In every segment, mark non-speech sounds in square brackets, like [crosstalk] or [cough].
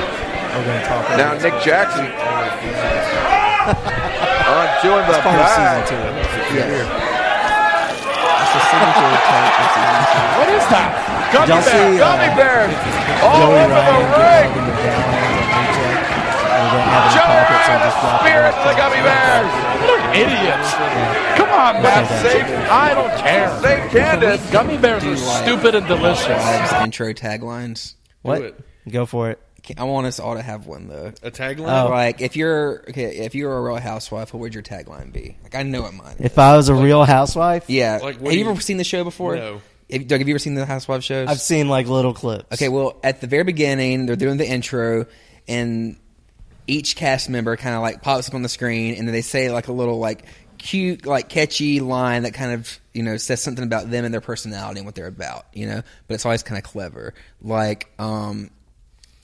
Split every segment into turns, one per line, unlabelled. we're going to talk.
Now
about
Nick Jackson on doing the
part of season
back.
two.
Yes.
It's a signature attack. It's a signature.
What is that? Gummy
Y'all
bears,
see, uh,
gummy bears all
Joey
over
Ryan
the
getting
ring.
hugged in the down and the paycheck. And they don't have any
Joey
pockets, so
Ryan,
just
the
drop it
spirit
off.
of the gummy bears. Look, idiots. Come on,
That's
Matt.
okay.
Save,
I don't care.
save Candace.
Gummy bears are stupid and delicious.
Vibes intro taglines.
Do
What?
it.
Go for it.
I want us all to have one though.
A tagline.
Oh.
Like if you're okay, if you're a real housewife, what would your tagline be? Like I know what mine. Is.
If I was a real housewife,
Yeah.
Like, what
have
do
you
you-
ever seen the show before?
No.
Have, Doug, have you ever seen the housewife shows?
I've seen like little clips.
Okay, well, at the very beginning, they're doing the intro, and each cast member kind of like pops up on the screen, and then they say like a little like cute, like catchy line that kind of you know says something about them and their personality and what they're about, you know. But it's always kind of clever. Like, um,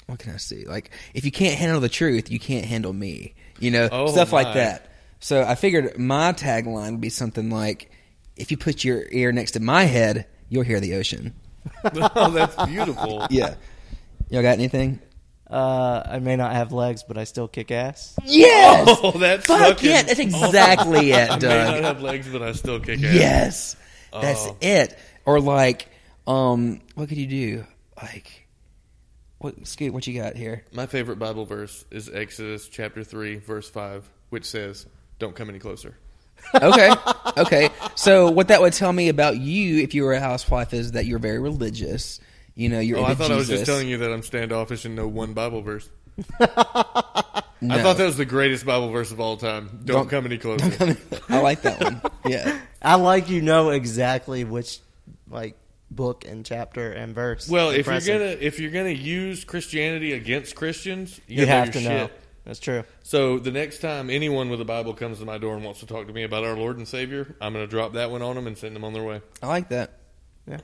what can I see? Like, if you can't handle the truth, you can't handle me, you know,
Oh,
stuff
my.
like that. So I figured my tagline would be something like, "If you put your ear next to my head, you'll hear the ocean."
oh, that's
[laughs]
beautiful.
Yeah. Y'all got anything?
Uh, I may not have legs, but I still kick ass.
Yes.
Oh, that's
Fuck
fucking-
yeah, that's exactly it,
[laughs] I may
Doug.
not have legs, but I still kick ass.
Yes. That's
Oh.
it. Or like, um, what could you do? Like, what Scoot? What you got here?
My favorite Bible verse is Exodus chapter three, verse five, which says, "Don't come any closer."
Okay, okay. So what that would tell me about you, if you were a housewife, is that you're very religious. You know, you're.
Oh, I
into
thought I was just
Jesus.
telling you that I'm standoffish and know one Bible verse. I thought that was the greatest Bible verse of all time. Don't,
Don't-
come any closer.
[laughs] I like that one. Yeah.
I like you know exactly which like book and chapter and verse.
[laughs] well, if
Impressive.
you're gonna if you're gonna use Christianity against Christians, you,
you
gotta
have
know
to
your
know.
shit.
That's true.
So the next time anyone with a Bible comes to my door and wants to talk to me about our Lord and Savior, I'm going to drop that one on them and send them on their way.
I like that.
Yeah.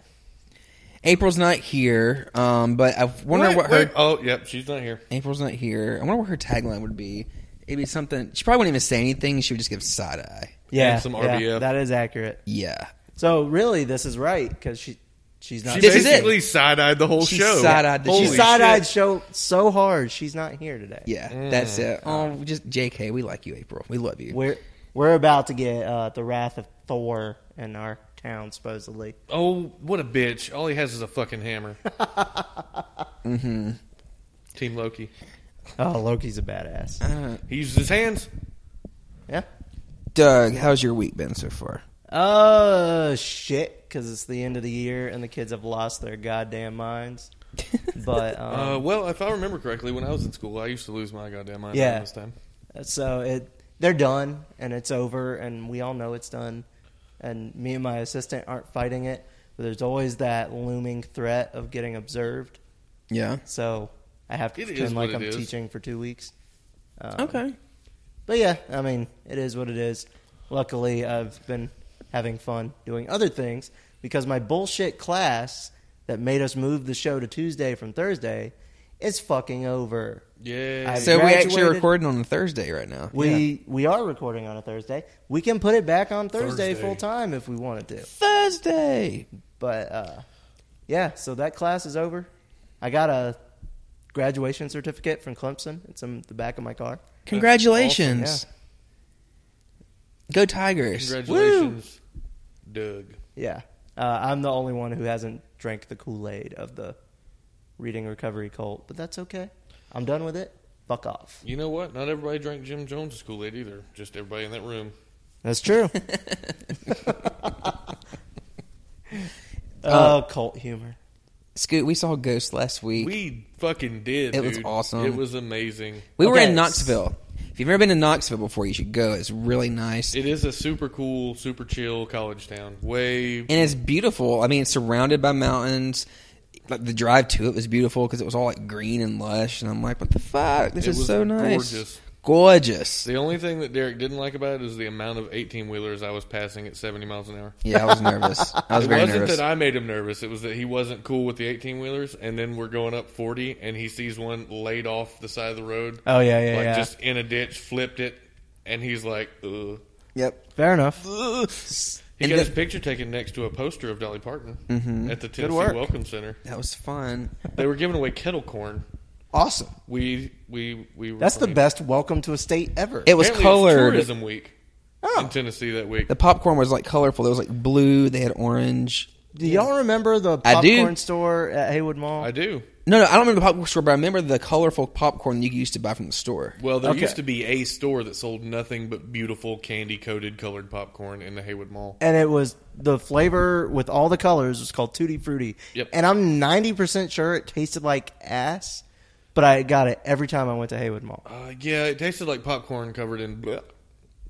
April's not here, um, but I wonder
Wait,
what her
wait. Oh, yep, she's not here.
April's not here. I wonder what her tagline would be. It'd be something. She probably wouldn't even say anything. She would just give side eye.
Yeah,
some
yeah,
RBF.
that is accurate.
Yeah.
So really, this is right because she she's not.
She
This is it.
basically side eyed the whole
She
show.
side-eyed the
Holy
show.
she side eyed
shit.
show so hard. She's not here today.
Yeah.
Mm.
That's it. Oh, we just JK, we like you, April. We love you.
We're we're about to get uh, the wrath of Thor in our town supposedly.
Oh, what a bitch! All he has is a fucking [laughs] hammer. mm-hmm. Team Loki.
Oh, Loki's a badass.
Uh,
He uses his hands.
Yeah.
Doug, how's your week been so far?
Uh, shit, because it's the end of the year and the kids have lost their goddamn
[laughs]
minds. But um,
Uh, well, if I remember correctly, when I was in school, I used to lose my goddamn mind
Yeah.
around this time.
so it they're done and it's over and we all know it's done. And me and my assistant aren't fighting it, but there's always that looming threat of getting observed.
Yeah.
So I have to
It is
pretend like
what
I'm
it is.
teaching for two weeks. Um,
Okay.
But yeah, I mean, it is what it is. Luckily, I've been having fun doing other things because my bullshit class that made us move the show to Tuesday from Thursday is fucking over.
Yeah.
I-
So we actually
graduated-
recording on a Thursday right now.
We
Yeah.
we are recording on a Thursday. We can put it back on Thursday,
Thursday.
full time if we wanted to.
Thursday.
But uh, yeah, so that class is over. I got a graduation certificate from Clemson. It's in the back of my car.
Congratulations.
awesome,
Go Tigers.
Congratulations, Doug.
Yeah. Uh, I'm the only one who hasn't drank the Kool Aid of the reading recovery cult, but that's okay. I'm done with it. Fuck off.
You know what? Not everybody drank Jim Jones' Kool Aid either. Just everybody in that room.
That's [laughs] true. uh, cult humor.
Scoot, we saw Ghost last week.
We fucking did.
It was
dude.
awesome.
It was amazing.
We were
Okay.
in Knoxville. If you've ever been to Knoxville before, you should go. It's really nice.
It is a super cool, super chill college town. Way
and it's beautiful. I mean, it's surrounded by mountains. Like the drive to it was beautiful because it was all like green and lush, and I'm like, "What the fuck? This
It
is
was
so nice,
gorgeous.
gorgeous."
The only thing that Derek didn't like about it is the amount of 18 wheelers I was passing at 70 miles an hour.
Yeah, I
[laughs]
was nervous. I was
it
very
wasn't
nervous.
that I made him nervous. It was that he wasn't cool with the 18 wheelers. And then we're going up 40, and he sees one laid off the side of the road.
Oh, yeah, yeah,
Like
yeah.
just in a ditch, flipped it. And he's like, ugh.
yep.
Fair [laughs] enough.
He
And
got
the- Mm-hmm.
his picture taken next to a poster of Dolly Parton at the Tennessee
work.
Welcome Center.
That was fun.
They were giving away kettle corn.
Awesome.
We we we. Were
That's the
playing-
best welcome to a state ever.
It was
Apparently
colored. Oh.
It's tourism week in Tennessee that week.
The popcorn was like colorful. There was like blue. They had orange.
do y'all remember the
I do.
popcorn store at Haywood Mall?
I do.
No, no, I don't remember the popcorn store, but I remember the colorful popcorn you used to buy from the store.
Well, there
Okay.
used to be a store that sold nothing but beautiful candy coated colored popcorn in the Haywood Mall.
and it was the flavor with all the colors was called Tutti Frutti.
Yep.
And I'm 90% sure it tasted like ass, but I got it every time I went to Haywood Mall.
Uh, yeah, it tasted like popcorn covered in. bleh.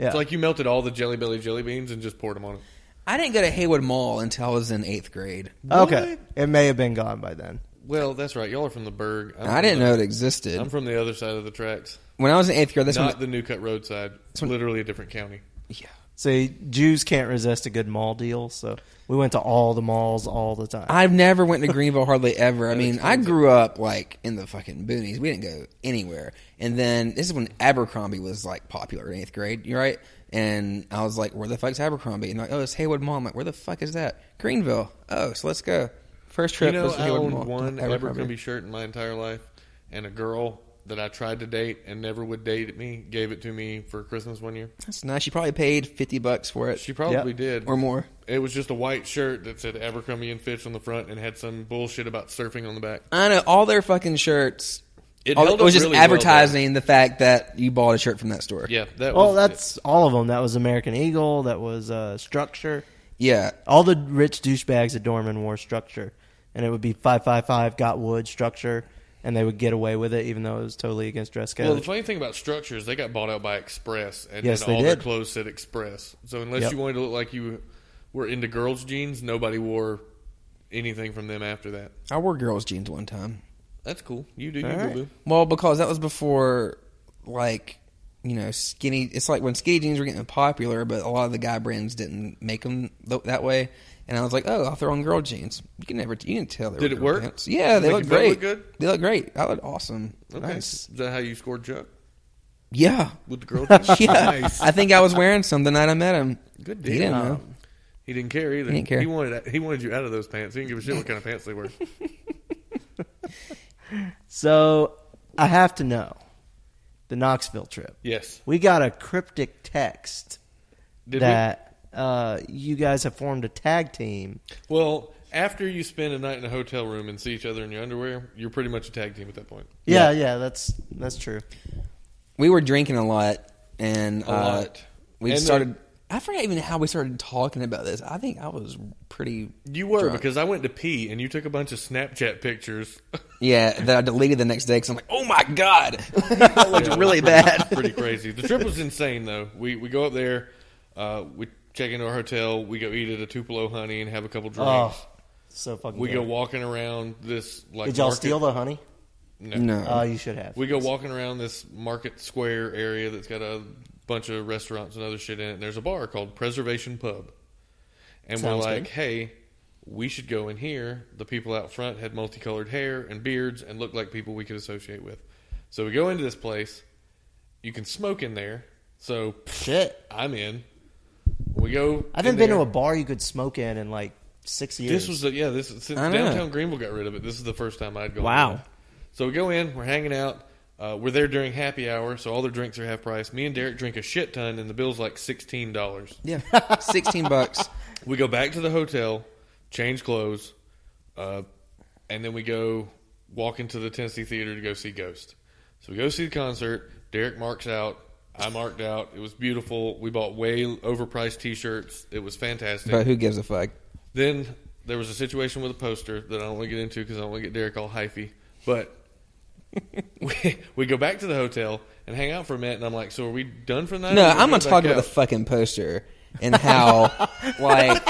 Yeah.
It's like you melted all the Jelly Belly jelly beans and just poured them on it.
I didn't go to Haywood Mall until I was in eighth grade.
Oh.
okay.
What?
It may have been gone by then.
Well, that's right. Y'all are from the Berg. I'm
I didn't
from the-
know it existed.
I'm from the other side of the tracks,
when I was in eighth grade, that's when
not the New Cut Road side. It's literally a different county.
yeah.
See, Jews can't resist a good mall deal, so we went to all the malls all the time.
I've never went to Greenville hardly ever. I mean, I grew up like in the fucking boonies. We didn't go anywhere. And then this is when Abercrombie was like popular in eighth grade. You're right. And I was like, "Where the fuck's Abercrombie?" And they're like, "Oh, it's Haywood Mall." I'm like, "Where the fuck is that?" Greenville. Oh, so let's go. First
You
trip
know,
was to
I
Haywood
owned
Mall.
one Abercrombie shirt in my entire life, and a girl that I tried to date and never would date me gave it to me for Christmas one year.
That's nice. She probably paid fifty bucks for it
She probably did.
or more.
It was just a white shirt that said Abercrombie and Fitch on the front and had some bullshit about surfing on the back.
I know all their fucking shirts.
It,
all-
held
Oh, was
up
just
really well, though.
advertising the fact that you bought a shirt from that store.
yeah, that
well,
was
that's all of them. That was American Eagle. That was uh, Structure.
yeah.
All the rich douchebags at Dorman wore Structure, and it would be five five five got wood Structure, and they would get away with it even though it was totally against dress code.
Well, the funny thing about structures, they got bought out by Express, and
Yes,
then
they
all their
did.
clothes said Express. So unless
Yep.
you wanted to look like you were into girls' jeans, nobody wore anything from them after that.
I wore girls' jeans one time.
That's cool. You do, you
right.
boo boo.
Well, because that was before, like, you know, skinny. It's like when skinny jeans were getting popular, but a lot of the guy brands didn't make them th- that way. And I was like, oh, I'll throw on girl jeans. You can never, you can tell. They
Did
were
it
girl
work?
pants. Yeah, they
Make
look
your butt
great.
look good?
They look great. I look awesome.
Okay.
Nice.
Is that how you scored Chuck? [laughs]
Yeah. [laughs]
[laughs]
With the girls' jeans?
Yeah.
Nice.
I think I was wearing some the night I met him.
Good
He didn't
deal. Um,
know.
He didn't care either.
He didn't care.
He wanted he wanted you out of those pants. He didn't give a shit what kind of pants
[laughs]
they were.
so I have to know the Knoxville trip.
Yes.
We got a cryptic text
Did
that uh, you guys have formed a tag team.
we? Well, after you spend a night in a hotel room and see each other in your underwear, you're pretty much a tag team at that point.
Yeah, yeah, that's that's true.
We were drinking a lot, and
A
uh,
lot.
we
And the-
started. I forget even how we started talking about this. I think I was pretty.
You were
drunk.
because I went to pee and you took a bunch of Snapchat pictures.
Yeah, that I deleted the next day because I'm like, oh my god, that looked really bad.
[laughs] pretty crazy. The trip was insane though. We we go up there, uh, we check into our hotel, we go eat at a Tupelo Honey and have a couple drinks.
Oh, so fucking.
we
good.
go walking around this like.
Did y'all
market-
steal the honey?
No.
no,
Oh, you should have.
We go walking around this market square area that's got a bunch of restaurants and other shit in it. And there's a bar called Preservation Pub, and
Sounds
we're like,
good.
hey. We should go in here. The people out front had multicolored hair and beards and looked like people we could associate with. So we go into this place. You can smoke in there. So
Shit,
I'm in. We go.
I
in
haven't been
there.
to a bar you could smoke in in like six years.
This was the, yeah. This since
I know.
downtown Greenville got rid of it. This is the first time I'd gone.
Wow.
So we go in. We're hanging out. Uh, we're there during happy hour, so all their drinks are half price. Me and Derek drink a shit ton, and the bill's like sixteen dollars.
yeah, sixteen bucks.
We go back to the hotel, change clothes, uh, and then we go walk into the Tennessee Theater to go see Ghost. So we go see the concert. Derek marks out. I marked out. It was beautiful. We bought way overpriced T-shirts. It was fantastic.
But who gives a fuck?
Then there was a situation with a poster that I don't want to get into because I don't want to get Derek all hyphy. But [laughs] we, we go back to the hotel and hang out for a minute, and I'm like, "So are we done for the night?"
No,
or do we
I'm
go
gonna
back
talk about the
out?"
fucking poster and how, like,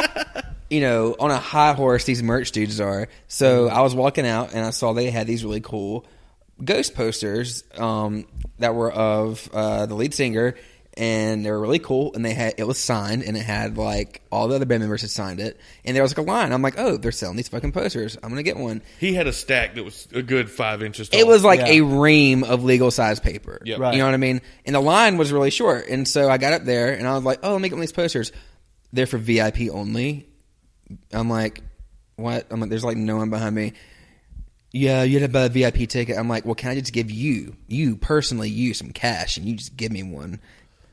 you know, on a high horse these merch dudes are. So I was walking out and I saw they had these really cool ghost posters um, that were of uh, the lead singer, and they were really cool. And they had it was signed, and it had like all the other band members had signed it, and there was like a line. I'm like, oh, they're selling these fucking posters. I'm gonna get one.
he had a stack that was a good five inches. Tall.
It was like
Yeah.
a ream of legal size paper.
Yep.
Right.
You know what I mean? And the line was really short. And so I got up there and I was like, oh, let me get one of these posters. They're for VIP only. I'm like, what? I'm like, there's like no one behind me. yeah, you had to buy a VIP ticket. I'm like, well, can I just give you, you personally, you some cash, and you just give me one?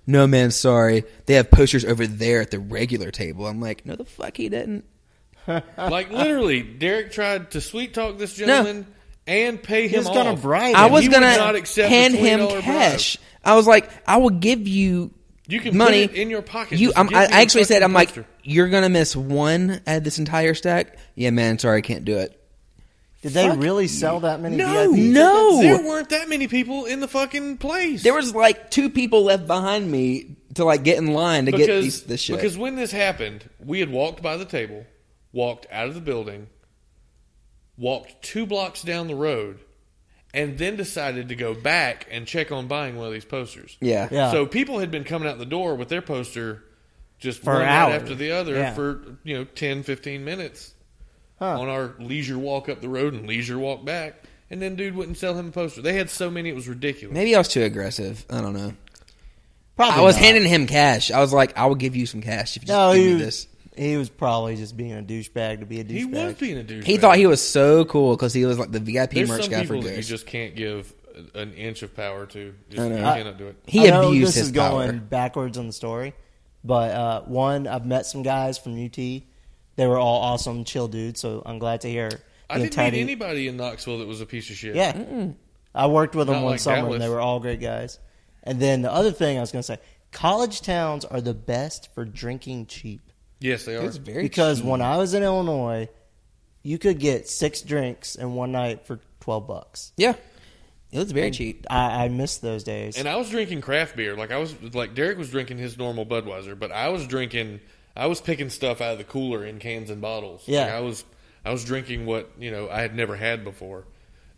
No, man, sorry. They have posters over there at the regular table. I'm like, no, the fuck he didn't. [laughs]
Like literally, Derek tried to sweet talk this gentleman and pay him
was gonna
off.
bribe him.
I
And
was
He would
gonna
not accept the
hand him
$20 bribe.
cash. I was like, I will give you.
You can put
money
it in your pocket.
You,
Just
I'm,
give
I
me
I
the
actually said,
fucking
I'm like,
poster.
you're gonna miss one at this entire stack. Yeah, man, sorry, I can't do it.
Did they
Fuck
really sell that many
No,
VIP
no.
There weren't that many people in the fucking place.
There was like two people left behind me to like get in line to get these, this shit.
Because when this happened, we had walked by the table, walked out of the building, walked two blocks down the road, and then decided to go back and check on buying one of these posters.
yeah,
Yeah.
So people had been coming out the door with their poster just
For
one
an
right
hour.
after the other
Yeah.
for, you know, 10, 15 minutes
Huh.
on our leisure walk up the road and leisure walk back. And then dude wouldn't sell him a poster. They had so many it was ridiculous.
Maybe I was too aggressive. I don't know.
Probably
I was
not.
handing him cash. I was like, I will give you some cash if you just
No,
give
he
me
was,
this.
he was probably just being a douchebag to be a douchebag.
He was being a douchebag.
He thought he was so cool because he was like the VIP
There's
merch
some
guy for
people that you
Ghost.
just can't give an inch of power to. Just,
I
you
know. I-
cannot do it.
he
I know
abused
this
his
is
power.
going backwards on the story, but uh, one, I've met some guys from UT. They were all awesome, chill dudes. So I'm glad to hear. The
I didn't
entirety-
meet anybody in Knoxville that was a piece of shit.
Yeah, I worked with them
Not
one
like
summer,
Dallas.
and they were all great guys. And then the other thing I was going to say: college towns are the best for drinking cheap
Yes, they are.
It's very
because
cheap.
when I was in Illinois, you could get six drinks in one night for twelve bucks.
yeah, it was very cheap.
I, I miss those days.
And I was drinking craft beer. Like I was like Derek was drinking his normal Budweiser, but I was drinking I was picking stuff out of the cooler in cans and bottles. Like,
Yeah.
I was I was drinking what, you know, I had never had before.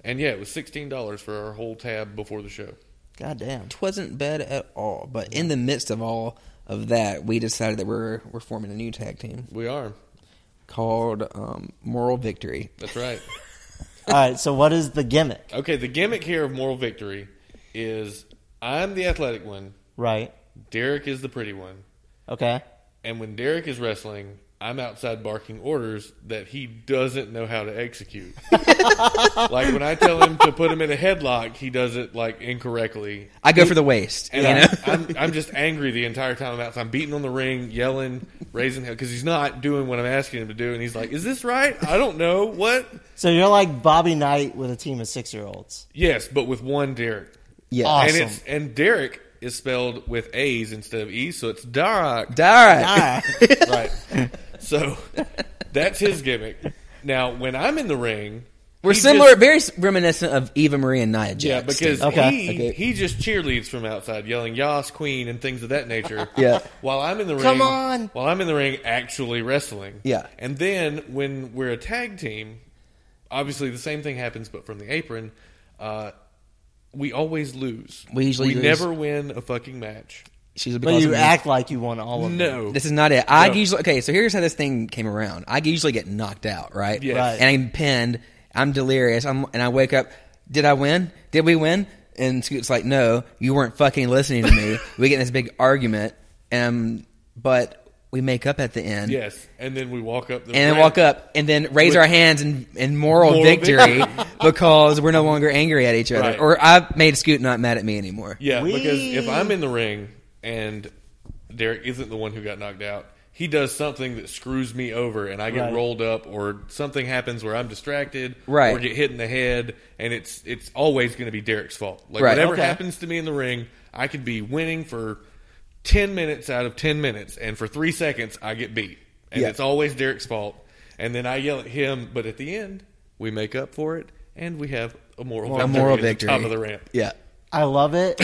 And yeah, it was sixteen dollars for our whole tab before the show.
God damn.
Wasn't bad at all. But in the midst of all of that, we decided that we're we're forming a new tag team
We are.
called um, Moral Victory.
That's right.
All right, so what is the gimmick?
okay, the gimmick here of moral victory is I'm the athletic one,
Right.
Derek is the pretty one.
Okay.
And when Derek is wrestling, I'm outside barking orders that he doesn't know how to
[laughs]
execute. like when I tell him to put him in a headlock, he does it like incorrectly.
I go for the waist.
And
you know?
I, I'm, I'm just angry the entire time I'm outside. I'm beating on the ring, yelling, raising hell because he's not doing what I'm asking him to do. And he's like, Is this right? I don't know. What?
So you're like Bobby Knight with a team of six year olds.
Yes, but with one Derek.
yeah.
Awesome.
And
[laughs]
it's and Derek is spelled with A's instead of E's, so it's Derek.
Alright.
Ah,
right. So that's his gimmick. Now, when I'm in the ring,
We're
he
similar,
just-
very reminiscent of Eva Marie and Nia Jax.
yeah, because
Okay.
he
Okay.
he just cheerleads from outside, yelling "Yas Queen" and things of that nature.
[laughs] Yeah.
While I'm in the ring,
Come on.
While I'm in the ring, actually wrestling.
Yeah.
And then when we're a tag team, obviously the same thing happens, but from the apron. Uh, we always lose.
We usually
we
lose.
never win a fucking match.
she's a
but
because
you
of me.
act like you won all of them.
No,
This is not it. I
No.
usually okay. So here's how this thing came around. I usually get knocked out, right?
Yes.
Right.
And I'm pinned. I'm delirious. I'm and I wake up. Did I win? Did we win? And Scoop's like, "No, you weren't fucking listening to
[laughs]
me." we get in this big argument, and but we make up at the end.
yes. And then we walk up the
And then
ramp.
walk up and then raise
With-
our hands in, in moral,
Moral
victory
[laughs] victory.
because we're no longer angry at each other.
Right.
Or I've made Scoot not mad at me anymore.
Yeah, because if
We-
I'm in the ring and Derek isn't the one who got knocked out, he does something that screws me over and I get
Right.
rolled up or something happens where I'm distracted
Right.
or get hit in the head and it's it's always going to be Derek's fault. Like
Right.
whatever
Okay.
happens to me in the ring, I could be winning for 10 minutes out of 10 minutes and for 3 seconds I get beat. And
Yeah.
it's always Derek's fault. And then I yell at him, but at the end we make up for it and we have a moral
A
victory
moral
at the
victory.
top of the ramp.
Yeah.
I love
[laughs]
it.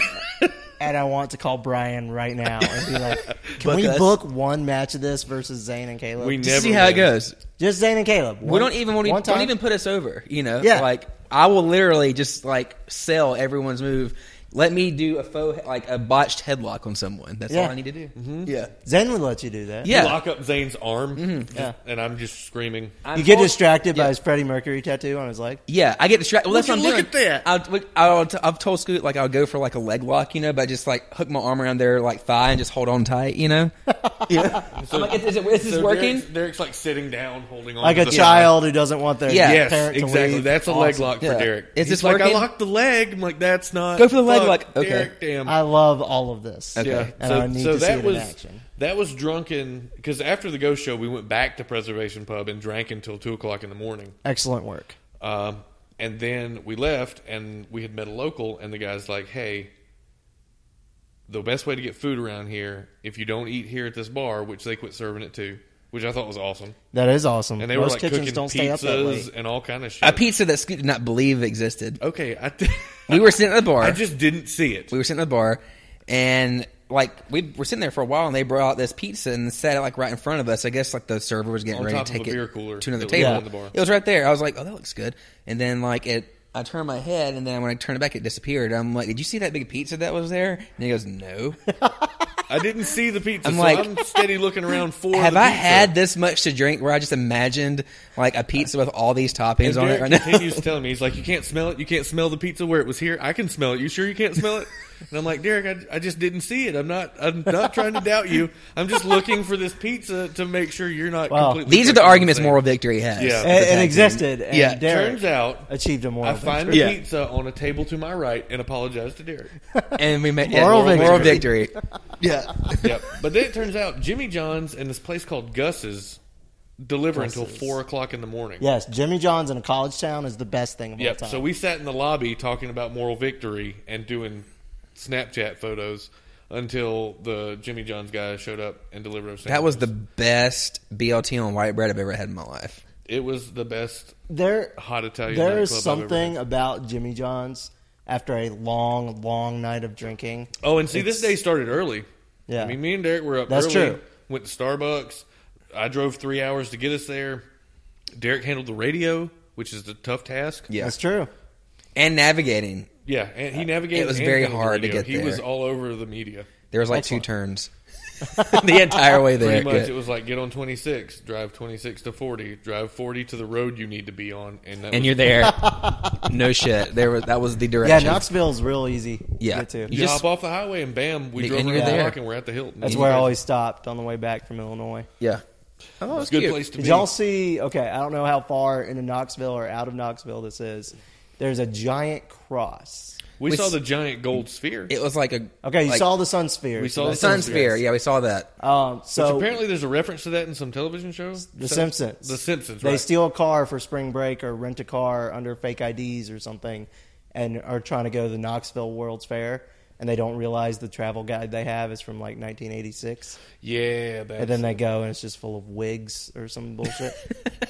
and I want to call Brian right now and be
[laughs]
like, can
Book
we
us.
book one match of this versus Zane and Caleb?
We
Just
never
see how it
win.
goes.
Just Zane and Caleb.
we
One-
don't even want to,
one
don't
time.
even put us over. You know,
Yeah.
Like I will literally just like sell everyone's move. Let me do a faux, like a botched headlock on someone. That's all
Yeah.
I need to do. Yeah,
Zen would let you do that.
yeah. Mm-hmm.
Lock up Zane's arm,
Yeah.
and I'm just screaming.
I'm
You get
all-
distracted
Yeah.
by his Freddie Mercury tattoo on his leg.
Yeah, I get distracted. Well, that's
Would
what I'm
you
doing.
look at
I'll, look- I'll t- I've told Scoot like I'll go for like a leg lock, you know, but I just like hook my arm around their like thigh and just hold on tight, you
[laughs]
know. yeah. I'm like, is, is, it, is this
So
working?
Derek's, Derek's like sitting down, holding on
Like
to
a
the-
child who doesn't want their
Yeah.
Yes,
parent to
exactly.
leave.
That's a leg
Awesome.
lock for
Yeah.
Derek.
Is
He's
this
like
working?
I locked the leg. I'm like that's not
Go for the leg
fuck,
lock. Okay.
Derek, damn.
I love all of this.
Okay.
Yeah.
And
so
I need
so
to see
that
it in
was
action.
that was drunken because after the ghost show we went back to Preservation Pub and drank until two o'clock in the morning.
Excellent work.
Um, and then we left, and we had met a local, and the guy's like, "Hey, the best way to get food around here, if you don't eat here at this bar, which they quit serving it to, which I thought was awesome,
That is awesome.
and they
Most
were like
kitchens
cooking
don't stay up that
pizzas
late.
and all kind of shit.
A pizza that Scoot did not believe existed.
okay, I, [laughs] th-
We were sitting at the bar.
I just didn't see it.
we were sitting at the bar, and like we were sitting there for a while, and they brought this pizza and set it like right in front of us. I guess like the server was getting
On
ready
top
to
of
take
a
it
beer cooler
to another
that we
table.
had in the bar.
It was right there. I was like, "Oh, that looks good." And then like it, I turned my head, and then when I turned it back, it disappeared. I'm like, "Did you see that big pizza that was there?" And he goes,
[laughs]
"No."
I didn't see the pizza.
I'm
so
like-
I'm steady looking around for.
Have
the
I
pizza.
had this much to drink where I just imagined like a pizza with all these toppings
And
on
Derek
it right
continues
now?
telling me, he's like, you can't smell it. You can't smell the pizza where it was here. I can smell it. You sure you
[laughs]
can't smell it? And I'm like, Derek, I, I just didn't see it. I'm not. I'm not trying to doubt you. I'm just looking for this pizza to make sure you're not.
Wow.
completely
[laughs] These are the
crazy
arguments
insane.
moral victory has.
Yeah.
It,
as a tag
it
team.
existed, and
Yeah.
Derek
Turns out,
achieved a moral
I find
victory.
the
Yeah.
pizza on a table to my right and apologize
[laughs]
to Derek.
and we made
Moral
moral, moral victory. yeah,
yep. But then it turns out Jimmy John's and this place called Gus's deliver until
Gus's.
four o'clock in the morning.
Yes, Jimmy John's in a college town is the best thing of all
Yep.
time.
So we sat in the lobby talking about moral victory and doing Snapchat photos until the Jimmy John's guy showed up and delivered us.
that was the
sandwiches.
best BLT on white bread I've ever had in my life.
It was the best.
there,
Hot Italian
There is
nightclub I've
something
ever
about Jimmy John's after a long, long night of drinking.
Oh, and see, this
It's-
day started early.
Yeah.
I mean, me and Derek were up.
That's
early,
true.
Went to Starbucks. I drove three hours to get us there. Derek handled the radio, which is a tough task.
Yeah,
That's true.
and navigating
Yeah, and he navigated.
It was
and
very
handled the
hard to
radio.
get
He was
there.
all over the media.
there was like
Excellent.
two
[laughs]
turns the entire way there.
Pretty much,
Yeah.
it was like get on twenty six, drive twenty six to forty, drive forty to the road you need to be on, and that
and
was
you're there.
[laughs]
no shit. There was that was the
Yeah,
direction.
Knoxville's real easy
Yeah.
to get to.
You
You,
just-
hop off the highway and bam, we
And
drove
you're
around the
there.
block and we're at the Hilton.
That's where I always stopped on the way back from Illinois.
yeah. Oh,
It's a good place to
Did
be.
y'all see? Okay, I don't know how far into Knoxville or out of Knoxville this is. There's a giant cross.
we,
We
saw
s-
the giant gold sphere.
It was like a
Okay, you
like
saw the sun sphere.
We saw
the
the
sun
sun
sphere.
spheres.
Yeah, we saw that.
Um, so
Apparently, there's a reference to that in some television show.
The
So-
Simpsons.
The Simpsons.
They
right.
steal a car for spring break or rent a car under fake IDs or something, and are trying to go to the Knoxville World's Fair, and they don't realize the travel guide they have is from like 1986,
yeah,
and then they go and it's just full of wigs or some
[laughs]
bullshit.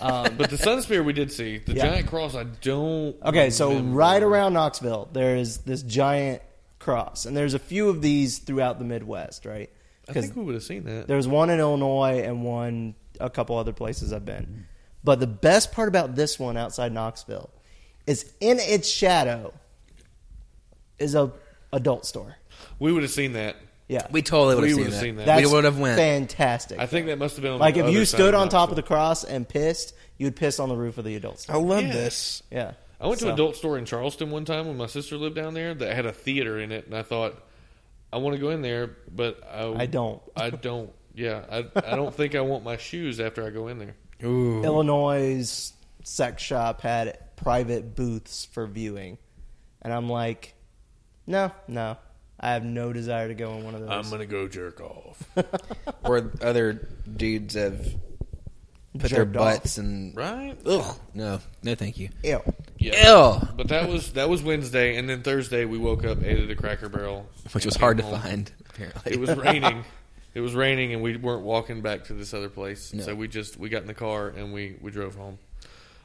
um,
But the sun sphere we did see the
Yeah.
giant cross. I don't.
Okay, so
remember.
right around Knoxville, there is this giant cross, and there's a few of these throughout the Midwest, right?
I
Because
think we would have seen that.
there was one in Illinois and one a couple other places I've been. But the best part about this one outside Knoxville is in its shadow is a adult store.
We would have seen that.
Yeah,
We totally would
We
have seen
would've
that.
seen that.
We would have went.
fantastic.
I think that must have been on
like
the
if
other
you
side
stood
of
on top of
Knoxville.
the cross and pissed, you'd piss on the roof of the adult store.
love
Yeah.
Yeah,
I went to
So-
an adult store in Charleston one time when my sister lived down there that had a theater in it, and I thought I want to go in there, but I,
I don't.
I don't. Yeah, I, I don't think I want my shoes after I go in there.
Illinois sex shop had private booths for viewing, and I'm like, no, no, I have no desire to go in one of those.
gonna go jerk off.
Where other dudes have put their
Jerked off.
butts and
Right?
ugh. No, no, thank you.
Ew.
Yeah.
Ew.
But that was that was Wednesday, and then Thursday we woke up, ate at a Cracker Barrel,
Which
and
was
came
hard to
home.
find. Apparently,
It was raining. It was raining, and we weren't walking back to this other place. So we just we got in the car and we we drove home.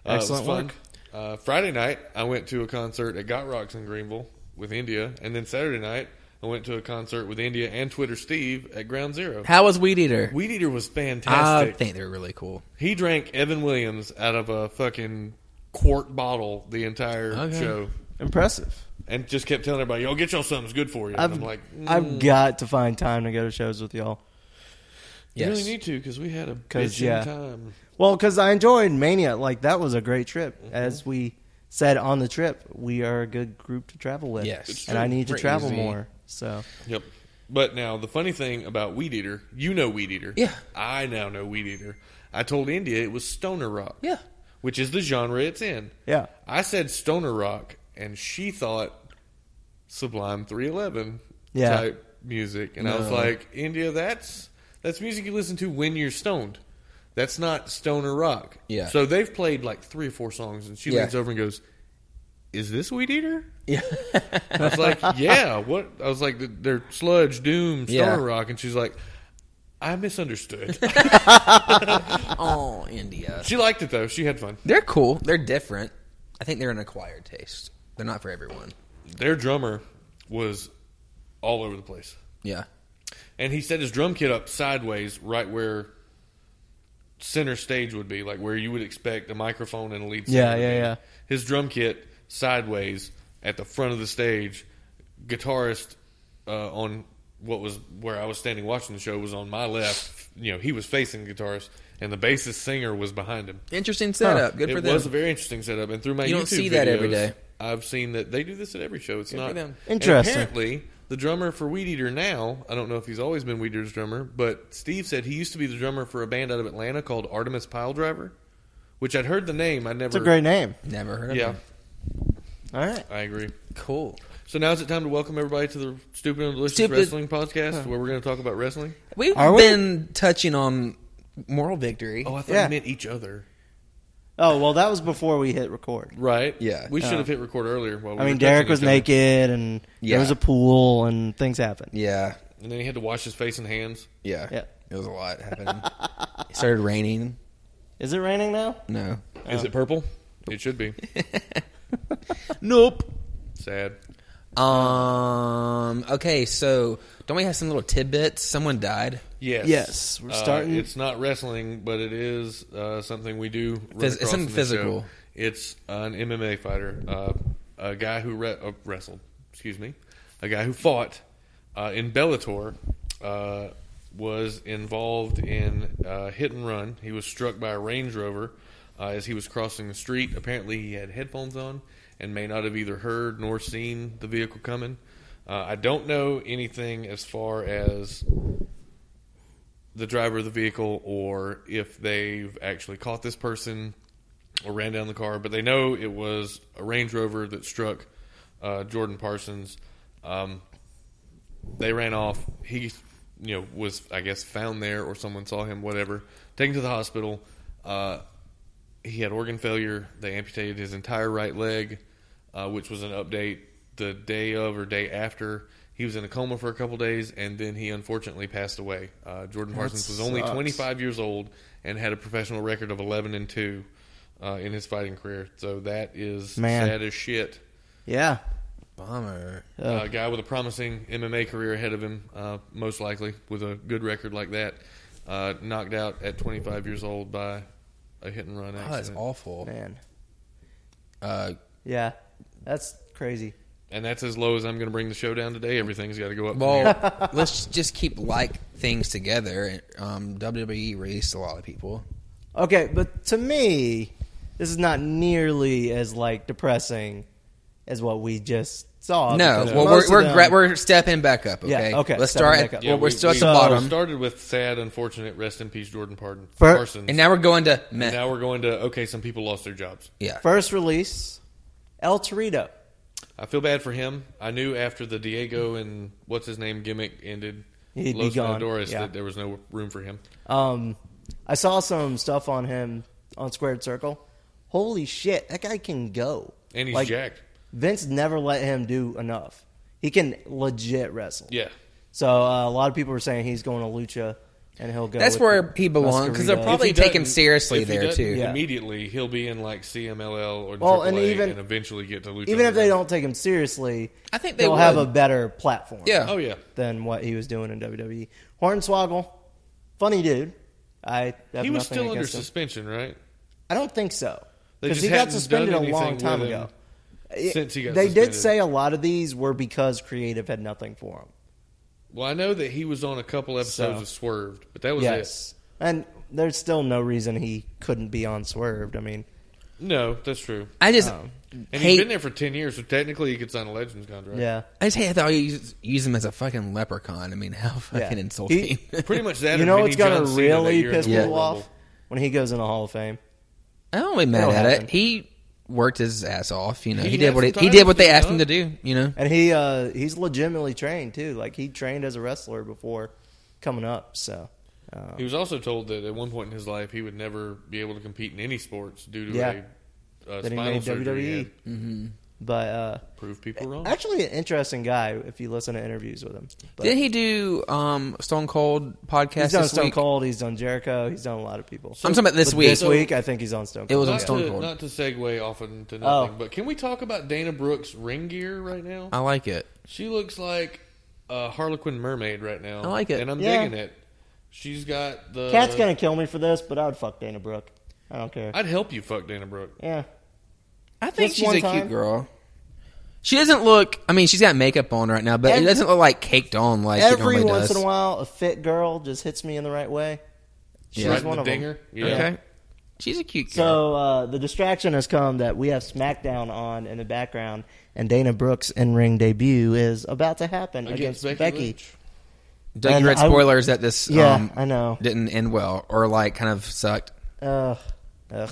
Uh, it was
Excellent
fun.
work.
Uh, Friday night, I went to a concert at Got Rocks in Greenville with India, and then Saturday night, I went to a concert with India and Twitter Steve at Ground Zero.
How was Weed Eater?
Weed Eater was
I
fantastic.
think they're really cool.
He drank Evan Williams out of a fucking quart bottle the entire
Okay.
show.
Impressive.
and just kept telling everybody, "Y'all get y'all something's good for you." And
I've,
I'm like, "Mm,
I've got to find time to go to shows with y'all.
"You
Yes.
really need to because we had a
'Cause,
bitchin'
yeah.
time." Mm-hmm.
Well, because I enjoyed Mania. Like that was a great trip. As we said on the trip, we are a good group to travel with.
Yes. It's
and I need to
We're
travel
easy.
more. So
Yep. But now the funny thing about Weed Eater, you know Weed Eater.
Yeah.
I now know Weed Eater. I told India it was stoner rock.
Yeah.
Which is the genre it's in.
yeah,
I said stoner rock, and she thought Sublime 311
Yeah.
type music, and I was like, India, that's that's music you listen to when you're stoned. That's not stoner rock.
Yeah.
So they've played like three or four songs, and she
Yeah.
leans over and goes, "Is this Weed Eater?"
Yeah.
I was like, "Yeah." What? I was like, "They're sludge, doom, stoner
Yeah.
rock," and she's like. I misunderstood. [laughs]
oh, India.
she liked it though. She had fun.
They're cool. They're different. I think they're an acquired taste. They're not for everyone.
Their drummer was all over the place.
Yeah.
And he set his drum kit up sideways, right where center stage would be, like where you would expect a microphone and a lead singer.
Yeah,
to
yeah,
be.
yeah.
His drum kit sideways at the front of the stage. Guitarist uh, on what was where I was standing watching the show was on my left. You know, he was facing the guitarist, and the bassist singer was behind him.
Interesting setup. Good for
it
them.
was a very interesting setup, and through my
You
YouTube
don't see that every
videos,
day.
I've seen that they do this at every show. It's
for
not
them.
and
Interesting.
apparently, the drummer for Weed Eater now, I don't know if he's always been Weed Eater's drummer, but Steve said he used to be the drummer for a band out of Atlanta called Artemis Pile Driver, which I'd heard the name. I never.
it's a great name.
Never heard of
Yeah,
them.
All right.
I agree.
Cool.
So now is it time to welcome everybody to the Stupid and Delicious
Stupid-
Wrestling Podcast, where we're going to talk about wrestling.
We've
Are we-
been touching on moral victory.
Oh, I thought
Yeah.
we meant each other.
Oh well, that was before we hit record.
Right?
Yeah.
We should
Yeah. Oh.
have hit record earlier. While we
I
were
mean, Derek
touching
was
each other.
naked, and
Yeah.
there was a pool, and things happened.
Yeah.
and then he had to wash his face and hands.
Yeah.
Yeah.
It was a lot happening. it started raining.
Is it raining now?
No.
Oh.
Is it purple? It should be.
Nope.
Sad.
[laughs]
Um. Okay. So, don't we have some little tidbits? Someone died.
Yes.
Yes, we're starting-
Uh, it's not wrestling, but it is uh, something we do. Run
Phys- it's
across
something
in the
physical.
show. It's an MMA fighter, uh, a guy who re- uh, wrestled. Excuse me, a guy who fought uh, in Bellator uh, was involved in uh, hit and run. He was struck by a Range Rover uh, as he was crossing the street. Apparently, he had headphones on and may not have either heard nor seen the vehicle coming. Uh, I don't know anything as far as the driver of the vehicle or if they've actually caught this person or ran down the car, but they know it was a Range Rover that struck uh, Jordan Parsons. Um, they ran off. He, you know, was I guess found there or someone saw him. Whatever, taken to the hospital. Uh, he had organ failure. They amputated his entire right leg, uh, which was an update the day of or day after. He was in a coma for a couple days, and then he unfortunately passed away. Uh, Jordan Parsons was only
sucks.
25 years old and had a professional record of 11 and 2 uh, in his fighting career. So that is
Man.
sad as shit.
Yeah.
Bummer.
A guy with a promising MMA career ahead of him, uh, most likely with a good record like that, uh, knocked out at 25 years old by a hit and run
Oh, that's
accident.
awful.
Man.
Uh,
Yeah. That's crazy.
and that's as low as I'm going to bring the show down today. Everything's got to go up. from here.
well, [laughs] let's just keep like things together. Um, WWE released a lot of people.
Okay, but to me, this is not nearly as like depressing as what we just saw.
No,
because
well,
most
we're
of
we're,
them-
gra- we're stepping back up.
Yeah,
Okay,
okay,
Let's
stepping
start.
back
At,
up.
well,
we-
we're still at
we
the
so-
bottom,
started with sad, unfortunate, rest in peace, Jordan Pardon,
For-
Parsons.
and now we're going to meh.
now we're going to okay. Some people lost their jobs.
yeah.
first release, El Torito.
I feel bad for him. I knew after the Diego and what's his name gimmick ended,
He'd be
Los
gone.
Matadores,
Yeah.
that there was no room for him.
Um, I saw some stuff on him on Squared Circle. Holy shit, that guy can go.
And he's
Like,
jacked.
Vince never let him do enough. He can legit wrestle.
Yeah.
So uh, a lot of people were saying he's going to lucha, and he'll go.
That's
with
where he belongs, 'cause they're
Masquerita.
Probably
If he
take him
doesn't-
seriously
if he
there,
doesn't
too.
Yeah.
Immediately, he'll be in like CMLL or
Well,
AAA
and
and,
even-
eventually get to Lucha.
even if they
Underground.
don't take him seriously,
I think they
will have a
would.
better platform.
Yeah.
Oh yeah,
than what he was doing in WWE. Hornswoggle, funny dude. I have
he was
nothing
still under
against him.
suspension, right?
I don't think so
They
because
just
he got
hadn't
suspended a
done
long
anything
time
with him.
ago.
Since he got
they
suspended.
did say a lot of these were because creative had nothing for them.
Well, I know that he was on a couple episodes
So-
of Swerved, but that was
yes, and there's still no reason he couldn't be on Swerved. I mean,
it. No, that's true.
I just
Oh.
And
hate.
he's been there for ten years, so technically he could sign a Legends contract.
yeah,
I just hate that all you use, use him as a fucking leprechaun. I mean, [laughs] how fucking
He- [laughs]
insulting.
pretty much that.
you
or
know
Vinny
what's gonna
John Cena that
really
year in
piss
the
people
Royal
off
Rumble.
when he goes in the Hall of Fame.
[laughs] I don't really mad
That'll
at
happen.
it. He worked his ass off. You know,
He
he,
had
did what he,
some
he
titles,
did what they
did he
asked him to
not?
do. You know,
And he uh, he's legitimately trained too. Like he trained as a wrestler before coming up. So uh,
He was also told that at one point in his life he would never be able to compete in any sports due to
Yeah.
a uh,
then he
spinal
made E.
surgery. he
WWE.
had.
Mm-hmm.
But uh,
Prove people wrong.
actually, an interesting guy if you listen to interviews with him. But
did he do um, Stone Cold podcast?
he's done
this
Stone
week?
Cold. He's done Jericho. He's done a lot of people.
I'm talking about this
But
week.
This week, I think he's on Stone Cold.
It was on
Not
Stone
to,
Cold.
not to segue off into nothing,
Oh.
but can we talk about Dana Brooks' ring gear right now?
Uh,
I like it.
She looks like a Harlequin mermaid right now.
I like it.
and I'm
Yeah.
digging it. She's got
uh,
the
Cat's gonna kill me for this, but I would fuck Dana Brooke. I don't care.
I'd help you fuck Dana Brooke.
yeah,
I think
Just
she's
one
a
time?
cute girl. She doesn't look. I mean, she's got makeup on right now, but
Every-
it doesn't look like caked on like it
every
normally
once
does.
in a while, a fit girl just hits me in the right way. She's
Right in
one
the
of
dinger.
them.
Yeah.
Okay, she's a cute girl.
So uh, the distraction has come that we have SmackDown on in the background, and Dana Brooks' in-ring debut is about to happen
Against
against,
Becky
Becky.
Lynch.
Doug,
and
you read
I-
spoilers that this
Yeah,
um,
I know.
didn't end well or like kind of sucked.
Ugh, ugh.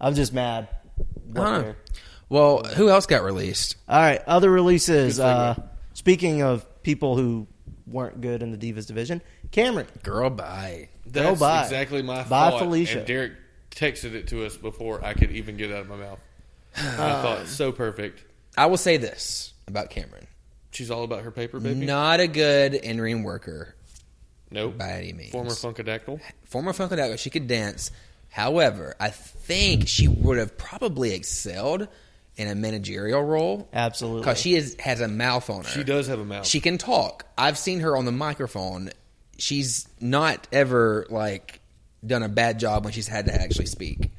I'm just mad.
I
What
don't know.
there?
Well, who else got released?
All right, other releases.
Good segue.
Uh, speaking of people who weren't good in the Divas division, Cameron.
Girl, bye.
That's
bye.
exactly my
Bye,
thought.
Felicia.
And Derek texted it to us before I could even get it out of
[sighs]
my mouth. I thought so perfect.
I will say this about Cameron:
She's all about her paper, baby.
not a good in-ring worker
nope.
by any means.
Former Funkadactyl.
former Funkadelic, she could dance. However, I think she would have probably excelled in a managerial role.
Absolutely.
Because she is, has a mouth on her.
She does have a mouth.
She can talk. I've seen her on the microphone. She's not ever like done a bad job when she's had to actually speak.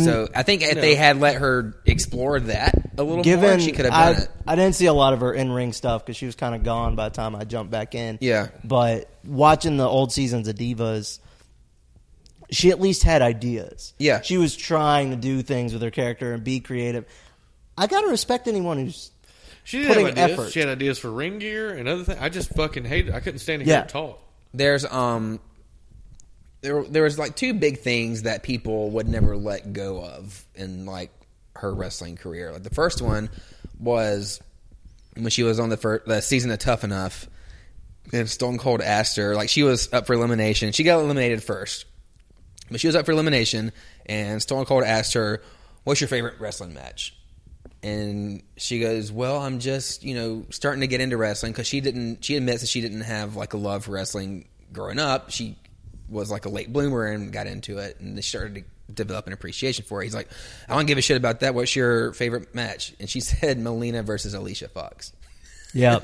so I think if they had let her explore that a little more,
Given
she could have
I,
done it.
I didn't see a lot of her in ring stuff because she was kind of gone by the time I jumped back in.
Yeah.
But watching the old seasons of Divas, she at least had ideas.
Yeah.
She was trying to do things with her character and be creative. I gotta respect anyone who's
She did have
putting
ideas.
effort.
She had ideas for ring gear and other things. I just fucking hated it. I couldn't stand to hear
Yeah.
her talk.
There's um there there was like two big things that people would never let go of in like her wrestling career. Like the first one was when she was on the first the season of Tough Enough and Stone Cold asked her like she was up for elimination. She got eliminated first. But she was up for elimination and Stone Cold asked her, "What's your favorite wrestling match?" and she goes, "Well, I'm just you know starting to get into wrestling because she didn't. She admits that she didn't have like a love for wrestling growing up. She was like a late bloomer and got into it, and they started to develop an appreciation for it. He's like, I don't give a shit about that. What's your favorite match? And she [laughs] said Melina versus Alicia Fox. [laughs]
Yeah.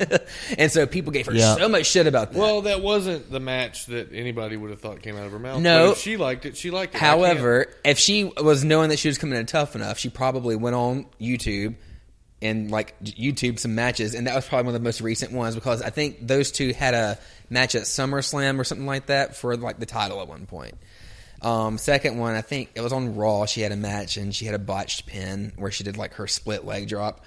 and so people gave her
Yeah.
so much shit about that.
Well, that wasn't the match that anybody would have thought came out of her mouth.
No.
But if she liked it. She liked it. I can't-
However, if she was knowing that she was coming in tough enough, she probably went on YouTube and like YouTube some matches, and that was probably one of the most recent ones because I think those two had a match at SummerSlam or something like that for like the title at one point. Um, second one, I think it was on Raw. She had a match and she had a botched pin where she did like her split leg drop.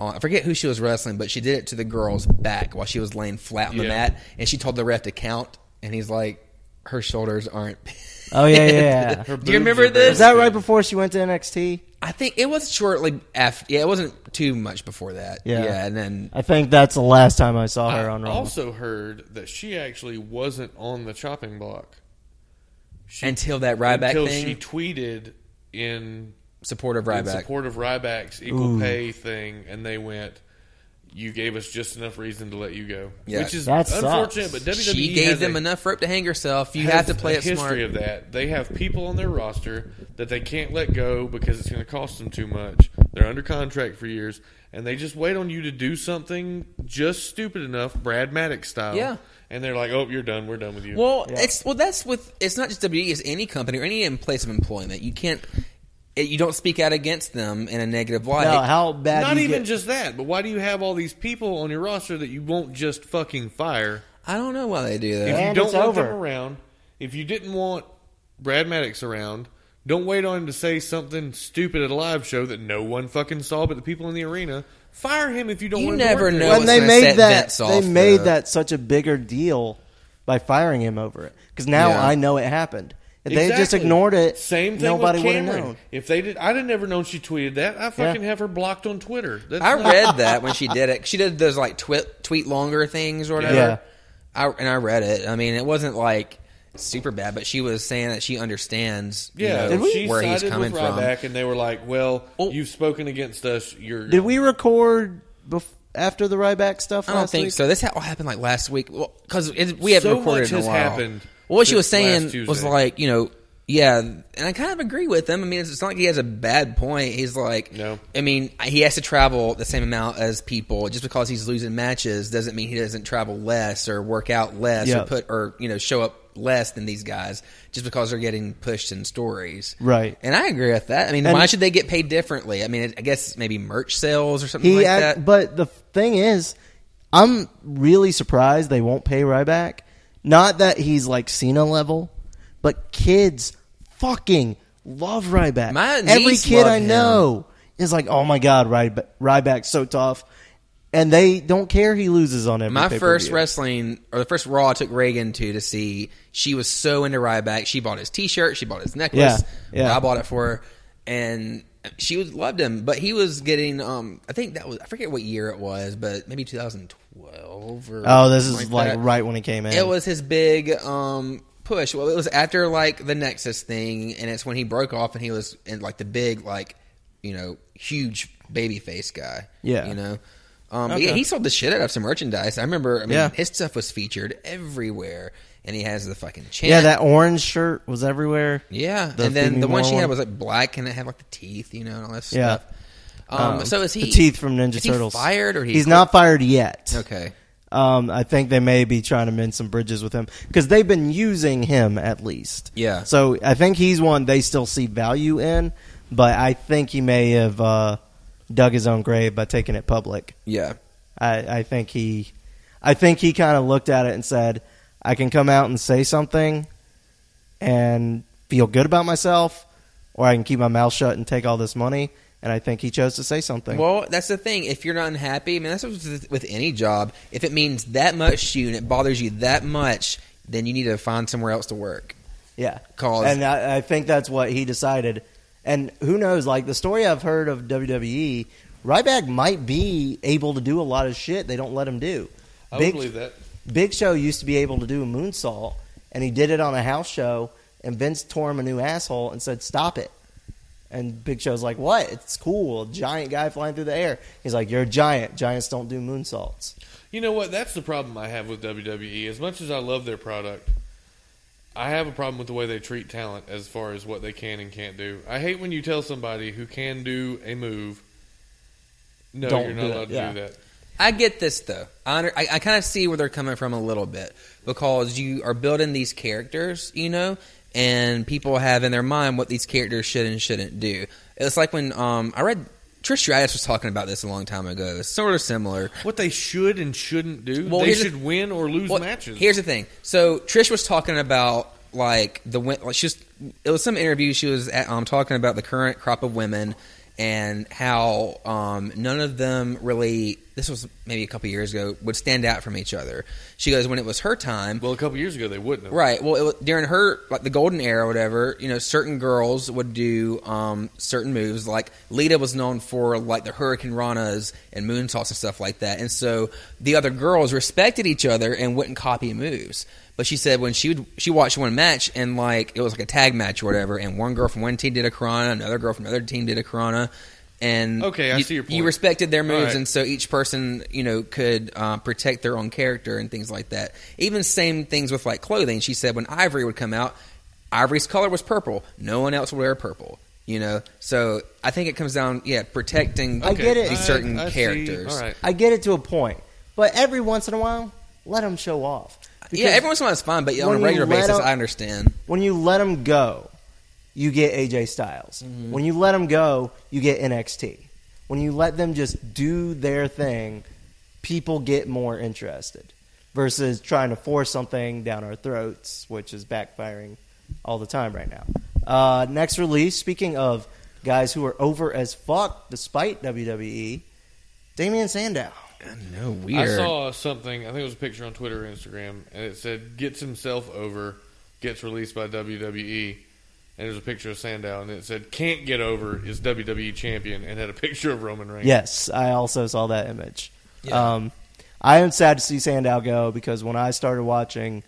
On, I forget who she was wrestling, but she did it to the girl's back while she was laying flat on the
Yeah.
mat, and she told the ref to count, and he's like, "Her shoulders aren't." [laughs]
Oh, yeah, yeah,
pinned." [laughs]
yeah. Her
Do you remember
very
[laughs]
this?
Is that right before she went to NXT?
I think it was shortly after. Yeah, it wasn't too much before that.
Yeah.
Yeah, and then
I think that's the last time I saw her
I
on Raw.
also heard that she actually wasn't on the chopping block. She,
until that Ryback
until
thing,
she tweeted in
support of
in
Ryback.
support of Ryback's equal pay thing, and they went, "You gave us just enough reason to let you go,"
Yeah.
which is
That
unfortunate.
sucks.
But WWE
she
E has
gave them
a,
enough rope to hang herself. You
has
have to play
a
it
history
smart.
of that. They have people on their roster that they can't let go because it's going to cost them too much. They're under contract for years, and they just wait on you to do something just stupid enough, Brad Maddox style.
Yeah.
and they're like, "Oh, you're done. We're done with you."
E, Well, it's well that's with it's not just WWE. It's any company or any em- place of employment. You can't it, you don't speak out against them in a negative light.
Now, how bad?
Not
you
even
get-
just that, but why do you have all these people on your roster that you won't just fucking fire?
I don't know why they do that.
If you
And
don't
it's
want them
over.
around, if you didn't want Brad Maddox around, don't wait on him to say something stupid at a live show that no one fucking saw but the people in the arena. Fire him if you don't
You
want
never know
him to work there.
what's
when they
gonna
made
set
that,
vets
they
off
made
the-
that such a bigger deal by firing him over it because now
Yeah.
I know it happened. If they just
Exactly.
ignored it,
Same thing
nobody
with
would have
Cameron.
known.
If they did, I'd have never known she tweeted that. I fucking
Yeah.
have her blocked on Twitter. That's
I
not- [laughs]
read that when she did it. She did those like tweet tweet longer things or whatever.
Yeah.
I, and I read it. I mean, it wasn't like super bad, but she was saying that she understands. you
Yeah,
know,
she
where
sided
he's coming
with
from.
Ryback, and they were like, "Well,
Oh.
you've spoken against us. You're
Did we record bef- after the Ryback stuff?
I don't
last
think
week?
so. This ha- all happened like last week because we haven't
So
recorded
much
in a
has
while.
happened
Well, what she
since
was
last
saying was
Tuesday.
like, you know, yeah, and I kind of agree with him. I mean, it's, it's not like he has a bad point. He's like,
No.
I mean, he has to travel the same amount as people. Just because he's losing matches doesn't mean he doesn't travel less or work out less
Yeah.
or put or you know show up less than these guys just because they're getting pushed in stories.
Right.
And I agree with that. I mean,
And-
why should they get paid differently? I mean, I guess maybe merch sales or something
He
like
act-
that.
but the thing is, I'm really surprised they won't pay Ryback. Not that he's like Cena level, but kids fucking love Ryback.
My
Every
niece
kid
loved
I
him.
know is like, oh my god, Ryba- Ryback's so tough, and they don't care he loses on every.
My
pay-per-view.
first wrestling or the first Raw I took Reagan to to see. She was so into Ryback. She bought his T-shirt. She bought his necklace.
Yeah, yeah.
I bought it for her, and she was loved him. But he was getting. Um, I think that was I forget what year it was, but maybe 2012 or
Oh, this is
something
like
that.
right when he came in.
It was his big um, push. Well, it was after like the Nexus thing, and it's when he broke off and he was in like the big like you know huge baby face guy.
Yeah.
you know. Um, but yeah, he sold the shit out of some merchandise. I remember. I mean,
Yeah.
his stuff was featured everywhere, and he has the fucking chant.
yeah, that orange shirt was everywhere.
Yeah,
The
and then
Phoebe
the one she
Moore
had
one.
was like black, and it had like the teeth, you know, and all that
Yeah.
stuff. Um, so is he
the teeth from Ninja
is he
Turtles?
fired or he-
he's not fired yet.
Okay,
Um, I think they may be trying to mend some bridges with him because they've been using him at least.
Yeah.
So I think he's one they still see value in, but I think he may have uh, dug his own grave by taking it public.
yeah.
I, I think he, I think he kind of looked at it and said, "I can come out and say something, and feel good about myself, or I can keep my mouth shut and take all this money." And I think he chose to say something.
Well, that's the thing. If you're not unhappy, I mean, that's with, with any job. If it means that much to you and it bothers you that much, then you need to find somewhere else to work.
Yeah.
Cause-
And I, I think that's what he decided. And who knows? Like the story I've heard of WWE, Ryback might be able to do a lot of shit they don't let him do.
I would believe that.
Big Show used to be able to do a moonsault, and he did it on a house show, and Vince tore him a new asshole and said, Stop it. And Big Show's like, What? It's cool. Giant guy flying through the air. He's like, You're a giant. Giants don't do moonsaults.
You know what? That's the problem I have with WWE. As much as I love their product, I have a problem with the way they treat talent as far as what they can and can't do. I hate when you tell somebody who can do a move, no,
Don't
you're not
do it.
allowed to
Yeah.
do that.
I get this though. I, under- I, I kind of see where they're coming from a little bit because you are building these characters, you know, and people have in their mind what these characters should and shouldn't do. It's like when um, I read Trish Stratus was talking about this a long time ago. It's sort of similar.
What they should and shouldn't do,
Well,
they
here's the-
should win or lose
Well,
matches.
Here's the thing. So Trish was talking about like the win- like she was, it was some interview she was at, um, talking about the current crop of women and how um, none of them really this was maybe a couple years ago would stand out from each other. She goes when it was her time.
well, a couple years ago they wouldn't have.
Right. Well, it was, during her like the golden era, or whatever, you know, certain girls would do um, certain moves. Like Lita was known for like the Hurricane Ranas and moonsaults and stuff like that. And so the other girls respected each other and wouldn't copy moves. But she said when she would, she watched one match and like it was like a tag match or whatever, and one girl from one team did a Karana, another girl from another team did a Karana. And
Okay, I
you,
see your
You
point.
respected their moves,
right.
and so each person you know could uh, protect their own character and things like that. Even same things with like clothing. She said when Ivory would come out, Ivory's color was purple. No one else would wear purple. You know, so I think it comes down, yeah, protecting
I get it.
these
I-
certain
I see.
characters.
All right.
I get it to a point, but every once in a while, let him show off.
Yeah,
Because-
every once in a while it's fine, but on a
when you
regular
let
basis,
out-
I understand.
when you let them go, you get AJ Styles. When you let them go, you get NXT. When you let them just do their thing, people get more interested versus trying to force something down our throats, which is backfiring all the time right now. Uh, next release, speaking of guys who are over as fuck despite WWE, Damian Sandow.
No weird.
I saw something. I think it was a picture on Twitter or Instagram, and it said gets himself over, gets released by WWE. And there's a picture of Sandow, and it said can't get over is WWE champion, and had a picture of Roman Reigns.
Yes, I also saw that image. Um, I am sad to see Sandow go because when I started watching,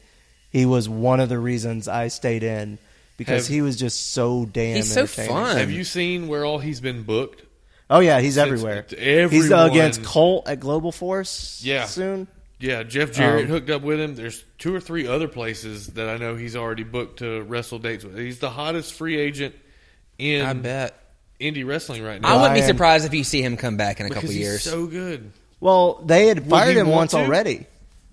he was one of the reasons I stayed in because
Have-
he was just so damn.
He's so
entertaining.
fun.
Have you seen where all he's been booked?
Oh yeah, he's
Since
everywhere.
everyone-
He's uh, against Colt at Global Force.
Yeah.
soon.
Yeah, Jeff Jarrett
Oh.
Um,
hooked up with him. There's two or three other places that I know he's already booked to wrestle dates with. He's the hottest free agent in
I bet.
indie wrestling right
I
now.
wouldn't be
Brian-
surprised if you see him come back in a
because
couple
he's
years.
so good.
Well, they had
he
fired him
want
once
to?
already.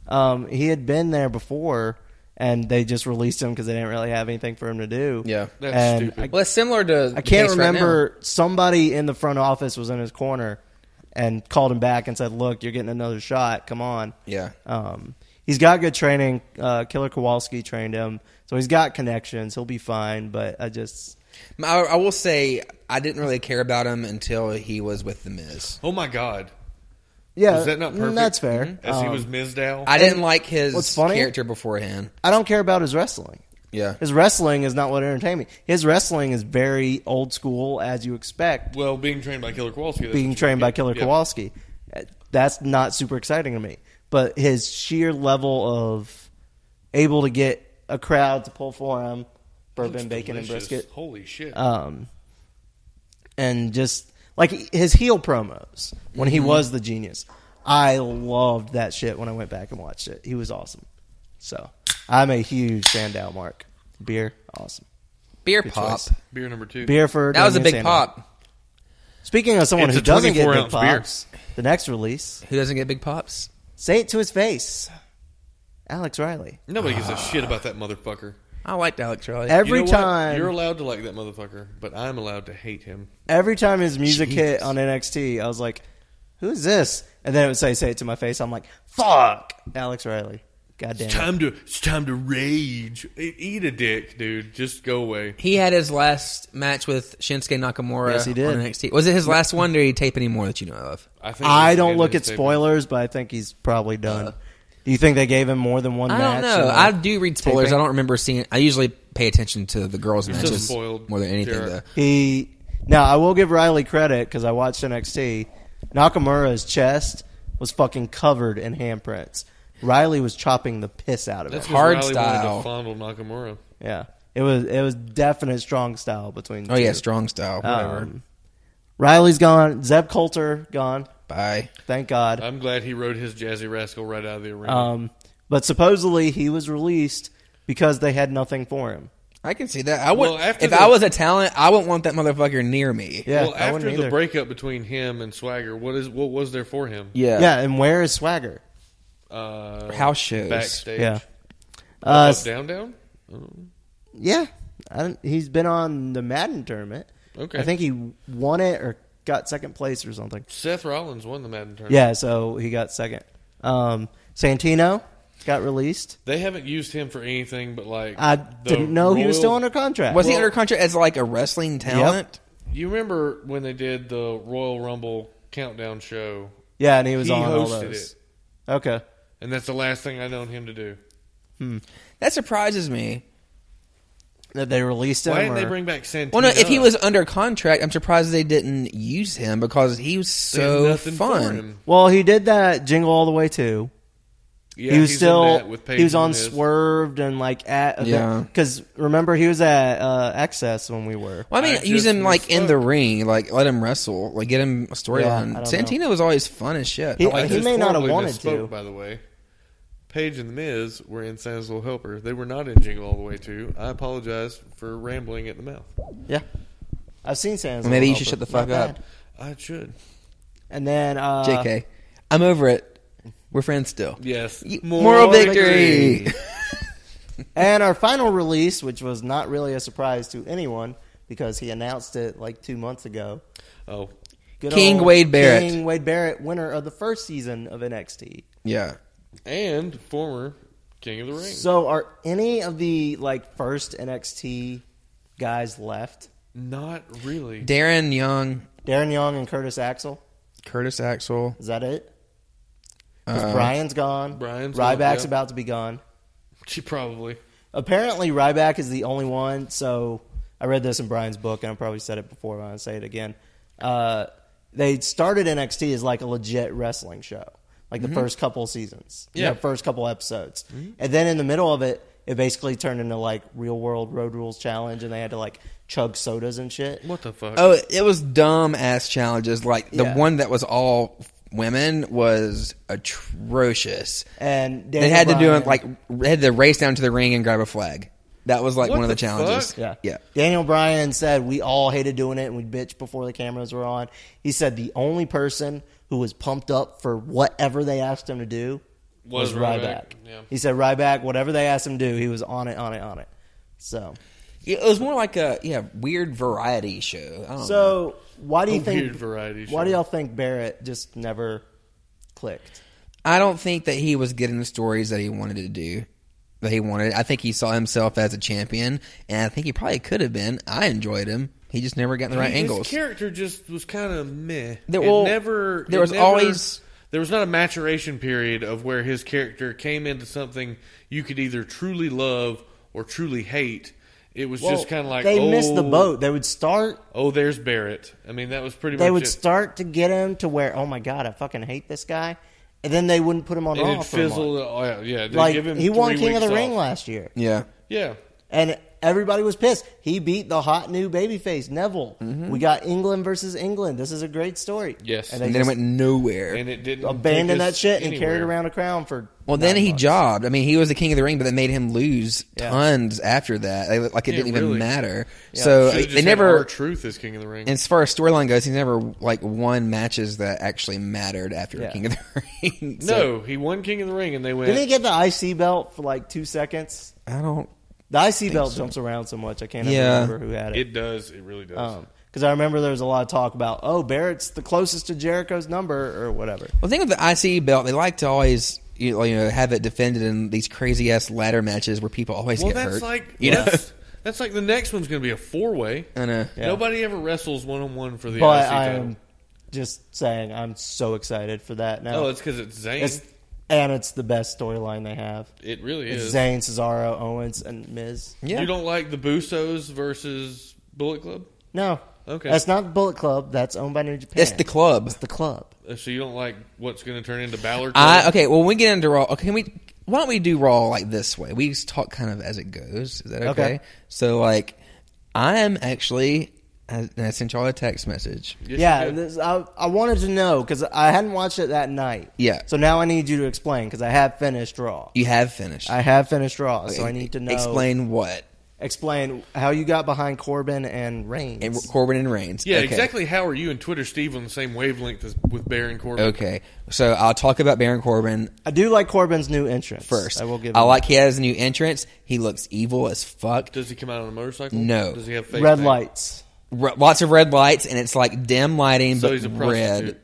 Um, he had been there before, and they just released him because they didn't really have anything for him to do.
Yeah.
That's
and
stupid.
I,
well, it's similar to.
I can't remember. somebody in the front office was in his corner and called him back and said, "Look, you're getting another shot. Come on."
Yeah.
Um, he's got good training. Uh, Killer Kowalski trained him, so he's got connections. He'll be fine. But I just
I, I will say I didn't really care about him until he was with the Miz.
Oh my god,
yeah, mm,
is that
mm,
not perfect? Mm-hmm.
That's fair.
As he
Um,
was Mizdow.
I didn't like
what's
his
funny-
character beforehand.
I don't care about his wrestling.
Yeah.
His wrestling is not what entertained me. His wrestling is very old school, as you expect,
well, being trained by Killer Kowalski. that's
being
what you
trained by
get.
Killer
Yeah.
Kowalski. Uh, That's not super exciting to me. But his sheer level of able to get a crowd to pull for him,
Looks
bourbon, bacon, and
delicious.
brisket,
Holy shit!
um, and just like his heel promos when
Mm-hmm.
he was the genius. I loved that shit when I went back and watched it. He was awesome. So I'm a huge Sandow Mark. Beer, awesome.
Beer pop.
choice.
Beer number two.
Beer for
That was a
Damian
big
Sandow.
pop.
Speaking of someone
It's
who
a
doesn't get
24
big
ounce beer.
pops, the next release,
Who doesn't get big pops?
say it to his face, Alex Riley.
Nobody gives a shit about that motherfucker.
I liked Alex Riley.
You
Every
know what?
time,
you're allowed to like that motherfucker, but I'm allowed to hate him.
every time his music hit on NXT, I was like, "Who's this?" And then it would say, "Say it to my face." I'm like, "Fuck, Alex Riley." God damn.
It's
it.
time to it's time to rage. E- Eat a dick, dude. Just go away.
He had his last match with Shinsuke Nakamura.
Yes, he did.
On NXT. Was it his last one? Did he tape any more that you know of? Uh.
I, think
I
he's
don't
good
look
his
at
debut.
spoilers, but I think he's probably done. Do you think they gave him more than one
I don't
match? Uh,
know.
and,
I
like,
do read spoilers.
taping?
I don't remember seeing. I usually pay attention to the girls'
You're so
matches
spoiled,
more than anything.
Derek.
Though.
He now I will give Riley credit because I watched NXT. Nakamura's chest was fucking covered in handprints. Riley was chopping the piss out of
That's
it.
'cause
Hard
Riley
style.
Wanted to fondle Nakamura.
Yeah, it was it was definite strong style between. the
Oh yeah,
two.
strong style. Whatever.
Um, Riley's gone. Zeb Coulter gone.
Bye.
Thank God.
I'm glad he rode his jazzy rascal right out of the arena.
Um, but supposedly he was released because they had nothing for him.
I can see that. I would.
Well, after
if
the-
I was a talent, I wouldn't want that motherfucker near me.
Yeah,
well,
I
after
wouldn't
the
either.
breakup between him and Swagger, what is what was there for him?
yeah. and where is Swagger?
Uh,
House shows.
backstage.
Yeah,
Up,
uh, s-
down, down.
yeah. I don't, he's been on the Madden tournament.
Okay.
I think he won it or got second place or something.
Seth Rollins won the Madden tournament.
Yeah, so he got second. Um, Santino got released.
They haven't used him for anything, but like
I
the
didn't know he was
Royal-
still under contract.
Was he
Well-
under contract as like a wrestling talent?
You remember when they did the Royal Rumble countdown show,
yeah, and he was
He
on all
hosted
those. Okay.
and that's the last thing I known him to do.
That surprises me.
That they released him.
Why didn't they
or-
bring back Santino?
Well, no, if he was under contract, I'm surprised they didn't use him because he was
They had
so
nothing for
fun.
him.
well, he did that jingle all the way too.
Yeah,
he was
he's in
still
that with Paige
he was
and
on
Miz.
swerved and like at
Yeah.
because remember he was at uh, access when we were
Well, I mean,
I
use
just
him like in the
misspoke.
ring, like let him wrestle, like get him a storyline.
Yeah, I don't
Santino was always fun as shit.
He-
I like
I
he
just
may not have
horribly
wanted
misspoke,
to.
By the way, Paige and the Miz were in Santa's Little Helper. They were not in Jingle All the Way too. I apologize for rambling at the mouth.
yeah I've seen Sans
Maybe you should shut the fuck up,
I should.
and then uh,
JK. I'm over it. We're friends still.
Yes.
Y- Moral, victory.
[laughs] and our final release, which was not really a surprise to anyone because he announced it like two months ago.
Oh,
Good
King
old
Wade Barrett.
King Wade Barrett, winner of the first season of NXT.
Yeah.
and former King of the Ring.
So, are any of the like first NXT guys left?
Not really.
Darren Young,
Darren Young and Curtis Axel.
Curtis Axel.
Is that it? 'Cause Brian's gone.
Uh, Brian's
Ryback's
gone, yeah.
about to be gone.
She probably.
Apparently, Ryback is the only one. So I read this in Brian's book, and I probably said it before, but I'll say it again. Uh, they started NXT as like a legit wrestling show, like
Mm-hmm.
the first couple seasons,
Yeah.
the first couple episodes, and then in the middle of it, it basically turned into like real world road rules challenge, and they had to like chug sodas and shit.
What the fuck?
Oh, it was dumb ass challenges. Like the
Yeah.
one that was all women was atrocious.
And
they had to do
Daniel
it like they had to race down to the ring and grab a flag. That was like
What
one of the,
the
challenges.
fuck?
Yeah.
Yeah.
Daniel Bryan said we all hated doing it and we bitched before the cameras were on. He said the only person who was pumped up for whatever they asked him to do was,
Was
Ryback.
Ryback, yeah.
He said Ryback, whatever they asked him to do, he was on it, on it, on it. So,
Yeah, It was more like a yeah weird variety show. I don't know.
so why do you
A
think?
weird variety
why
show.
do y'all think Barrett just never clicked?
I don't think that he was getting the stories that he wanted to do. That he wanted. I think he saw himself as a champion, and I think he probably could have been. I enjoyed him. He just never got the right
His
angles.
character just was kind of meh.
There-
It
well,
never.
there
it
was
never-
always-
There was not a maturation period of where his character came into something you could either truly love or truly hate. It was just kind of like
they
oh,
missed the boat. They would start.
Oh, there's Barrett. I mean, that was pretty
They
much
would
it.
start to get him to where, oh my god, I fucking hate this guy, and then they wouldn't put him on
it
Raw
had
for a month.
fizzled. Oh, yeah, yeah. They
Like
give him
he won
three
King of the
weeks
Ring
off.
last year,
yeah.
Yeah,
and everybody was pissed. He beat the hot new babyface Neville. We got England versus England. This is a great story.
Mm-hmm. Yes.
and they
And then it
just
went nowhere.
and it didn't
abandoned
take
that
us
shit and
anywhere.
carried around a crown for.
Well, then
nine
he
months.
jobbed. I mean, he was the king of the ring, but that made him lose
Yeah.
tons after that. They, like it
Yeah,
didn't even
really.
matter.
Should've
So
just
they
had
never.
R truth is King of the Ring.
As far as storyline goes, he's never like won matches that actually mattered after
Yeah.
King of the [laughs] Ring. So,
no, he won King of the Ring, and they went.
Didn't he get the IC belt for like two seconds?
I don't.
The IC belt jumps around so much I can't ever
Yeah.
remember who had it.
It does. It really does.
Oh,
Because I remember there was a lot of talk about oh Barrett's the closest to Jericho's number or whatever.
Well, the thing with the IC belt, they like to always you know, you know have it defended in these crazy ass ladder matches where people always
well,
get
that's
hurt.
like
you know,
that's, that's like the next one's going to be a four way.
I know.
Yeah.
Nobody ever wrestles one on one for the
but
IC
I
title.
am just saying I'm so excited for that now.
Oh, it's because it's Zayn.
It's- and it's the best storyline they have.
it really
It's
is.
Zayn, Cesaro, Owens, and Miz.
Yeah.
You don't like the Busos versus Bullet Club,
No,
Okay.
that's not Bullet Club. That's owned by New Japan.
[laughs] It's the club.
It's the club.
Uh, so you don't like what's going to turn into Balor.
I
Club?
okay. Well, when we get into Raw, okay, can we? Why don't we do Raw like this way? We just talk kind of as it goes. Is that okay?
Okay.
So like, I am actually. I, I sent y'all a text message.
Yes, you
yeah,
do.
this, I, I wanted to know because I hadn't watched it that night.
Yeah.
So now I need you to explain because I have finished Raw.
You have finished.
I have finished Raw, so I need to know.
Explain what
Explain how you got behind Corbin and Reigns.
and Corbin and Reigns.
yeah,
Okay.
exactly. How are you and Twitter Steve on the same wavelength as with Baron Corbin?
Okay, so I'll talk about Baron Corbin
I do like Corbin's new entrance.
first.
I will give.
I
him
like he has a new entrance. He looks evil as fuck.
Does he come out on a motorcycle?
No.
Does he have face
red
paint?
lights.
R- lots of red lights, and it's like dim lighting,
So
but
he's a prostitute.
red.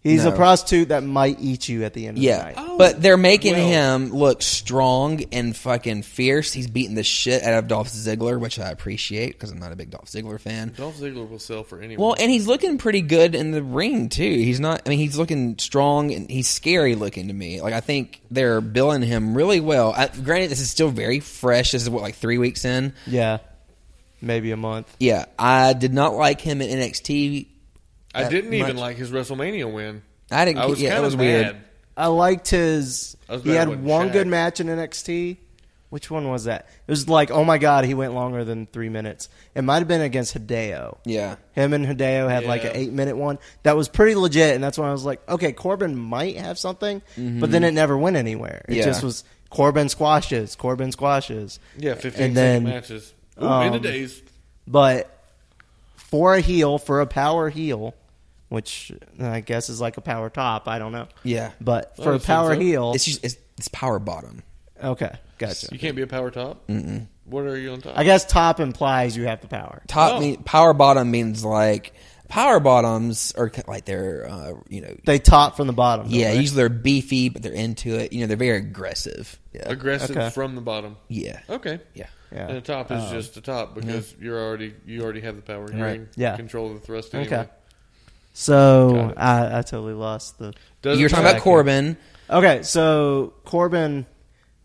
He's a
No.
prostitute that might eat you at the end of the
Yeah,
night.
but they're making
well.
him look strong and fucking fierce. He's beating the shit out of Dolph Ziggler, which I appreciate because I'm not a big Dolph Ziggler fan.
Dolph Ziggler will sell for anyone.
Well, and he's looking pretty good in the ring too. He's not. I mean, he's looking strong and he's scary looking to me. Like I think they're billing him really well. I, granted, this is still very fresh. This is what like three weeks in.
Yeah, maybe a month.
Yeah, I did not like him in NXT.
I didn't even
much-
like his WrestleMania win.
I didn't.
I was
yeah,
kind
that
of
was
mad.
weird.
I liked his.
I was
He
glad it
had
wasn't
one
Shaq.
good match in NXT. Which one was that? It was like, oh my god, he went longer than three minutes. It might have been against Hideo.
Yeah.
Him and Hideo had like an
Yeah.
eight minute one that was pretty legit, and that's when I was like, okay, Corbin might have something,
Mm-hmm.
but then it never went anywhere. It
Yeah.
just was Corbin squashes, Corbin squashes.
Yeah,
and
fifteen second
then, um,
matches. Ooh, in the days.
But for a heel, for a power heel, which I guess is like a power top, I don't know.
Yeah.
But
I
for a
would say
power
Oh, so.
heel,
It's just it's, it's power bottom.
Okay, gotcha.
You can't be a power top. Mm-mm. What are you on top?
I guess top implies you have the power.
Top
Oh.
me power bottom means like power bottoms are ki- like they're uh, you know
They top from the
Oh,
bottom. don't
yeah
they?
usually they're beefy but they're into it you know they're very aggressive yeah
Aggressive
okay.
from the bottom.
yeah
Okay.
yeah
Yeah. Oh. Mm-hmm.
And the top is just the top because you're already you already have the power. You're
Right.
in
Yeah.
Control of the thrust. Anyway.
Okay. So
Got it.
I, I totally lost the.
Doesn't
you were talking
matter.
about Corbin
Okay, so Corbin,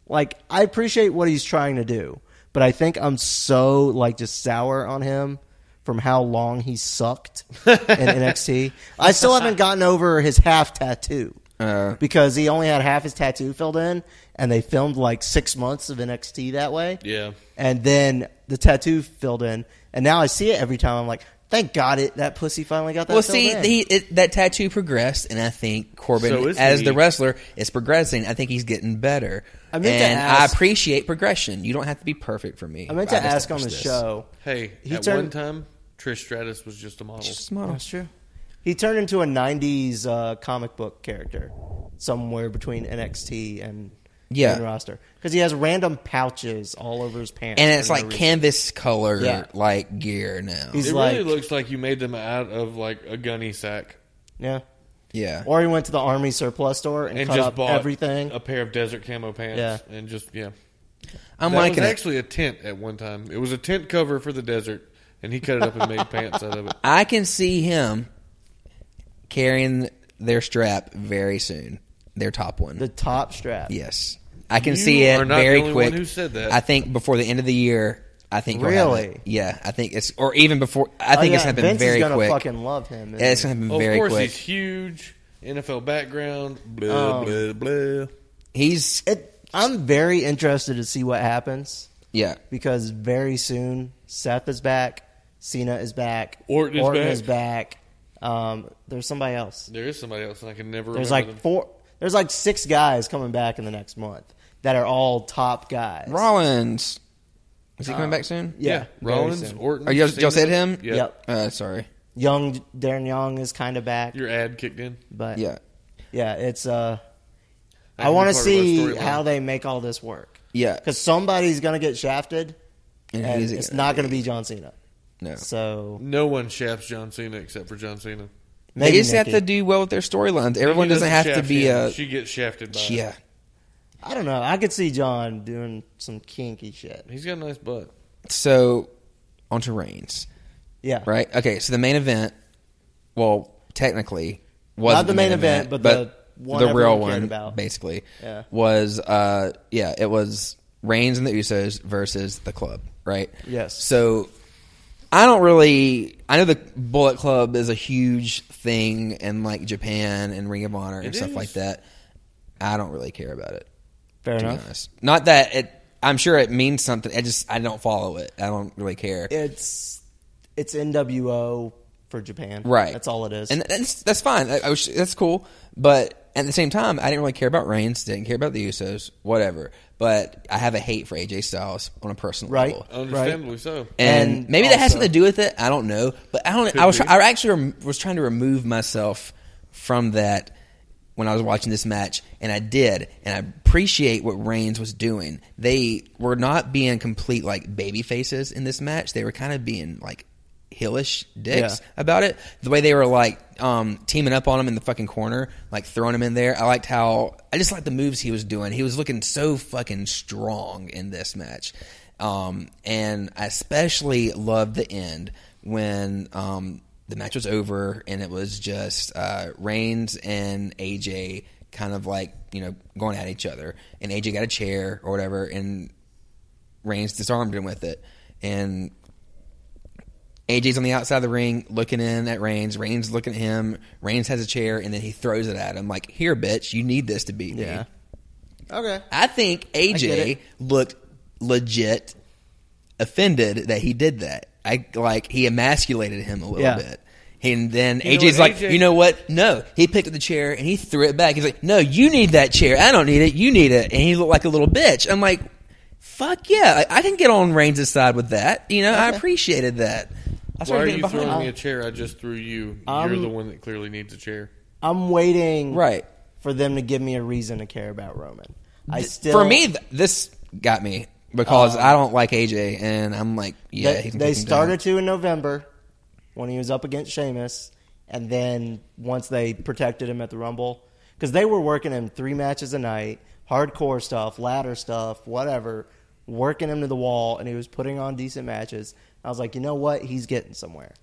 like I appreciate what he's trying to do, but I think I'm so like just sour on him from how long he
[laughs]
sucked in NXT. I still haven't gotten over his half tattoo.
Uh.
because he only had half his tattoo filled in, and they filmed like six months of NXT that way.
Yeah.
and then the tattoo filled in, and now I see it every time. I'm like, thank God it that pussy finally got that.
well
filled
see
in.
the, it, that tattoo progressed and I think Corbin
So is
as
he.
the wrestler is progressing I think he's getting better
I meant to
and
ask-
I appreciate progression you don't have to be perfect for me
I meant to
I've
ask on the
established this.
show.
Hey,
He
at
turned-
one time, Trish Stratus was just a model.
Just model.
true. He turned into a '90s uh, comic book character somewhere between NXT and
Yeah.
main roster because he has random pouches all over his pants,
and it's
for no
like
reason.
canvas color
Yeah.
like gear now
He's-
It
like-
really looks like you made them out of like a gunny sack
yeah.
yeah
Or he went to the army surplus store and,
and
cut
just
up
bought
everything.
a pair of desert camo pants.
Yeah.
And just yeah.
I'm
that was
liking it.
actually a tent at one time. It was a tent cover for the desert, and he cut it up and made pants
[laughs]
out of it.
I can see him carrying their strap very soon. Their top one.
the top strap.
yes. I can
You
see it
are not the
very
only
quick.
one who said that.
I think before the end of the year, I think you'll have
Really?
it. yeah, I think it's or even before I
Oh,
think it's
yeah,
happened
Vince
very
is gonna
quick.
Fucking love him.
yeah, it's gonna happen
Of
very
course,
quick.
he's huge. NFL background.
Oh.
Blah blah blah.
He's
It, I'm very interested to see what happens
yeah.
because very soon Seth is back, Cena is back,
Orton is back.
back. Um, there's somebody else.
There is somebody else, and I can never
There's like
remember them.
four. There's like six guys coming back in the next month that are all top guys.
Rollins. Is he coming back soon?
Yeah, very
Rollins,
soon.
Orton.
Are y'all- y'all said
Cena.
him?
Yeah.
Yep.
Uh, sorry.
Young Darren Young is kind of back,
Your ad kicked in.
but
Yeah.
yeah, it's uh. I
That can be
want to
part of our
see
storyline.
how they make all this work
Yeah.
because somebody's gonna get shafted,
And
and
he's
it's
gonna
not gonna be John Cena.
No.
So
No one shafts John Cena except for John Cena.
maybe
they just
Nikki.
have to do well with their storylines. Everyone
He
doesn't have to
shaft
be
him.
a
She gets shafted by.
yeah.
I don't know. I could see John doing some kinky shit.
him. He's got a nice butt.
So onto Reigns.
Yeah.
right? Okay, so the main event, well, technically, was
Not the main event, but the one
real
everyone cared
one,
about.
basically,
Yeah.
was uh, yeah, it was Reigns and the Usos versus the Club, right?
Yes.
So I don't really. I know the Bullet Club is a huge thing in like Japan and Ring of Honor and
It
stuff
is.
like that. I don't really care about it
Fair
to be
enough.
honest. Not that it. I'm sure it means something. I just I don't follow it. I don't really care.
It's it's NWO for Japan.
Right.
That's all it is.
And that's, that's fine. I, I was, that's cool. But at the same time, I didn't really care about Reigns, didn't care about the Usos, whatever. But I have a hate for AJ Styles on a personal
Right.
level.
Understandably so.
And,
And
maybe that has
also-
something to do with it. I don't know. But I don't I was
be.
try, I actually rem- was trying to remove myself from that when I was watching this match and I did and I appreciate what Reigns was doing. They were not being complete like baby faces in this match. They were kind of being like hillish dicks
Yeah.
about it. The way they were like um, teaming up on him in the fucking corner, like throwing him in there. I liked how I just liked the moves he was doing. He was looking so fucking strong in this match, um, and I especially loved the end when um, the match was over and it was just uh, Reigns and AJ kind of like you know going at each other, and AJ got a chair or whatever, and Reigns disarmed him with it, and AJ's on the outside of the ring looking in at Reigns. Reigns looking at him. Reigns has a chair, and then he throws it at him like, "Here, bitch, you need this to beat me."
yeah. Okay.
I think
get
AJ
it.
looked legit offended that he did that. I like he emasculated him a little
Yeah.
bit. And then
You know
AJ's
what,
like,
AJ
you know what? No. He picked up the chair and he threw it back. He's like, no, you need that chair. I don't need it. You need it. And he looked like a little bitch. I'm like, fuck yeah. I, I can get on Reigns' side with that. You know, I appreciated that. I
Why
started
are
getting
you
behind Oh.
throwing
him.
me a chair? I just threw you. You're
Um,
the one that clearly needs a chair.
I'm waiting
Right.
for them to give me a reason to care about Roman. I still
for me, th- this got me because I don't like AJ, and I'm like, yeah,
they,
he's
they started to in November when he was up against Sheamus, and then once they protected him at the Rumble, because they were working him three matches a night, hardcore stuff, ladder stuff, whatever, working him to the wall, and he was putting on decent matches. I was like, you know what, he's getting somewhere.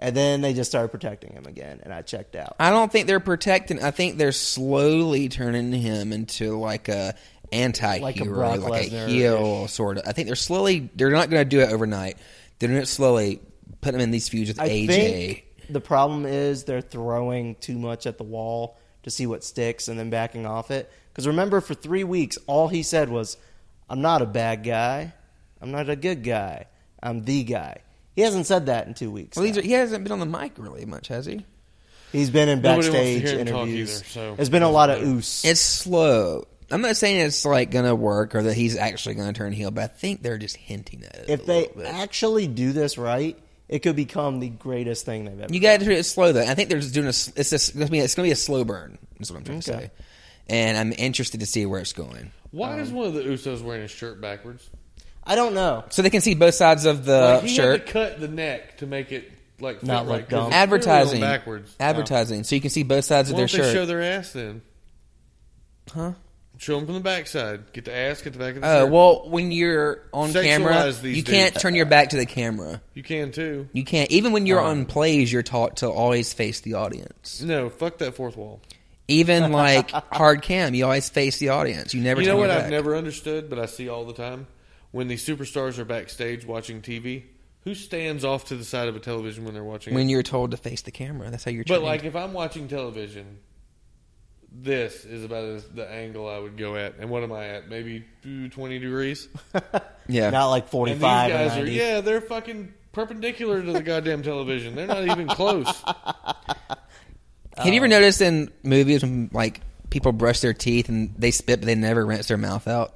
And then they just started protecting him again, and I checked out.
I don't think they're protecting. I think they're slowly turning him into like a anti-hero,
Like
like
a
a,
Brock Lesnar-ish.
heel sort of. I think they're slowly. They're not going to do it overnight. They're doing it slowly. Put him in these feuds with
I
AJ.
think the problem is they're throwing too much at the wall to see what sticks and then backing off it. Because remember, for three weeks, all he said was, I'm not a bad guy. I'm not a good guy. I'm the guy. He hasn't said that in two weeks.
well, these
now.
are, he hasn't been on the mic really much, has he?
He's been in
Nobody wants to
backstage
hear him talk
interviews.
either, so-
There's been a lot of oos.
It's slow. I'm not saying it's like going to work or that he's actually going to turn heel, but I think they're just hinting at it. a
If they
little bit.
actually do this right, it could become the greatest thing they've ever
You got to treat it slow though. I think they're just doing a. s- It's just gonna be. It's gonna be a slow burn. Is what I'm trying to
Okay.
say. And I'm interested to see where it's going,
Why is one of the Usos wearing his shirt backwards?
I don't know.
so they can see both sides of the
Like, he
Uh, shirt.
had to cut the neck to make it like fit
Not
right,
look dumb.
'cause it's clearly on
advertising
backwards.
Advertising, so you can see both sides of
Why
their
don't they
shirt.
show their ass then?
huh?
Show them from the backside. Get the ass. Get the back of the
Oh
shirt.
well, when you're on camera,
Sexualize these
you can't
dudes.
turn your back to the camera.
you can too.
You can't. Even when
Uh-huh.
you're on plays, you're taught to always face the audience.
No, fuck that fourth wall.
Even
[laughs]
like hard cam, you always face the audience. You never.
you know
turn
what
your
I've
back.
never understood, but I see all the time when the superstars are backstage watching TV. Who stands off to the side of a television when they're watching?
When
it?
you're told to face the camera, that's how you're.
But
trained.
like, if I'm watching television, this is about as- the angle I would go at. And what am I at? Maybe ooh, 20 degrees.
yeah,
Not like
And these
45 or
guys are
90.
yeah, they're fucking perpendicular to the goddamn television. They're not even close.
Have
uh,
you ever noticed in movies when like people brush their teeth and they spit, but they never rinse their mouth out?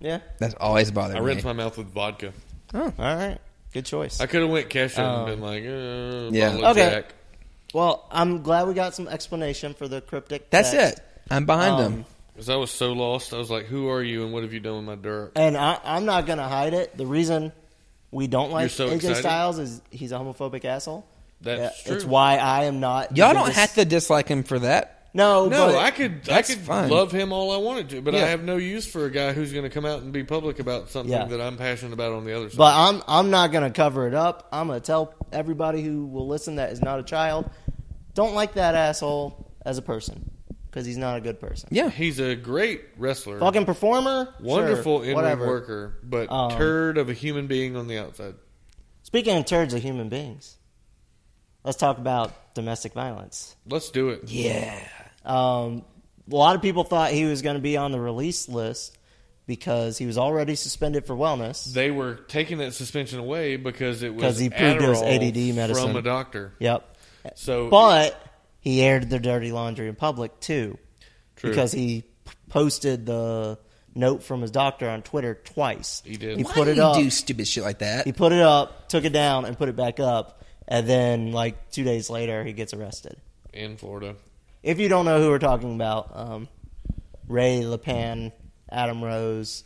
Yeah.
That's always bothered
I
me.
rinse my mouth with vodka.
All right. Good choice.
I could have went Kesha
Um,
and been like, uh,
Yeah.
yeah,
Okay.
Jack.
Well, I'm glad we got some explanation for the cryptic.
That's
text.
it. I'm behind
Um,
them.
Because I was so lost. I was like, who are you and what have you done with my dirt?
And I, I'm not going to hide it. The reason we don't like
so
AJ
excited?
Styles is he's a homophobic asshole.
That's
It's
true.
why I am not.
Y'all
the
don't
biggest-
have to dislike him for that.
No,
No,
but
I could I
that's
could
fine.
love him all I wanted to, but I
Yeah.
have no use for a guy who's going to come out and be public about something
Yeah.
that I'm passionate about on the other side.
But I'm I'm not gonna cover it up. I'm gonna tell everybody who will listen that is not a child. Don't like that asshole as a person because he's not a good person.
Yeah.
He's a great wrestler,
Fucking performer,
wonderful
sure,
in ring
whatever.
worker, but
Um,
turd of a human being on the outside.
Speaking of turds of human beings, let's talk about domestic violence.
Let's do it.
Yeah.
Um, a lot of people thought he was going to be on the release list because he was already suspended for wellness.
They were taking that suspension away because it was
'Cause he proved it was
Adderall
ADD medicine.
from a doctor.
Yep.
So,
But he aired their dirty laundry in public too
True.
because he p- posted the note from his doctor on Twitter twice.
He did.
He
Why
put
do
it
you
up.
do stupid shit like that?
He put it up, took it down, and put it back up. And then, like two days later, he gets arrested.
in Florida,
if you don't know who we're talking about, um, Ray LePan, Adam Rose,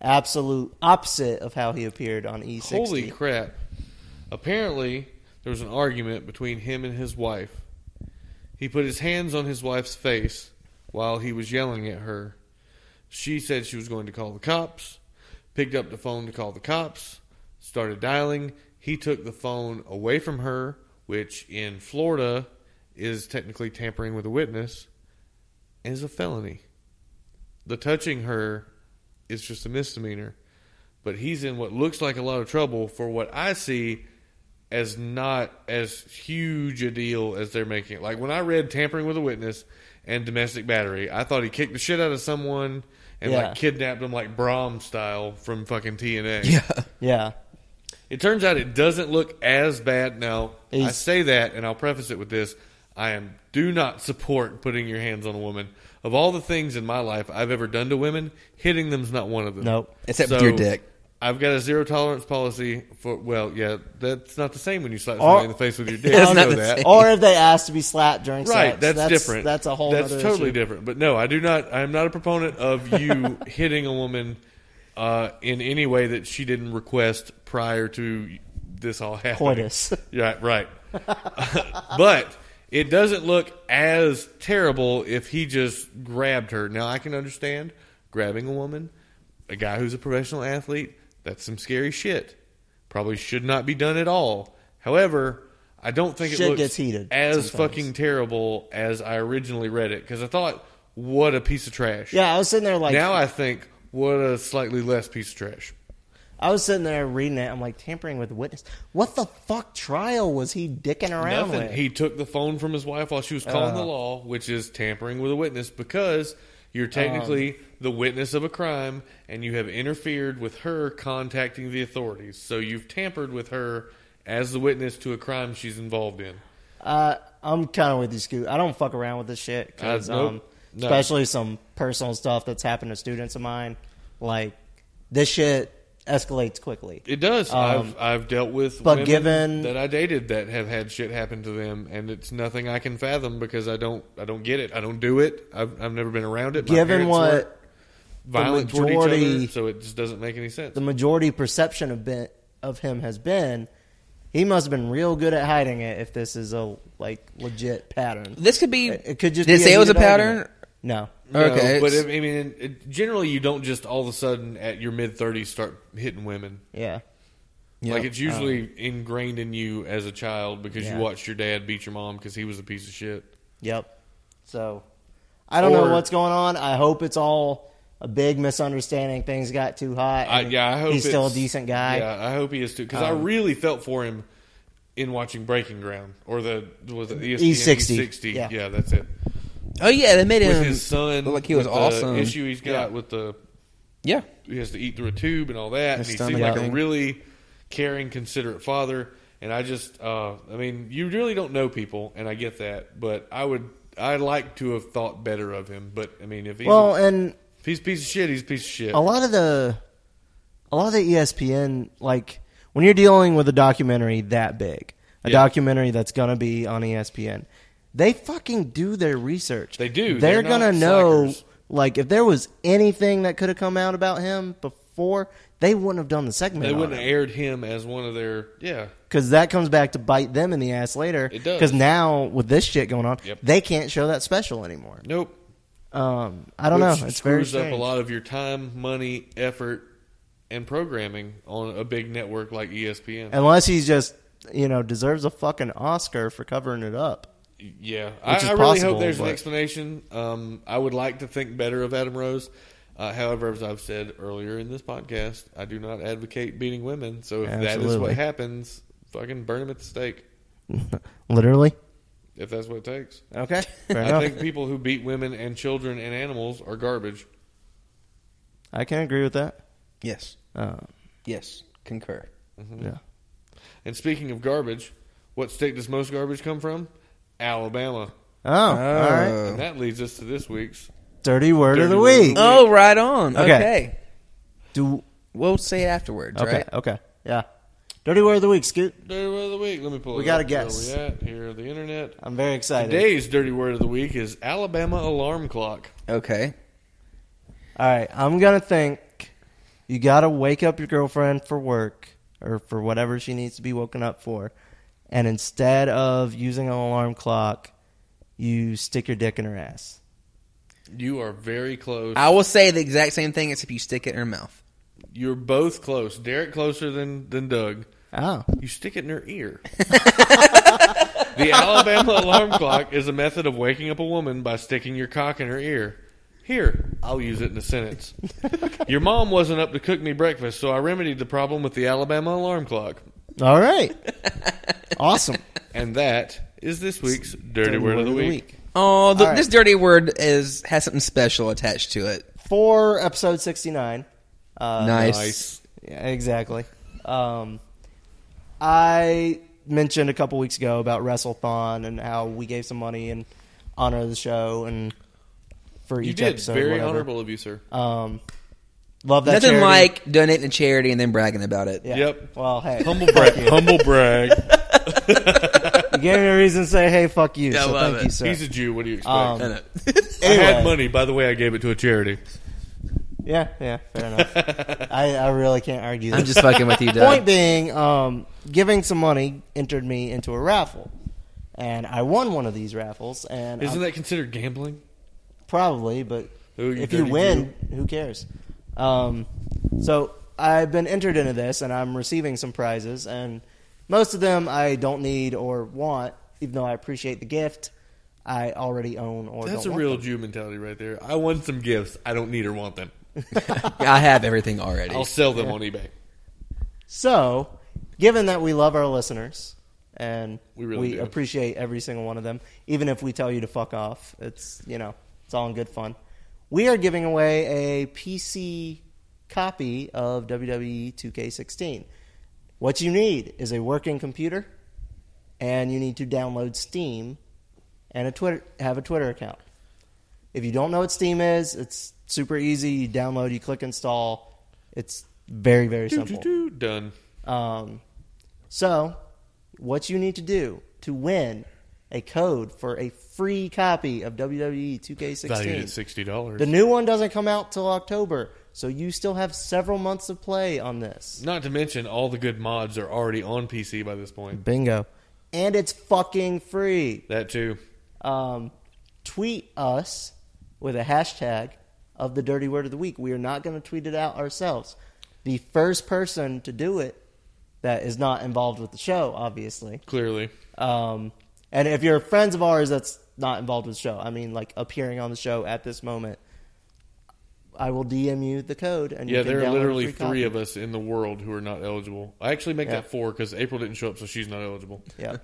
absolute opposite of how he appeared on E E60.
Holy crap. Apparently, there was an argument between him and his wife. He put his hands on his wife's face while he was yelling at her. She said she was going to call the cops, picked up the phone to call the cops, started dialing. He took the phone away from her, which in Florida is technically tampering with a witness, and is a felony. The touching her is just a misdemeanor but he's in what looks like a lot of trouble for what I see as not as huge a deal as they're making it. Like when I read tampering with a witness and domestic battery, I thought he kicked the shit out of someone and
Yeah.
like kidnapped him like Brom style from fucking TNA.
[laughs] yeah.
Yeah.
It turns out it doesn't look as bad now. I
He's-
say that and I'll preface it with this. I am do not support putting your hands on a woman. Of all the things in my life I've ever done to women, hitting them's not one of them.
Nope.
Except with your dick.
I've got a zero tolerance policy for. Well, yeah, that's not the same when you slap
Or-
somebody in the face with your
[laughs]
dick.
It's
I
not
know
the
that.
same.
or if they ask to be slapped during
Right,
sex.
that's, different.
That's a whole.
That's
other
totally
issue.
different. But no, I do not. I am not a proponent
[laughs]
of you hitting a woman uh, in any way that she didn't request prior to this all happening.
Coitus.
[laughs] Yeah, right. but it doesn't look as terrible if he just grabbed her. Now I can understand grabbing a woman, a guy who's a professional athlete. That's some scary shit. Probably should not be done at all. However, I don't think it
Shit
looks
gets heated sometimes.
as fucking terrible as I originally read it because I thought, what a piece of trash.
Yeah, I was sitting there like
now I think, what a slightly less piece of trash.
I was sitting there reading it. I'm like tampering with witness. What the fuck trial was he dicking around
Nothing.
with? Uh-huh.
He took the phone from his wife while she was calling the law, which is tampering with a witness because you're
Um.
technically the witness of a crime and you have interfered with her contacting the authorities. So you've tampered with her as the witness to a crime she's involved in.
Uh, I'm kind of with you, Scoot. I don't fuck around with this shit 'cause,
Uh, nope.
um,
No.
especially some personal stuff that's happened to students of mine. Like this shit escalates quickly.
It does. I've I've dealt with
Um, but
women
given-
that I dated that have had shit happen to them, and it's nothing I can fathom because I don't I don't get it. I don't do it. I've I've never been around it. My
given
parents
what
weren't violent toward each
majority-
other, so it just doesn't make any sense.
the majority perception of been, of him has been, he must have been real good at hiding it. If this is a like legit pattern,
This could be.
it it could just
Did
be
it say it was a
heated
pattern? Oh.
argument. No,
Okay,
No, but
it's-
I mean, it, generally you don't just all of a sudden at your mid thirties start hitting women.
yeah,
Like it's usually ingrained in you as a child
um,
because
Yeah.
you watched your dad beat your mom because he was a piece of shit.
yep. So I don't know
Or-
what's going on. I hope it's all a big misunderstanding. Things got too hot.
I,
and
yeah, I hope
he's still a
it's-
decent guy. Um,
Yeah, I hope he is too because I really felt for him in watching Breaking Ground or the was it E ESPN
E60.
E60.
E Yeah.
Yeah. that's it.
Oh yeah, they made
With
him
his son,
look like he was
with the
awesome.
Issue he's got with the
Yeah,
he has to eat through a tube and all that.
His
and he
stomach
seemed like a
thing.
really caring, considerate father. And I just, uh, I mean, you really don't know people, and I get that. But I would, I'd like to have thought better of him. But I mean, if he's,
Well, and
if he's a piece of shit, he's a piece of shit.
a lot of the a lot of the E ESPN like when you're dealing with a documentary that big, a
Yeah.
documentary that's gonna be on E ESPN, they fucking do their research.
They do.
They're,
They're
gonna
not
know
slackers.
like if there was anything that could have come out about him before, they wouldn't have done the segment.
they wouldn't have aired him as one of their, yeah,
because that comes back to bite them in the ass later.
It does.
Because now with this shit going on,
Yep.
they can't show that special anymore.
nope.
Um, I don't
Which
know. It's very
screws up
strange.
a lot of your time, money, effort, and programming on a big network like E ESPN.
unless he's just you know deserves a fucking Oscar for covering it up. [laughs]
Yeah, I, I
is
really
possible,
hope there's
but-
an explanation. Um, I would like to think better of Adam Rose. Uh, however, as I've said earlier in this podcast, I do not advocate beating women. So if that is
Absolutely.
what happens, fucking burn him at the stake
Literally.
if that's what it takes.
Okay. [laughs] Fair
I
enough.
think people who beat women and children and animals are garbage.
I can agree with that.
yes,
Uh,
yes, concur.
Yeah.
And speaking of garbage, what state does most garbage come from? Alabama.
Oh,
Uh,
all right.
And that leads us to this week's.
Dirty word of
Dirty
the
word Uh, of
week.
the
Oh, right on.
Okay.
Okay.
Do
We'll say it afterwards,
okay.
right?
Okay. Yeah. Dirty word of the week, Scoot.
Dirty word of the week. Let me pull.
We
it
gotta
up. Where
guess.
we at? Here, the internet.
I'm very excited.
Today's dirty word of the week is Alabama alarm clock.
Okay.
All right. I'm gonna think. You gotta wake up your girlfriend for work or for whatever she needs to be woken up for, and instead of using an alarm clock, you stick your dick in her ass.
You are very close.
I will say the exact same thing except you stick it in her mouth.
You're both close. Derek closer than than Doug.
Oh.
You stick it in her
[laughs]
ear. the Alabama alarm clock is a method of waking up a woman by sticking your cock in her ear. Here, I'll use it in
[laughs]
a sentence. Your mom wasn't up to cook me breakfast, so I remedied the problem with the Alabama alarm clock.
All right. [laughs] awesome.
And that is this week's dirty, word, of the week.
Oh, the,
right.
this dirty word is has something special attached to it.
For episode 69. Uh,
nice.
nice.
Yeah, exactly. Um, I mentioned a couple weeks ago about WrestleThon and how we gave some money in honor of the show and for
You
each
did
episode.
very
whatever.
honorable of you, sir.
Um, Love that.
Nothing
charity.
like donating to charity and then bragging about it.
Yeah.
Yep.
Well, hey,
Humble
fuck
brag.
you.
Humble [laughs] brag.
You gave me a reason to say, "Hey, fuck you." so
love
thank
it.
you, sir.
He's a Jew. What do you expect?
Um,
I know. [laughs]
I
anyway.
had money. By the way, I gave it to a charity.
Yeah, yeah, fair
[laughs]
enough. I, I really can't argue. That.
I'm just fucking with you,
Point
Doug.
being, um, giving some money entered me into a raffle, and I won one of these raffles. And
Isn't
I'm-
that considered gambling?
probably, but
Who you
if you
dirty
win, who cares? Um, so I've been entered into this, and I'm receiving some prizes, and most of them I don't need or want, even though I appreciate the gift. I already own or
That's a
don't want
real
them.
Jew mentality right there. I want some gifts. I don't need or want [laughs] them.
I have everything already.
Oh,
I'll sell them on eBay.
So, given that we love our listeners and
We
we,
really do.
appreciate every single one of them, even if we tell you to fuck off, it's you know it's all in good fun. We are giving away a PC copy of E WWE 2K16. What you need is a working computer, and you need to download Steam and a Twitter have a Twitter account. If you don't know what Steam is, it's super easy. You download, you click install. It's very very
Doo,
simple.
doo, doo, Done.
Um, so, what you need to do to win a code for a free copy of E WWE 2K16.
Valued at sixty dollars.
The new one doesn't come out till October, so you still have several months of play on this.
Not to mention all the good mods are already on PC by this point.
Bingo. And it's fucking free.
That too.
Um, tweet us with a hashtag of the dirty word of the week. We are not going to tweet it out ourselves. The first person to do it that is not involved with the show, obviously,
Clearly.
Um, and if you're friends of ours that's not involved with the show, I mean, like appearing on the show at this moment, I will DM you the code. And
Yeah,
you can
there
download
are
a
literally
free
three
copy.
of us in the world who are not eligible. I actually make
Yeah.
that four because April didn't show up, so she's not eligible.
Yeah.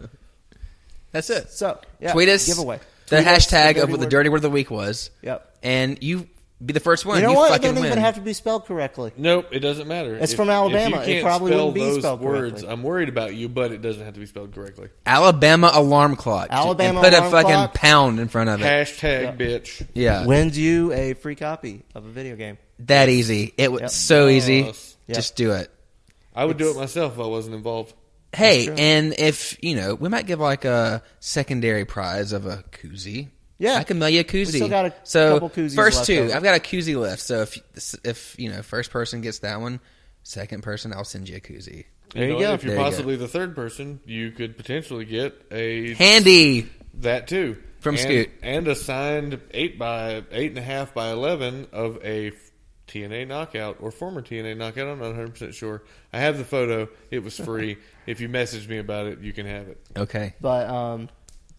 [laughs] That's it.
So yeah,
Tweet us
giveaway.
the
Tweet us
hashtag of
dirty
what the
word.
dirty word of the week was.
Yep.
And you be the first one.
You know what? It
fucking
doesn't
win.
even have to be spelled correctly.
Nope, it doesn't matter.
It's from Alabama.
If
It
you can't
probably
spell
wouldn't be
those
spelled
words,
correctly.
I'm worried about you, but it doesn't have to be spelled correctly.
Alabama alarm clock.
Alabama
and put
alarm
a fucking
clock.
pound in front of it.
Hashtag bitch.
Yeah.
Wins you a free copy of a video game.
That easy. It was
Yep.
so easy.
Yes.
Yeah.
Just do it.
I would do it myself if I wasn't involved.
Hey,
true.
and if you know, we might give like a secondary prize of a koozie.
Yeah.
I can mail you a koozie.
still got a
so
couple koozies
first
left
two,
over.
I've got a koozie left. So if if you know, first person gets that one, second person, I'll send you a koozie.
There you
know,
go.
If you're
There you go.
possibly the third person, you could potentially get a
Handy.
that too
From
and,
Scoot.
and a signed eight by eight and a half by eleven of a f- TNA knockout or former TNA knockout. I'm not 100 percent sure. I have the photo. It
[laughs]
was free. if you message me about it, you can have it.
Okay.
But um,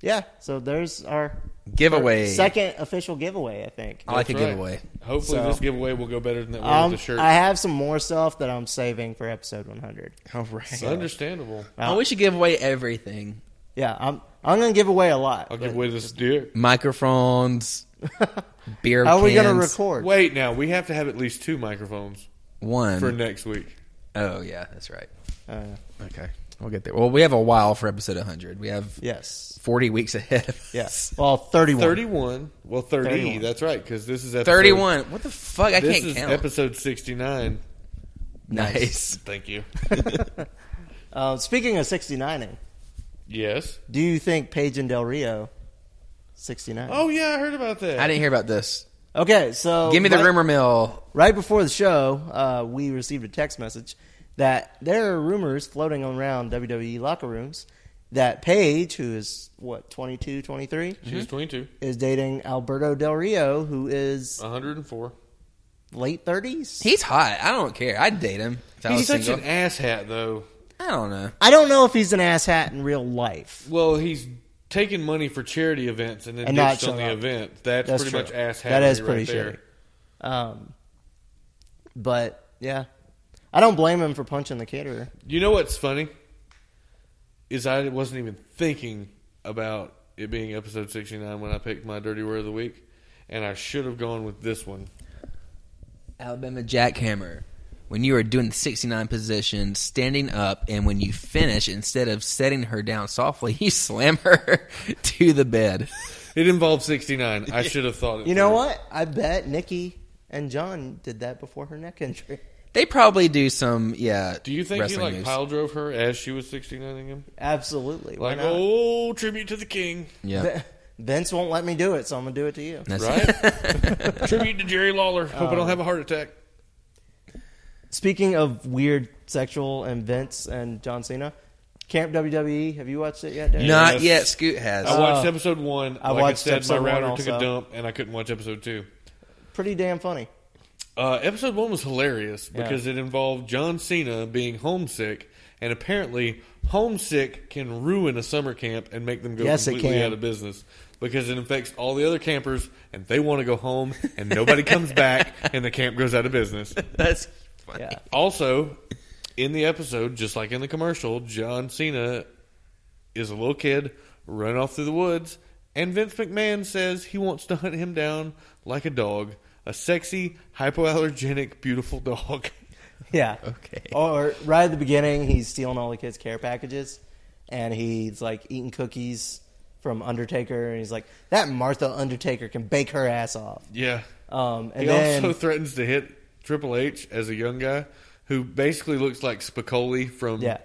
yeah. So there's our
Giveaway.
our second official giveaway. I think.
I like a
That's right.
giveaway.
Hopefully,
So-
this giveaway will go better than that one
Um,
with Oh, the shirt.
I have some more stuff that I'm saving for episode 100.
All right.
Understandable.
I wish you give away everything.
Yeah, I'm I'm gonna give away a lot.
I'll
but-
give away this dick.
Microphones,
[laughs]
beer
How are we gonna
cans.
record?
Wait, now we have to have at least two microphones
One.
for next week.
oh yeah, that's right.
Uh,
Okay. We'll get there. Well, we have a while for episode 100. We have
yes.
40 weeks ahead.
Yes. Well, 31.
31. Well, 30.
31.
That's right, because this is episode
31. What the fuck? I
This
can't
is
count.
episode 69.
nice. [laughs]
Thank you.
Uh, speaking of 69ing,
yes.
do you think Paige and Del Rio 69?
Oh, yeah, I heard about that.
I didn't hear about this.
Okay,
Oh,
so
Give me the
right,
rumor mill.
Right before the show, uh, we received a text message that there are rumors floating around WWE locker rooms that Paige, who is what 22, 23,
Mm-hmm.
She was 22.
is dating Alberto Del Rio, who
Uh.
is
104.
late 30s.
He's hot. I don't care. I'd date him. If I was
He's such
single.
an asshat, though.
I don't know.
I don't know if he's an asshat in real life.
Well, he's taking money for charity events and then
And not
ditched on
showing
the
up.
event. That's,
That's
pretty much
true.
asshat.
That is
right
pretty
there.
shitty. Um, but yeah, I don't blame him for punching the caterer.
You know what's funny? Is I wasn't even thinking about it being episode 69 when I picked my dirty word of the week, and I should have gone with this one.
Alabama jackhammer. When you are doing the 69 position, standing up, and when you finish, instead of setting her down softly, [laughs] you slam her [laughs] to the bed.
[laughs]
It involved 69. I should have thought it.
You know
through.
what? I bet Nikki and John did that before her neck injury. [laughs]
They probably do some, yeah.
Do you think he
wrestling
like
moves.
pile drove her as she was 69ing him?
Absolutely. Why
Like,
not?
oh, tribute to the king,
Yeah,
Ve- [laughs] Vince won't let me do it, so I'm gonna do it to you.
That's-
right? tribute to Jerry Lawler. Hope
Oh.
I don't have a heart attack.
Speaking of weird sexual and Vince and John Cena, Camp WWE. Have you watched it yet? Derek?
[laughs] Not
Yes. Oh,
yet. Scoot has.
I watched episode one.
I
I like
watched
I said, my
episode one
router took
also.
a dump, and I couldn't watch episode two.
Pretty damn funny.
Uh, episode one was hilarious
Yeah.
because it involved John Cena being homesick, and apparently homesick can ruin a summer camp and make them go
Yes, it
completely
can.
out of business because it infects all the other campers, and they want to go home, and nobody
[laughs]
comes back, and the camp goes out of business.
That's funny.
Yeah.
Also, in the episode, just like in the commercial, John Cena is a little kid run off through the woods, and Vince McMahon says he wants to hunt him down like a dog, a sexy, hypoallergenic, beautiful dog. [laughs]
Yeah.
Okay.
Or right at the beginning, he's stealing all the kids' care packages, and he's like eating cookies from Undertaker, and he's like, "That Martha Undertaker can bake her ass off."
Yeah.
Um, and
he
then
also threatens to hit Triple H as a young guy who basically looks like Spicoli from.
yeah,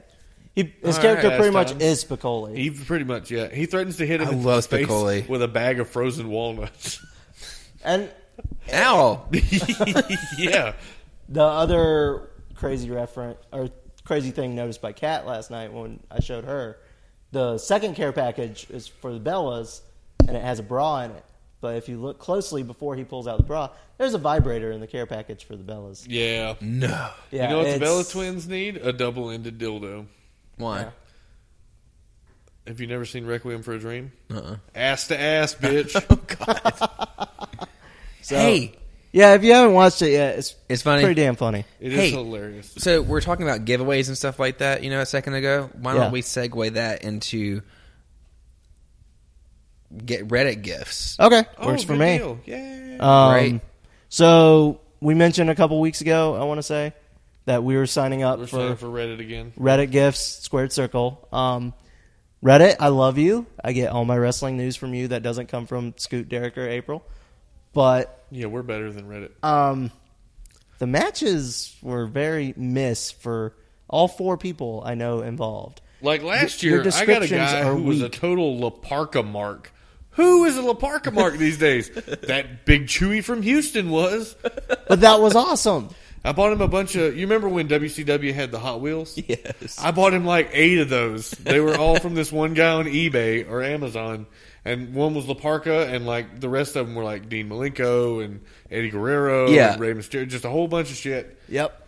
he, his
All
character
right,
pretty
that's
much
done.
is Spicoli.
He pretty much, yeah. He threatens to hit him
I
in the
love
face
Spicoli.
with a bag of frozen walnuts. [laughs]
and
Ow. [laughs]
yeah.
the other crazy reference or crazy thing noticed by Kat last night when I showed her the second care package is for the Bellas, and it has a bra in it. But if you look closely before he pulls out the bra, there's a vibrator in the care package for the Bellas.
Yeah.
No.
Yeah,
You know what the
it's-
Bella twins need? A double ended dildo.
Why?
Have you never seen Requiem for a Dream?
Uh-uh.
Ass
[laughs]
to ass, bitch.
Oh God.
So,
hey.
yeah, if you haven't watched it yet, it's
It's funny.
pretty damn funny.
It is
Hey.
hilarious.
So we're talking about giveaways and stuff like that, you know, a second ago. Why
Yeah.
don't we segue that into get Reddit gifts?
Okay,
Oh,
works for
good
me.
Deal. Yeah.
Um,
Right.
So we mentioned a couple weeks ago, I want to say, that we were signing up
We're
for
signing for Reddit again.
Reddit gifts, squared circle. Um, Reddit, I love you. I get all my wrestling news from you that doesn't come from Scoot, Derek, or April. But
Yeah, we're better than Reddit.
um, the matches were very miss for all four people I know involved.
Like last
your
year, I got a
descriptions
guy
are
who was a
weak.
total Laparca mark. Who is a
[laughs]
Laparca mark these days? That big Chewy from Houston was.
But that was awesome.
I bought him a bunch of. You remember when WCW had the Hot Wheels?
[laughs] Yes.
I bought him like eight of those. They were all from this one guy on eBay or Amazon, and one was Laparca, and like the rest of them were like Dean Malenko and Eddie Guerrero,
Yeah.
and Rey Mysterio, just a whole bunch of shit.
Yep.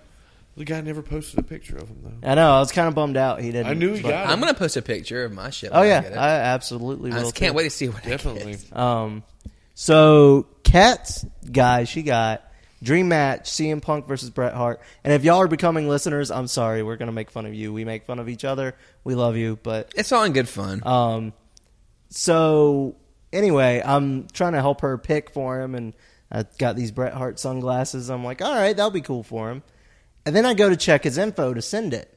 The guy never posted a picture of him though.
I know. I was kind of bummed out he didn't.
I knew he
but-
got him.
I'm gonna post a picture of my shit.
Oh
when I
yeah,
get it.
I absolutely
I
will.
just can't
too.
wait to see what I
Definitely.
get.
Um, so Kat's guy, she got dream match CM Punk versus Bret Hart. And if y'all are becoming listeners, I'm sorry, we're gonna make fun of you. We make fun of each other. We love you, but
It's all in good fun.
um, so anyway, I'm trying to help her pick for him, and I got these Bret Hart sunglasses. I'm like, all right, that'll be cool for him. And then I go to check his info to send it.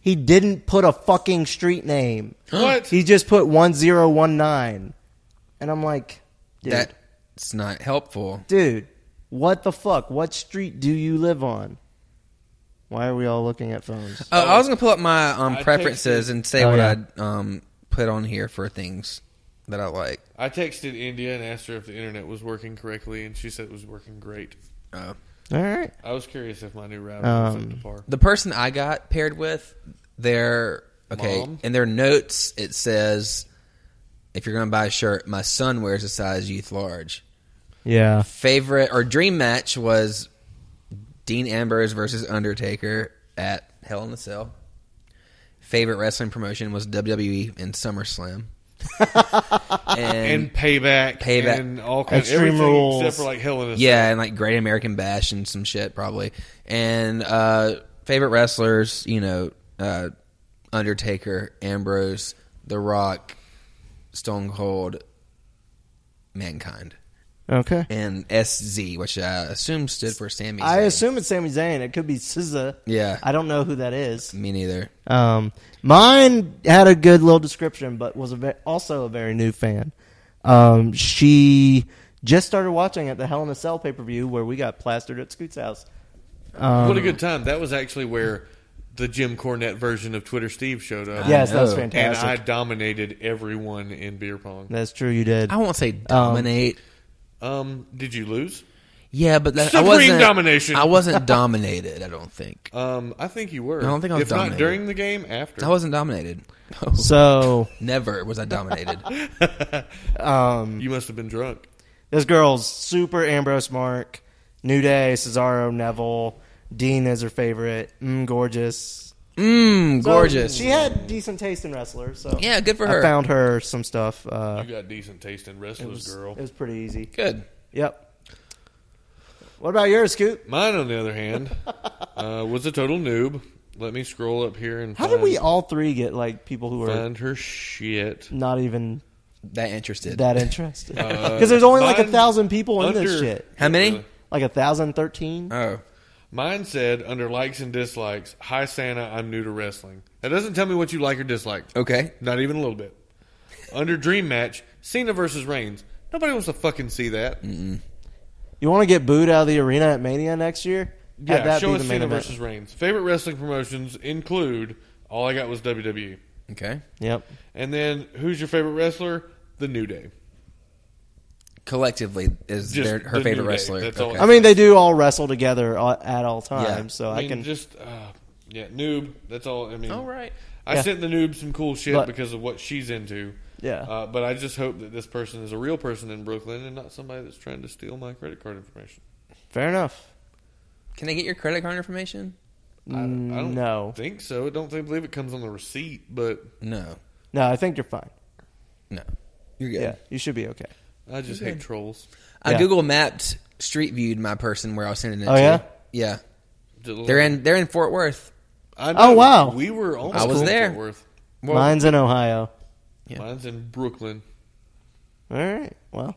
He didn't put a fucking street [gasps] name.
What?
He just put one zero one nine, and I'm like, dude,
That's not helpful.
dude, what the fuck? What street do you live on? Why are we all looking at phones?
Oh, I was gonna pull up my um,
I
preferences
texted-
and say
Oh,
what
yeah.
I um, put on here for things that I like.
I texted India and asked her if the internet was working correctly, and she said it was working great.
Uh,
All right.
I was curious if my new router was up to
Um,
par.
the person I got paired with, their okay,
Mom?
in their notes it says, "If you're gonna buy a shirt, my son wears a size youth large."
Yeah.
Favorite or dream match was Dean Ambrose versus Undertaker at Hell in a Cell. Favorite wrestling promotion was WWE and
[laughs]
SummerSlam.
And payback,
Payback.
and all kinds of
Extreme
everything
Rules.
except for like Hell in a
Yeah, and like Great American Bash and some shit probably. And uh favorite wrestlers, you know, uh Undertaker, Ambrose, The Rock, Stone Cold, Mankind,
Okay.
and SZ, which I assume stood for Sammy.
I
Zayn.
assume it's Sami Zayn. It could be SZA.
Yeah.
I don't know who that is.
me neither.
Um, mine had a good little description, but was a ve- also a very new fan. Um, she Just started watching at the Hell in a Cell pay per view where we got plastered at Scoot's house.
what
Um,
a good time. That was actually where the Jim Cornette version of Twitter Steve showed up.
Yes, that was
know.
And I
fantastic.
dominated everyone in beer pong.
That's true. You did.
I won't say dominate.
Um, did you lose?
yeah, but that, I
Supreme
wasn't
domination.
I wasn't dominated. I don't think
Um, I think you were.
I don't think I was
If not
dominated.
during the game, after.
I wasn't dominated. [laughs]
So
Never was
[laughs]
I dominated.
you must have been drunk.
this girl's super Ambrose Mark, New Day, Cesaro, Neville, Dean is her favorite. Mm, gorgeous.
Mmm,
So,
gorgeous.
she had decent taste in wrestlers, so
yeah, good for
I
her.
found her some stuff. Uh,
You got decent taste in
it
wrestlers,
was,
girl.
it was pretty easy.
good.
Yep. What about yours, Scoop?
Mine, on the other hand, [laughs] uh, was a total noob. Let me scroll up here and
How
find,
did we all three get like people who are
find her shit.
not even
That interested.
[laughs]
that interested? Because there's only like a
mine-
thousand people in this
Uh, Under-
shit.
How many?
Really?
Like a thousand thirteen.
Oh,
Mine said under likes and dislikes, "Hi Santa, I'm new to wrestling." That doesn't tell me what you like or dislike.
okay.
Not even a little bit. Under dream match, Cena versus Reigns. Nobody wants to fucking see that.
You want to get booed out of the arena at Mania next year? Have
Yeah,
that
show
be
us
the main
Cena
event.
versus Reigns. Favorite wrestling promotions include all I got was WWE,
Okay.
Yep.
and then who's your favorite wrestler? The New Day.
Collectively is
Just
their,
the
her
New
favorite
Day.
wrestler.
That's all.
Okay.
I mean, they do all wrestle together all- at all times, so
I,
I
mean,
can.
just uh, yeah, noob. That's all. I mean,
All right.
I
Yeah.
sent the noob some cool shit
But-
because of what she's into.
Yeah.
Uh, but I just hope that this person is a real person in Brooklyn and not somebody that's trying to steal my credit card information.
Fair enough.
Can I get your credit card information?
I, don't- I don't
Mm, No.
think so. I don't think, believe it comes on the receipt, but
No,
No, I think you're fine.
no, you're good.
Yeah, you should be okay.
I just hate trolls.
I
Yeah.
Google mapped street viewed my person where I was sending it.
Oh,
to.
yeah?
yeah. They're in they're in Fort Worth.
I
Oh,
know.
wow.
We were almost.
I was
in Fort
there.
Worth.
Well,
Mine's in Ohio.
Yeah.
Mine's in Brooklyn.
All right. Well,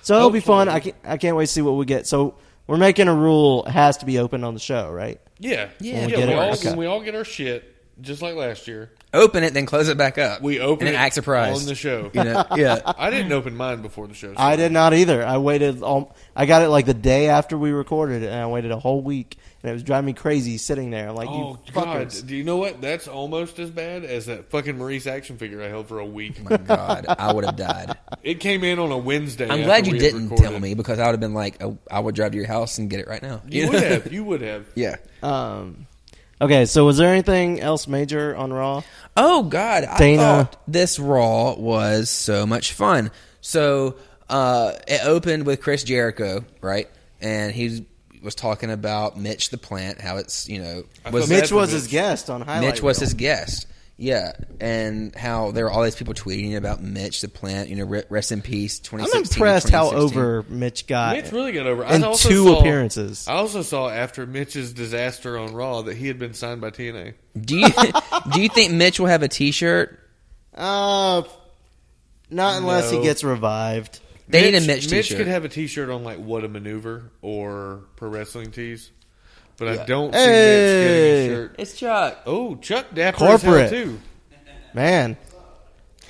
so it'll be fun. I
Hopefully.
can't, I can't wait to see what we get. So we're making a rule. It has to be open on the show, right?
Yeah.
Yeah. When
We
we
get it,
all,
okay.
When we all get our shit, just like last year,
open it, then close it back up.
we open
and
it
then act surprised
on the show.
You
[laughs]
know, yeah.
I didn't open mine before the show.
I
started.
did not either. I waited. All, I got it like the day after we recorded it, and I waited a whole week, and it was driving me crazy sitting there. Like
Oh
you
God!
fuckers.
Do you know what? That's almost as bad as that fucking Maurice action figure I held for
[laughs]
a week.
My God, I would have died.
it came in on a Wednesday.
I'm
after
glad you
we had
didn't
recorded.
tell me because I would have been like, oh, I would drive to your house and get it right now.
You
know?
would have. You would have.
[laughs] yeah.
Um. Okay. So was there anything else major on Raw?
Oh God, I
Dana.
thought this Raw was so much fun. So uh, it opened with Chris Jericho, right? And he was talking about Mitch the plant, how it's you know was
feel bad
Mitch
for
was
Mitch.
his guest on highlight.
Mitch was
Reel.
his guest. Yeah, and how there were all these people tweeting about Mitch the plant. You know, re- rest in peace. Twenty.
I'm impressed how over Mitch got.
Mitch really got over.
In
I also
two
saw-
appearances.
I also saw after Mitch's disaster on Raw that he had been signed by TNA.
Do you do you think Mitch will have a T-shirt?
Uh, not unless
No.
he gets revived.
They need a Mitch T-shirt.
could have a T-shirt on like what a maneuver or pro wrestling tees, but I don't see
Hey.
Mitch getting a shirt.
it's Chuck.
Oh, Chuck Dapper corporate
Corporate.
too.
Man,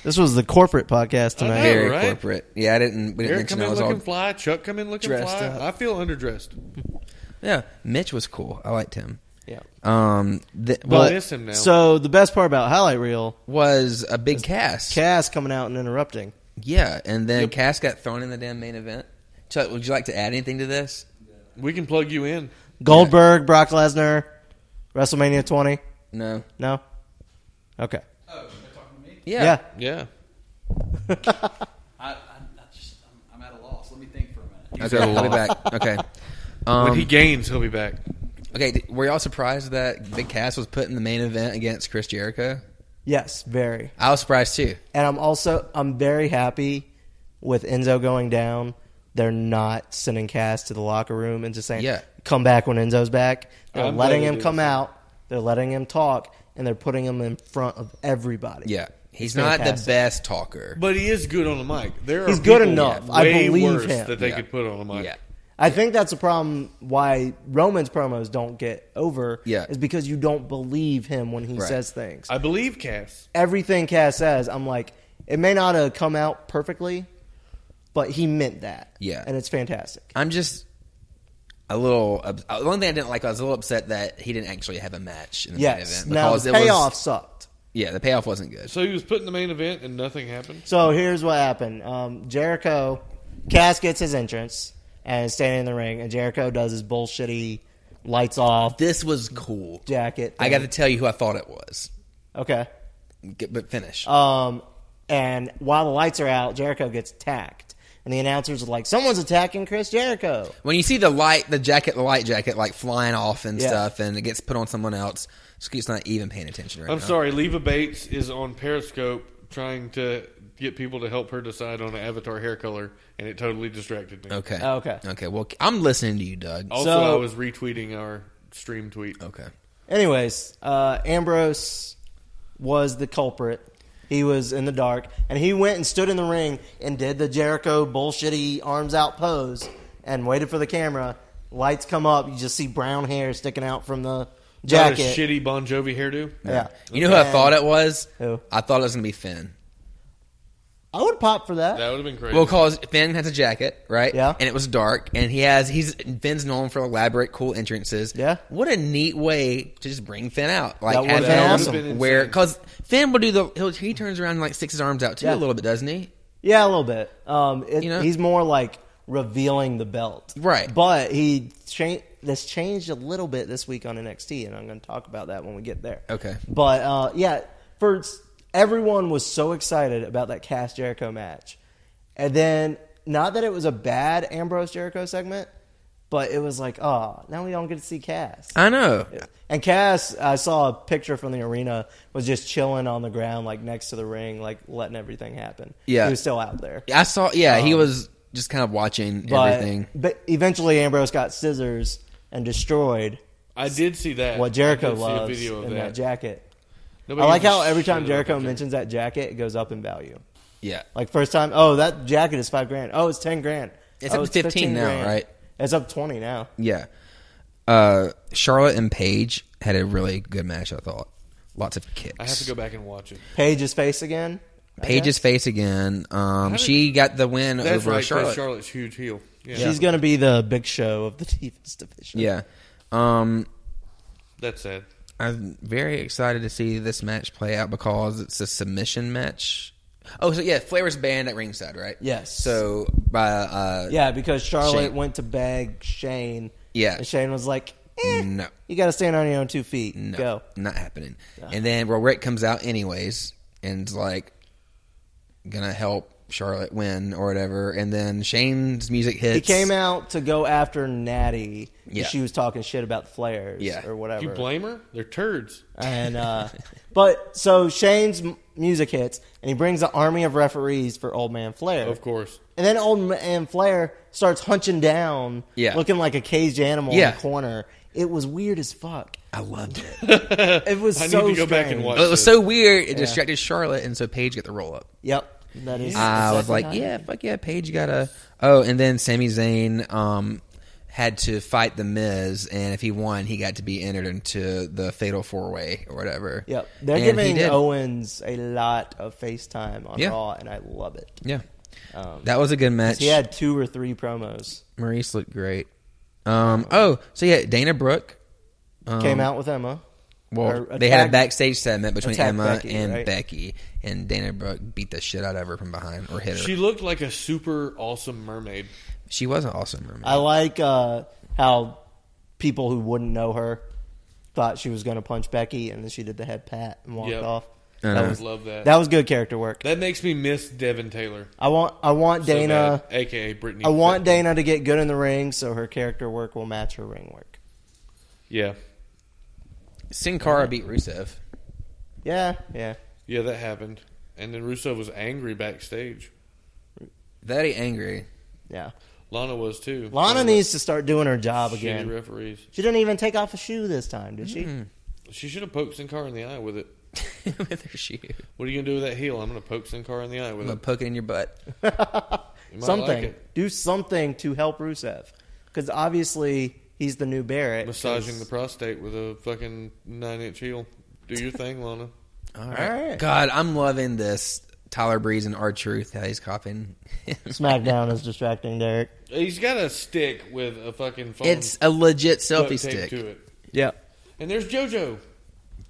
this was the corporate podcast
I know,
tonight.
Very
right?
corporate. Yeah, I didn't. We didn't
Eric
mention
come
I
in
was
looking
all
fly. Chuck come in looking
dressed
fly.
up.
I feel underdressed.
Yeah, Mitch was cool. I liked him.
Yeah.
Um, th-
Well,
But
I miss him now.
so the best part about highlight reel,
was a big cast.
Cass coming out and interrupting.
yeah, and then Cass got thrown in the damn main event. Chuck, would you like to add anything to this?
We can plug you in.
Goldberg, Brock Lesnar, WrestleMania 20.
No.
No. Okay.
Yeah.
Yeah.
Yeah.
I, I, I just, I'm, I'm at a loss. Let me think for a minute.
Okay, we'll be back. Okay. Um,
When he gains, he'll be back.
okay, th- were y'all surprised that Big Cass was put in the main event against Chris Jericho?
Yes, very.
I was surprised too.
And I'm also I'm very happy with Enzo going down. They're not sending Cass to the locker room and just saying,
Yeah.
"Come back when Enzo's back." They're
I'm
letting
glad
him
they
come
did.
out. They're letting him talk, and they're putting him in front of everybody.
Yeah. He's, not
fantastic.
the best talker.
But he is good on the mic. There are
He's good
people
enough. I
Way
believe
worse
him.
that they
Yeah.
could put on the mic.
yeah.
I think that's a problem why Roman's promos don't get over.
Yeah.
Is because you don't believe him when he
Right.
says things.
I believe Cass.
Everything Cass says, I'm like, it may not have come out perfectly, but he meant that.
Yeah.
and it's fantastic.
I'm just a little. ups- uh, The only thing I didn't like, I was a little upset that he didn't actually have a match in the main
Yes.
event.
Now
because
the
it was-
payoff sucked.
yeah, the payoff wasn't good.
So he was put in the main event and nothing happened.
So here's what happened. Um, Jericho, Cass gets his entrance and is standing in the ring, and Jericho does his bullshitty lights off
This was cool.
jacket.
I got to tell you who I thought it was,
okay.
G- but finish.
Um, and while the lights are out, Jericho gets attacked, and the announcers are like, "Someone's attacking Chris Jericho."
when you see the light, the jacket, the light jacket, like flying off and
Yeah.
stuff, and it gets put on someone else. Scoot's not even paying attention right
I'm
now.
sorry, Leva Bates is on Periscope trying to get people to help her decide on an avatar hair color, and it totally distracted me.
Okay.
Oh, Okay. Oh.
Okay. Well, I'm listening to you, Doug.
Also,
So-
I was retweeting our stream tweet.
Okay.
Anyways, uh, Ambrose was the culprit. He was in the dark, and he went and stood in the ring and did the Jericho bullshitty arms out pose and waited for the camera. Lights come up, you just see brown hair sticking out from the
Got a
jacket.
shitty Bon Jovi hairdo.
Yeah,
You know who I
And
thought it was?
Who?
I thought it was gonna be Finn.
I would pop for that.
That would have been crazy.
Well, cause Finn has a jacket, right?
Yeah.
And it was dark, and he has he's Finn's known for elaborate, cool entrances.
Yeah.
What a neat way to just bring Finn out, like
That would've
have
been
him
awesome.
Would've been
Where
insane.
because Finn will do the he'll, he turns around and like sticks his arms out too
Yeah.
a little bit, doesn't he?
Yeah, a little bit. Um, it,
You know?
he's more like revealing the belt,
Right.
But he cha- this changed a little bit this week on NXT, and I'm going to talk about that when we get there.
Okay.
But uh, yeah, for s- everyone was so excited about that Cass Jericho match, and then not that it was a bad Ambrose Jericho segment, but it was like, oh, now we don't get to see Cass.
I know.
And Cass, I saw a picture from the arena, was just chilling on the ground, like next to the ring, like letting everything happen.
Yeah.
He was still out there.
I saw. Yeah, he was just kind of watching
Um, But,
everything.
but eventually, Ambrose got scissors and destroyed
I did see that.
what
I
Jericho
did see
loves
a video of
in that,
that.
jacket.
Nobody
I like
gives a
how every time
shit about
Jericho
that jacket.
mentions that jacket, it goes up in value.
Yeah.
Like first time, oh, that jacket is five grand. Oh, it's ten grand.
It's
Oh,
up to 15 now,
grand.
right?
It's up twenty now.
Yeah. Uh, Charlotte and Paige had a really good match. I thought lots of kicks.
I have to go back and watch it.
Paige's face again. I
Paige's
guess.
face again. Um, she got the win
That's
over
right. 'cause
Charlotte.
Charlotte's huge heel. Yeah,
She's going to be the big show of the [laughs] Divas division.
Yeah. Um,
that's sad.
I'm very excited to see this match play out because it's a submission match. Oh, so yeah, Flair was banned at ringside, right?
Yes.
So by uh,
Yeah, because Charlotte
Shane.
went to bag Shane.
Yeah.
And Shane was like, eh,
no,
you got to stand on your own two feet.
no,
Go.
not happening. And then well, Rick comes out anyways and's like gonna help Charlotte win or whatever. And then Shane's music hits.
He came out to go after Natty.
Yeah.
She was talking shit about flares
Yeah.
or whatever.
You blame her? They're turds.
And
[laughs]
uh, but so Shane's m- music hits, and he brings an army of referees for Old Man Flair.
Of course.
And then Old Man Flair starts hunching down,
Yeah.
looking like a caged animal
Yeah.
in the corner. It was weird as
[laughs]
fuck.
I loved it. [laughs]
It was
I need
so
to go back and
strange.
watch.
it was
this.
so weird. It distracted Charlotte, and so Paige got the roll up.
Yep, that is.
I was
exactly
like,
how it
yeah, fuck yeah, Paige got a. Oh, and then Sami Zayn um, had to fight The Miz, and if he won, he got to be entered into the Fatal Four Way or whatever.
Yep. They're
And he
giving
did.
Owens a lot of FaceTime on
Yeah.
Raw, and I love it.
Yeah. that was a good match.
Um, He had two or three promos.
Maurice looked great. Um, oh, so yeah, Dana Brooke. um,
Came out with Emma.
Well,
or
they had a
attacked-
backstage segment between
attacked
Emma
Becky,
and
right?
Becky, and Dana Brooke beat the shit out of her from behind or hit her.
She
She,
looked like a super awesome mermaid.
was an awesome mermaid.
I like uh, how people who wouldn't know her thought she was going to punch Becky, and then she did the head pat and walked
Yep.
off.
I
That
know.
was
Love that.
that was good character work.
That makes me miss Devin Taylor.
I want I want
so
Dana
bad, aka Brittany.
I want
Dana.
Dana to get good in the ring, so her character work will match her ring work.
Yeah,
Sin Cara beat Rusev.
Yeah, yeah.
yeah, that happened. And then Russo was angry backstage.
Very angry. [laughs]
Yeah,
Lana was too.
Lana
was
needs to start doing her job
shitty
again.
referees.
she didn't even take off a shoe this time, did she?
She should have poked Sin Cara in the eye with it.
with her shoe.
What are you gonna do with that heel? I'm gonna poke Sin Cara in the eye with
I'm gonna
it.
poke it in your butt.
You might like
something.
it.
Do something to help Rusev, because obviously he's the new Barrett.
Massaging the
'cause-
prostate with a fucking nine inch heel. Do your thing, Lana.
All
right.
God, I'm loving this Tyler Breeze and R Truth how he's copying. him.
[laughs] SmackDown is distracting Derek.
He's got a stick with a fucking
[laughs]
phone.
It's a legit
duct
selfie
taped
stick.
To it.
Yeah.
And there's JoJo.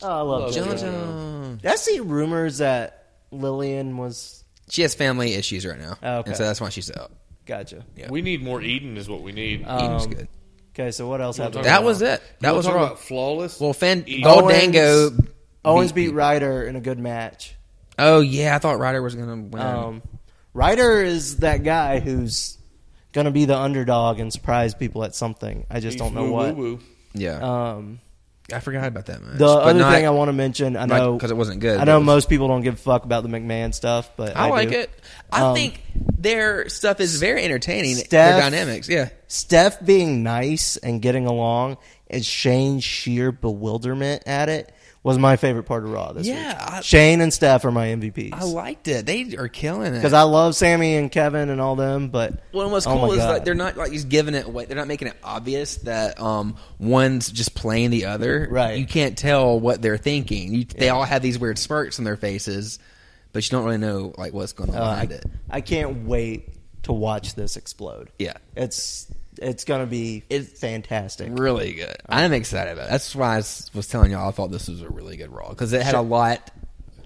Oh, I love
Love
JoJo.
JoJo.
JoJo.
Did I see rumors that Lillian was
She has family issues right now,
Oh, okay.
and so that's why she's out.
gotcha.
Yeah.
We need more Eden, is what we need.
Eden's
Um,
good.
Okay, so what else
You wanna
happened?
talk
That
about-
was it.
you
That
wanna
was
talk
raw.
about flawless.
Well, Fan
E.
Eden.
Goldango. beat-
Owens beat Ryder in a good match.
Oh yeah, I thought Ryder was gonna win.
Um, Ryder is that guy who's going to be the underdog and surprise people at something. I just don't know
Woo,
what.
woo, woo.
yeah,
Um,
I forgot about that match.
the
But
other
not-
thing I want to mention, I
not
know
'cause it wasn't good,
I know
but it was-
most people don't give a fuck about the McMahon stuff, but
I,
I,
like
do.
it. I
Um,
think their stuff is very entertaining. their
Steph-
dynamics, yeah.
Steph being nice and getting along and Shane's sheer bewilderment at it was my favorite part of Raw this
Yeah,
week.
I-
Shane and Steph are my MVPs.
I liked it. They are killing it.
because I love Sammy and Kevin and all them, but
Well, and what's
oh my
cool is like
God.
they're not like just giving it away. They're not making it obvious that um, one's just playing the other.
Right.
You can't tell what they're thinking. You, They all have these weird smirks on their faces, but you don't really know like what's going on
Uh,
behind
I,
it.
I can't wait to watch this explode.
Yeah.
It's it's gonna be
It's-
fantastic.
Really good.
Oh.
I'm excited about it. That's why I s- was telling y'all I thought this was a really good Raw because it had a lot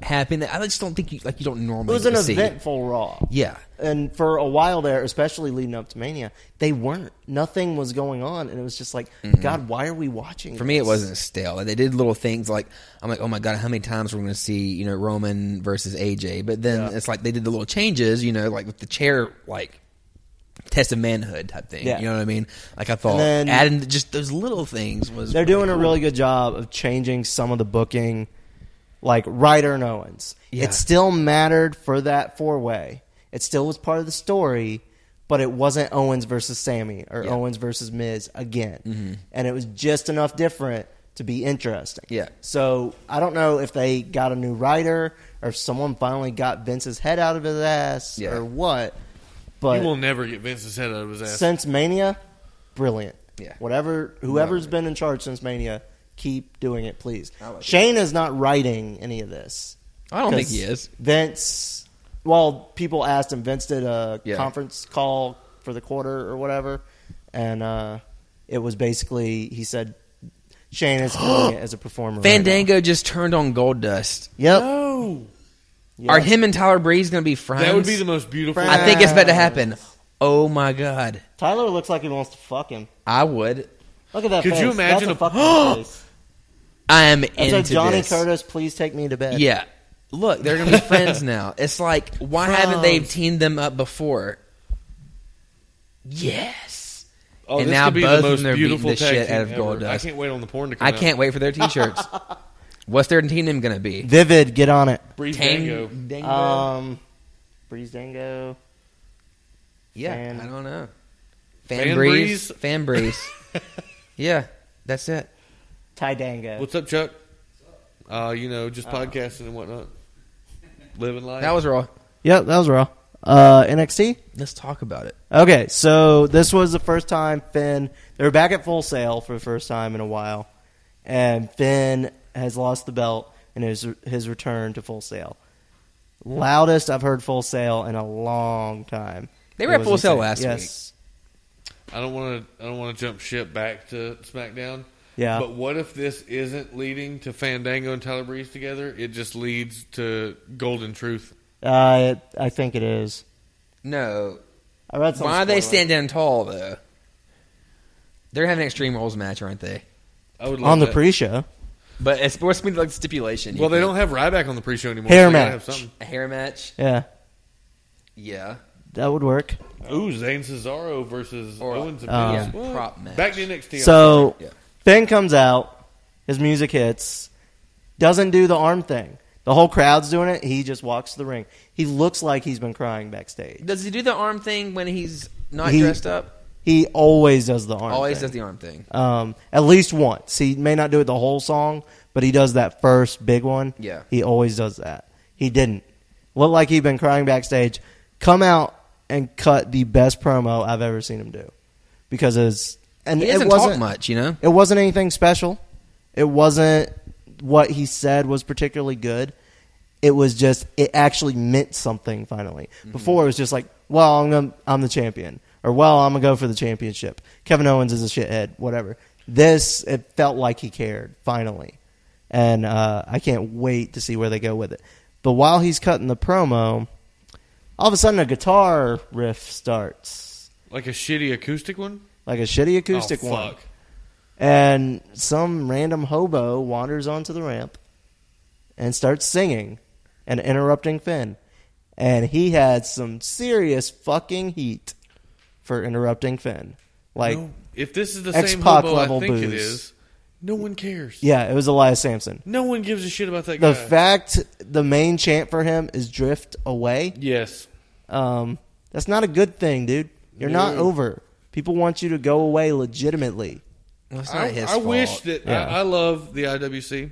happening. that I just don't think you like you don't
It
normally
was an
get to see.
eventful Raw.
Yeah.
And for a while there, especially leading up to Mania, they weren't. Nothing was going on, and it was just like, God, why are we watching?
Mm-hmm. For me, it
this?
wasn't stale. Like, They did little things like I'm like, oh my god, how many times we're going to see you know Roman versus AJ? But then it's like they did the little changes, you know, like with the chair, like test of manhood type thing.
Yeah.
You know what I mean? Like I thought,
then-
adding just those little things was
They're doing a
cool.
really good job of changing some of the booking, like Ryder and Owens.
Yeah.
It still mattered for that four way. It still was part of the story, but it wasn't Owens versus Sammy or
Yeah. Mm-hmm.
Owens versus Miz again. And it was just enough different to be interesting.
Yeah.
So I don't know if they got a new writer or if someone finally got Vince's head out of his ass
Yeah.
or what.
You
But
will never get Vince's head out of his ass.
since Mania, brilliant.
Yeah.
Whatever, whoever's been in charge since Mania, keep doing it, please.
like it.
Shane is not writing any of this.
I don't think he
'Cause
is.
Vince. Well, people asked him. Vince did a
Yeah.
conference call for the quarter or whatever, and uh, it was basically he said Shane is killing
[gasps]
it as a performer. right now."
Fandango just turned on Gold Dust.
Yep.
No.
Yeah.
Are him and Tyler Breeze going to be friends?
That would be the most beautiful.
Friends.
I think it's about to happen. Oh my god,
Tyler looks like he wants to fuck him.
I would.
Look at that.
Could
face.
you imagine
That's a,
a-
fucking
[gasps]
face?
I am
That's
into
a Johnny
this.
Curtis. Please take me to bed.
Yeah. Look,
[laughs]
they're gonna be friends now. It's like why haven't they
Friends.
teamed them up before? Yes.
Oh,
And
this
now
could be
both of
the most
them are beating
beautiful
the
tag
shit
team
out of
ever.
Goldust.
I can't wait on the porn to come
I
out.
can't wait for their
[laughs]
t-shirts. What's their team name gonna be?
Vivid, get on it.
Breeze Dango.
Tang, Dango?
Um, Breeze Dango.
yeah,
Fan-
I don't know. Fan,
Fan
Breeze.
Breeze?
Fan Breeze.
[laughs]
yeah, that's it.
Ty Dango.
What's up, Chuck? Uh, you know, just podcasting and whatnot, living life.
That was raw.
Yep, that was raw. Uh, NXT.
Let's talk about it.
Okay, so this was the first time Finn. They were back at full sale for the first time in a while, and Finn has lost the belt in his his return to full sale. Loudest I've heard full sale in a long time.
They were at
It was
Full Sail
insane.
last
yes.
I don't want to. I don't want to jump ship back to SmackDown.
Yeah.
But what if this isn't leading to Fandango and Tyler Breeze together? It just leads to Golden Truth.
Uh, I think it is.
No.
I read some
why are
spoiler.
they standing tall though? They're having an Extreme Rules match, aren't they?
I would love
on the
that.
pre-show?
But it's supposed to be like stipulation. You
Well, they
can-
don't have Ryback on the pre-show anymore.
Hair
so they gotta
match.
Have something.
a hair match.
Yeah,
Yeah.
that would work.
Ooh, Zayn Cesaro versus
Or,
Owens and
uh,
Miz.
yeah,
What?
prop match.
Back to NXT. I'm sorry.
So
Yeah.
Finn comes out, his music hits, doesn't do the arm thing. The whole crowd's doing it. He just walks to the ring. He looks like he's been crying backstage.
Does he do the arm thing when he's not
He-
dressed up?
He always does the arm.
Always
thing.
does the arm thing.
Um, at least once. He may not do it the whole song, but he does that first big one.
Yeah.
He always does that. He didn't. Looked like he'd been crying backstage. Come out and cut the best promo I've ever seen him do. Because it's and
He
it
doesn't
wasn't
talk much, you know.
It wasn't anything special. It wasn't what he said was particularly good. It was just it actually meant something finally.
Mm-hmm.
Before it was just like, well, I'm gonna, I'm the champion, or well, I'm gonna go for the championship. Kevin Owens is a shithead, whatever. This it felt like he cared finally, and uh, I can't wait to see where they go with it. But while he's cutting the promo, all of a sudden a guitar riff starts,
Like a shitty acoustic one?
like a shitty acoustic
oh,
one.
fuck.
And some random hobo wanders onto the ramp and starts singing and interrupting Finn. And he had some serious fucking heat for interrupting Finn. Like,
No, if this is the same
X-Pac
hobo I
level
think it
booze.
is, no one cares.
yeah, it was Elias Sampson.
No one gives a shit about that
The
guy.
fact the main chant for him is drift away,
yes.
um, that's not a good thing, dude. You're not over. People want you to go away legitimately.
Well, it's not
I,
his
I
fault.
wish that
Yeah.
I, I love the IWC,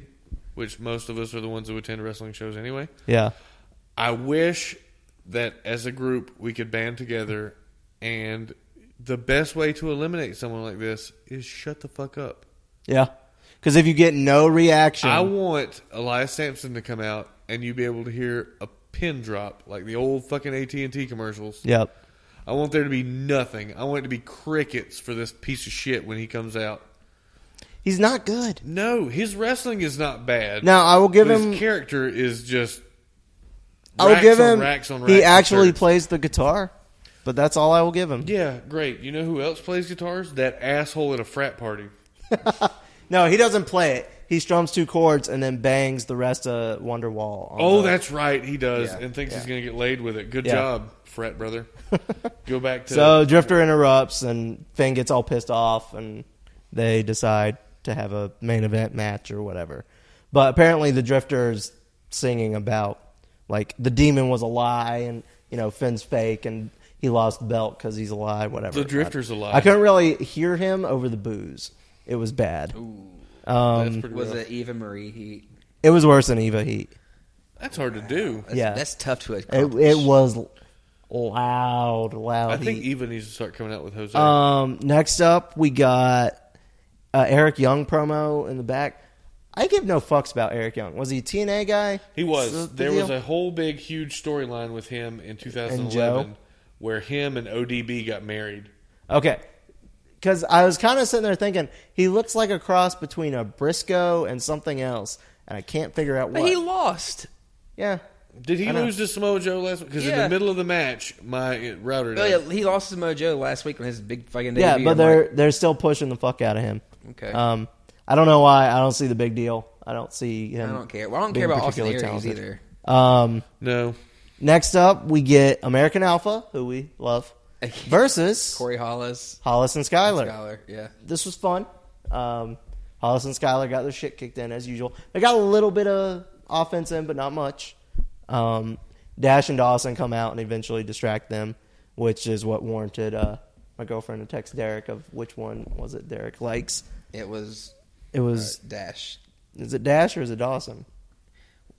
which most of us are the ones who attend wrestling shows anyway.
Yeah.
I wish that as a group we could band together and the best way to eliminate someone like this is shut the fuck up.
Yeah. Because if you get no reaction,
I want Elias Sampson to come out and you be able to hear a pin drop like the old fucking AT&T commercials.
yep.
I want there to be nothing. I want it to be crickets for this piece of shit when he comes out.
He's not good.
No, his wrestling is not bad.
Now I will give
but
him.
his character is just
I will
racks
give
on
him.
racks on
he
racks of
actually
shirts.
plays the guitar, but that's all I will give him.
Yeah, great. You know who else plays guitars? That asshole at a frat party.
No, he doesn't play it. He strums two chords and then bangs the rest of Wonderwall. on
Oh,
the-
that's right. He does
Yeah,
and thinks he's
yeah.
going to get laid with it. Good
Yeah.
job,
[laughs]
frat brother. Go back to
So Drifter interrupts, and Finn gets all pissed off, and they decide to have a main event match or whatever. But apparently, the Drifter's singing about like the demon was a lie, and you know Finn's fake, and he lost the belt because he's a lie. Whatever.
The Drifter's a lie.
I couldn't really hear him over the booze. It was bad. um,
that's pretty
was
rough.
it Eva Marie Heat?
It was worse than Eva Heat.
That's hard to do.
That's,
Yeah.
that's tough to
It,
accomplish.
it was loud, loud.
I think
heat.
Eva needs to start coming out with Jose.
Um, next up, we got uh, Eric Young promo in the back. I give no fucks about Eric Young. Was he a TNA guy?
he was.
Is that the
there was
deal?
a whole big, huge storyline with him in 2011
Joe?
where him and ODB got married.
okay. Because I was kind of sitting there thinking he looks like a cross between a Briscoe and something else, and I can't figure out
But
what.
he lost.
yeah,
Did he
I know.
lose to Samoa Joe last week? Because in
Yeah.
the middle of the match, my uh, router
Oh,
died.
yeah, he lost to Mojo last week on his big fucking debut.
yeah, but
I'm
they're
like,
they're still pushing the fuck out of him.
Okay.
Um, I don't know why. I don't see the big deal. I don't see him.
I don't care. Well, I don't
being
care about Austin Aries
particularly
either.
Um,
No.
next up, we get American Alpha, who we love, [laughs] versus
Corey Hollis,
Hollis and Skyler.
Scholar, yeah.
This was fun. Um, Hollis and Skyler got their shit kicked in as usual. They got a little bit of offense in, but not much. Um, Dash and Dawson come out and eventually distract them, which is what warranted uh, my girlfriend to text Derek of which one was it Derek likes.
It was uh,
It was
Dash.
is it Dash or is it Dawson?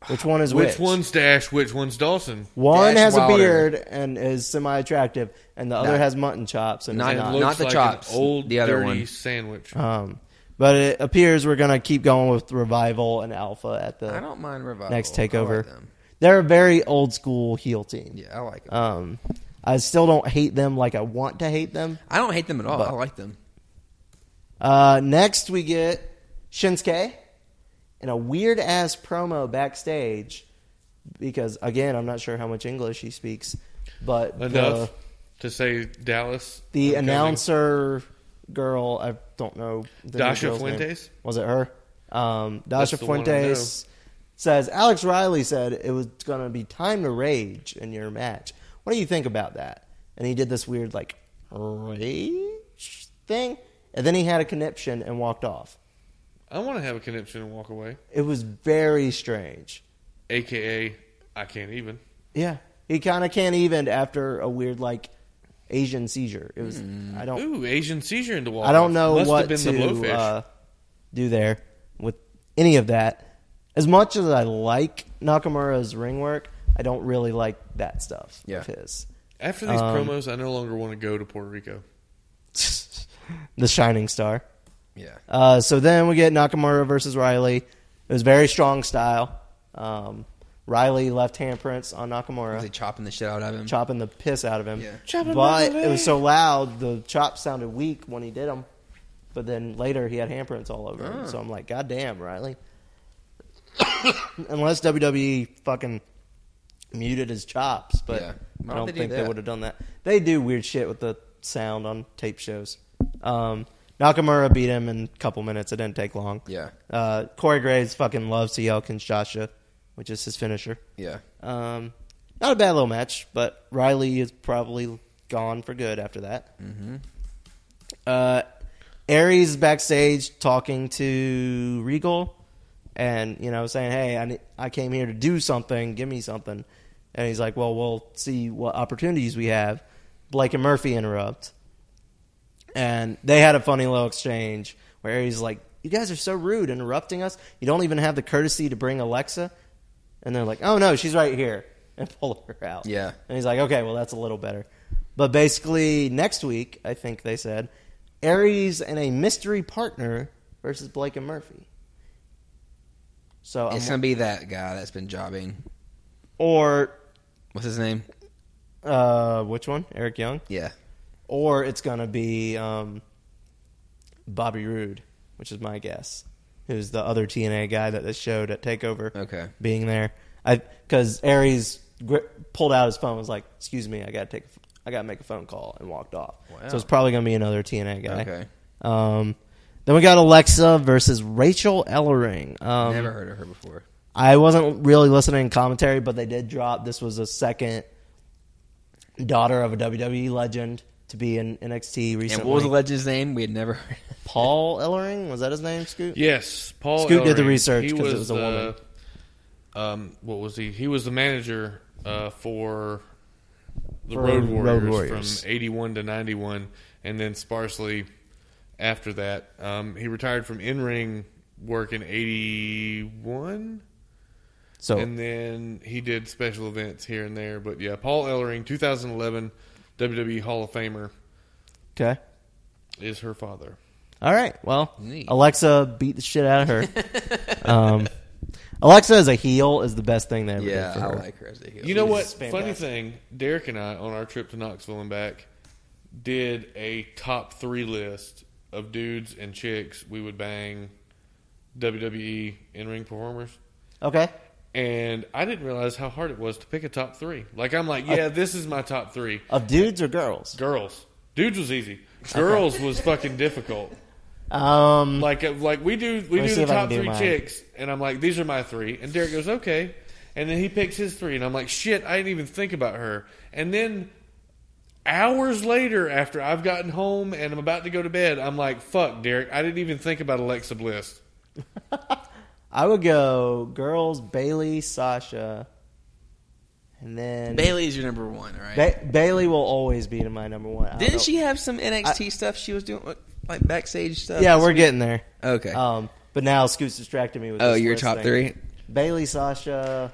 Which one is
Which
which?
one's Dash? Which one's Dawson?
One
Dash
has a
Wilder.
beard and is semi-attractive, and the other
Not-
has mutton chops and is
not-
It
Uh,
looks
not the
like
chops,
An old
the other
dirty
one.
sandwich.
Um, but it appears we're going to keep going with Revival and Alpha at the
I don't mind Revival.
next
I
takeover.
like them.
They're a very old school heel team.
Yeah, I like them.
Um, I still don't hate them like I want to hate them.
I don't hate them at all.
but-
I like them.
Uh, next, we get Shinsuke in a weird ass promo backstage because, again, I'm not sure how much English he speaks, but
Enough
the,
to say Dallas.
the
I'm coming.
announcer girl, I don't know. The new
Dasha
girl's name.
Fuentes?
Was it her? Um, Dasha
That's the one I
Fuentes says Alex Riley said it was going to be time to rage in your match. What do you think about that? And he did this weird like rage thing, and then he had a conniption and walked off.
I want to have a conniption and walk away.
It was very strange.
AKA, I can't even.
Yeah, he kind of can't even after a weird like Asian seizure. It was I don't
Ooh, Asian seizure into walk.
Oh. I don't know
Must
what
have been
to
the blowfish.
uh, do there with any of that. As much as I like Nakamura's ring work, I don't really like that stuff
Yeah.
of his. [laughs]
After these
um,
promos, I no longer want to go to Puerto Rico.
the Shining Star.
Yeah.
Uh, so then we get Nakamura versus Riley. It was very strong style. Um, Riley left handprints on Nakamura,
They chopping the shit out of him.
chopping the piss out of him.
Yeah.
But it was so loud, the chops sounded weak when he did them. But then later, he had handprints all over
Ah.
him. So I'm like, God damn, Riley. [coughs] Unless WWE fucking muted his chops, but
Yeah. Why
I don't
would they do
think they
that?
would have done that. They do weird shit with the sound on tape shows. Um, Nakamura beat him in a couple minutes. It didn't take long.
Yeah.
Uh, Corey Graves fucking loves to yell Kinshasa, which is his finisher.
Yeah.
Um, not a bad little match, but Riley is probably gone for good after that. Mm-hmm. Uh, Aries is backstage talking to Regal, and you know saying, "Hey, I ne- I came here to do something. Give me something." And he's like, "Well, we'll see what opportunities we have." Blake and Murphy interrupt, and they had a funny little exchange where Aries is like, "You guys are so rude, interrupting us. You don't even have the courtesy to bring Alexa." And they're like, "Oh no, she's right here," [laughs] and pull her out.
Yeah.
And he's like, "Okay, well that's a little better." But basically, next week, I think they said, Aries and a mystery partner versus Blake and Murphy. So,
It's
I'm,
gonna be that guy that's been jobbing.
or
What's his name?
uh, which one? Eric Young,
Yeah.
or it's gonna be um, Bobby Roode, which is my guess. Who's the other TNA guy that they showed at Takeover?
Okay.
being there, I because Aries gri pulled out his phone, and was like, "Excuse me, I gotta take, a f- I gotta make a phone call," and walked off. So it's probably gonna be another TNA guy.
Okay.
Um, then we got Alexa versus Rachel Ellering. Um,
Never heard of her before.
I wasn't really listening to commentary, but they did drop this was a second daughter of a WWE legend to be in NXT recently.
And what was the legend's name? We had never [laughs] heard.
Paul Ellering? Was that his name, Scoot?
Yes, Paul.
Scoot did the
Ellering.
research
He
'cause it was a
the-
woman.
Um, what was he? He was the manager uh, for the
For
Road
Road
Warriors,
Warriors.
from '81 to '91, and then sparsely after that. Um, he retired from in-ring work in '81,
So
and then he did special events here and there. But yeah, Paul Ellering, 2011 WWE E Hall of Famer,
okay.
is her father.
All right. Well,
Neat.
Alexa beat the shit out of
[laughs]
her. um, Alexa as a heel is the best thing they ever
Yeah,
did for
I
her.
like her as a heel.
You know what?
Spam
Funny
back.
thing, Derek and I on our trip to Knoxville and back did a top three list of dudes and chicks we would bang WWE in ring performers.
Okay.
And I didn't realize how hard it was to pick a top three. Like I'm like, yeah, this is my top three.
Of dudes or girls?
Girls, dudes was easy. Girls was fucking difficult.
Um,
Like uh, like we do we
Let me
do
see
the
if I can
top
do
three
mine.
chicks, and I'm like, these are my three, and Derek goes, okay, and then he picks his three, and I'm like, shit, I didn't even think about her, and then hours later, after I've gotten home and I'm about to go to bed, I'm like, fuck, Derek, I didn't even think about Alexa Bliss.
I would go girls, Bailey, Sasha, and then
Bailey's your number one, right?
Ba- Bailey will always be my number one. I don't know-
Didn't she have some NXT stuff she was doing, like- like backstage
[laughs]
stuff?
Yeah, we're getting there.
okay.
Um, but now Scoot's distracted me with.
oh,
this
your
list
top
thing.
three.
Bailey, Sasha,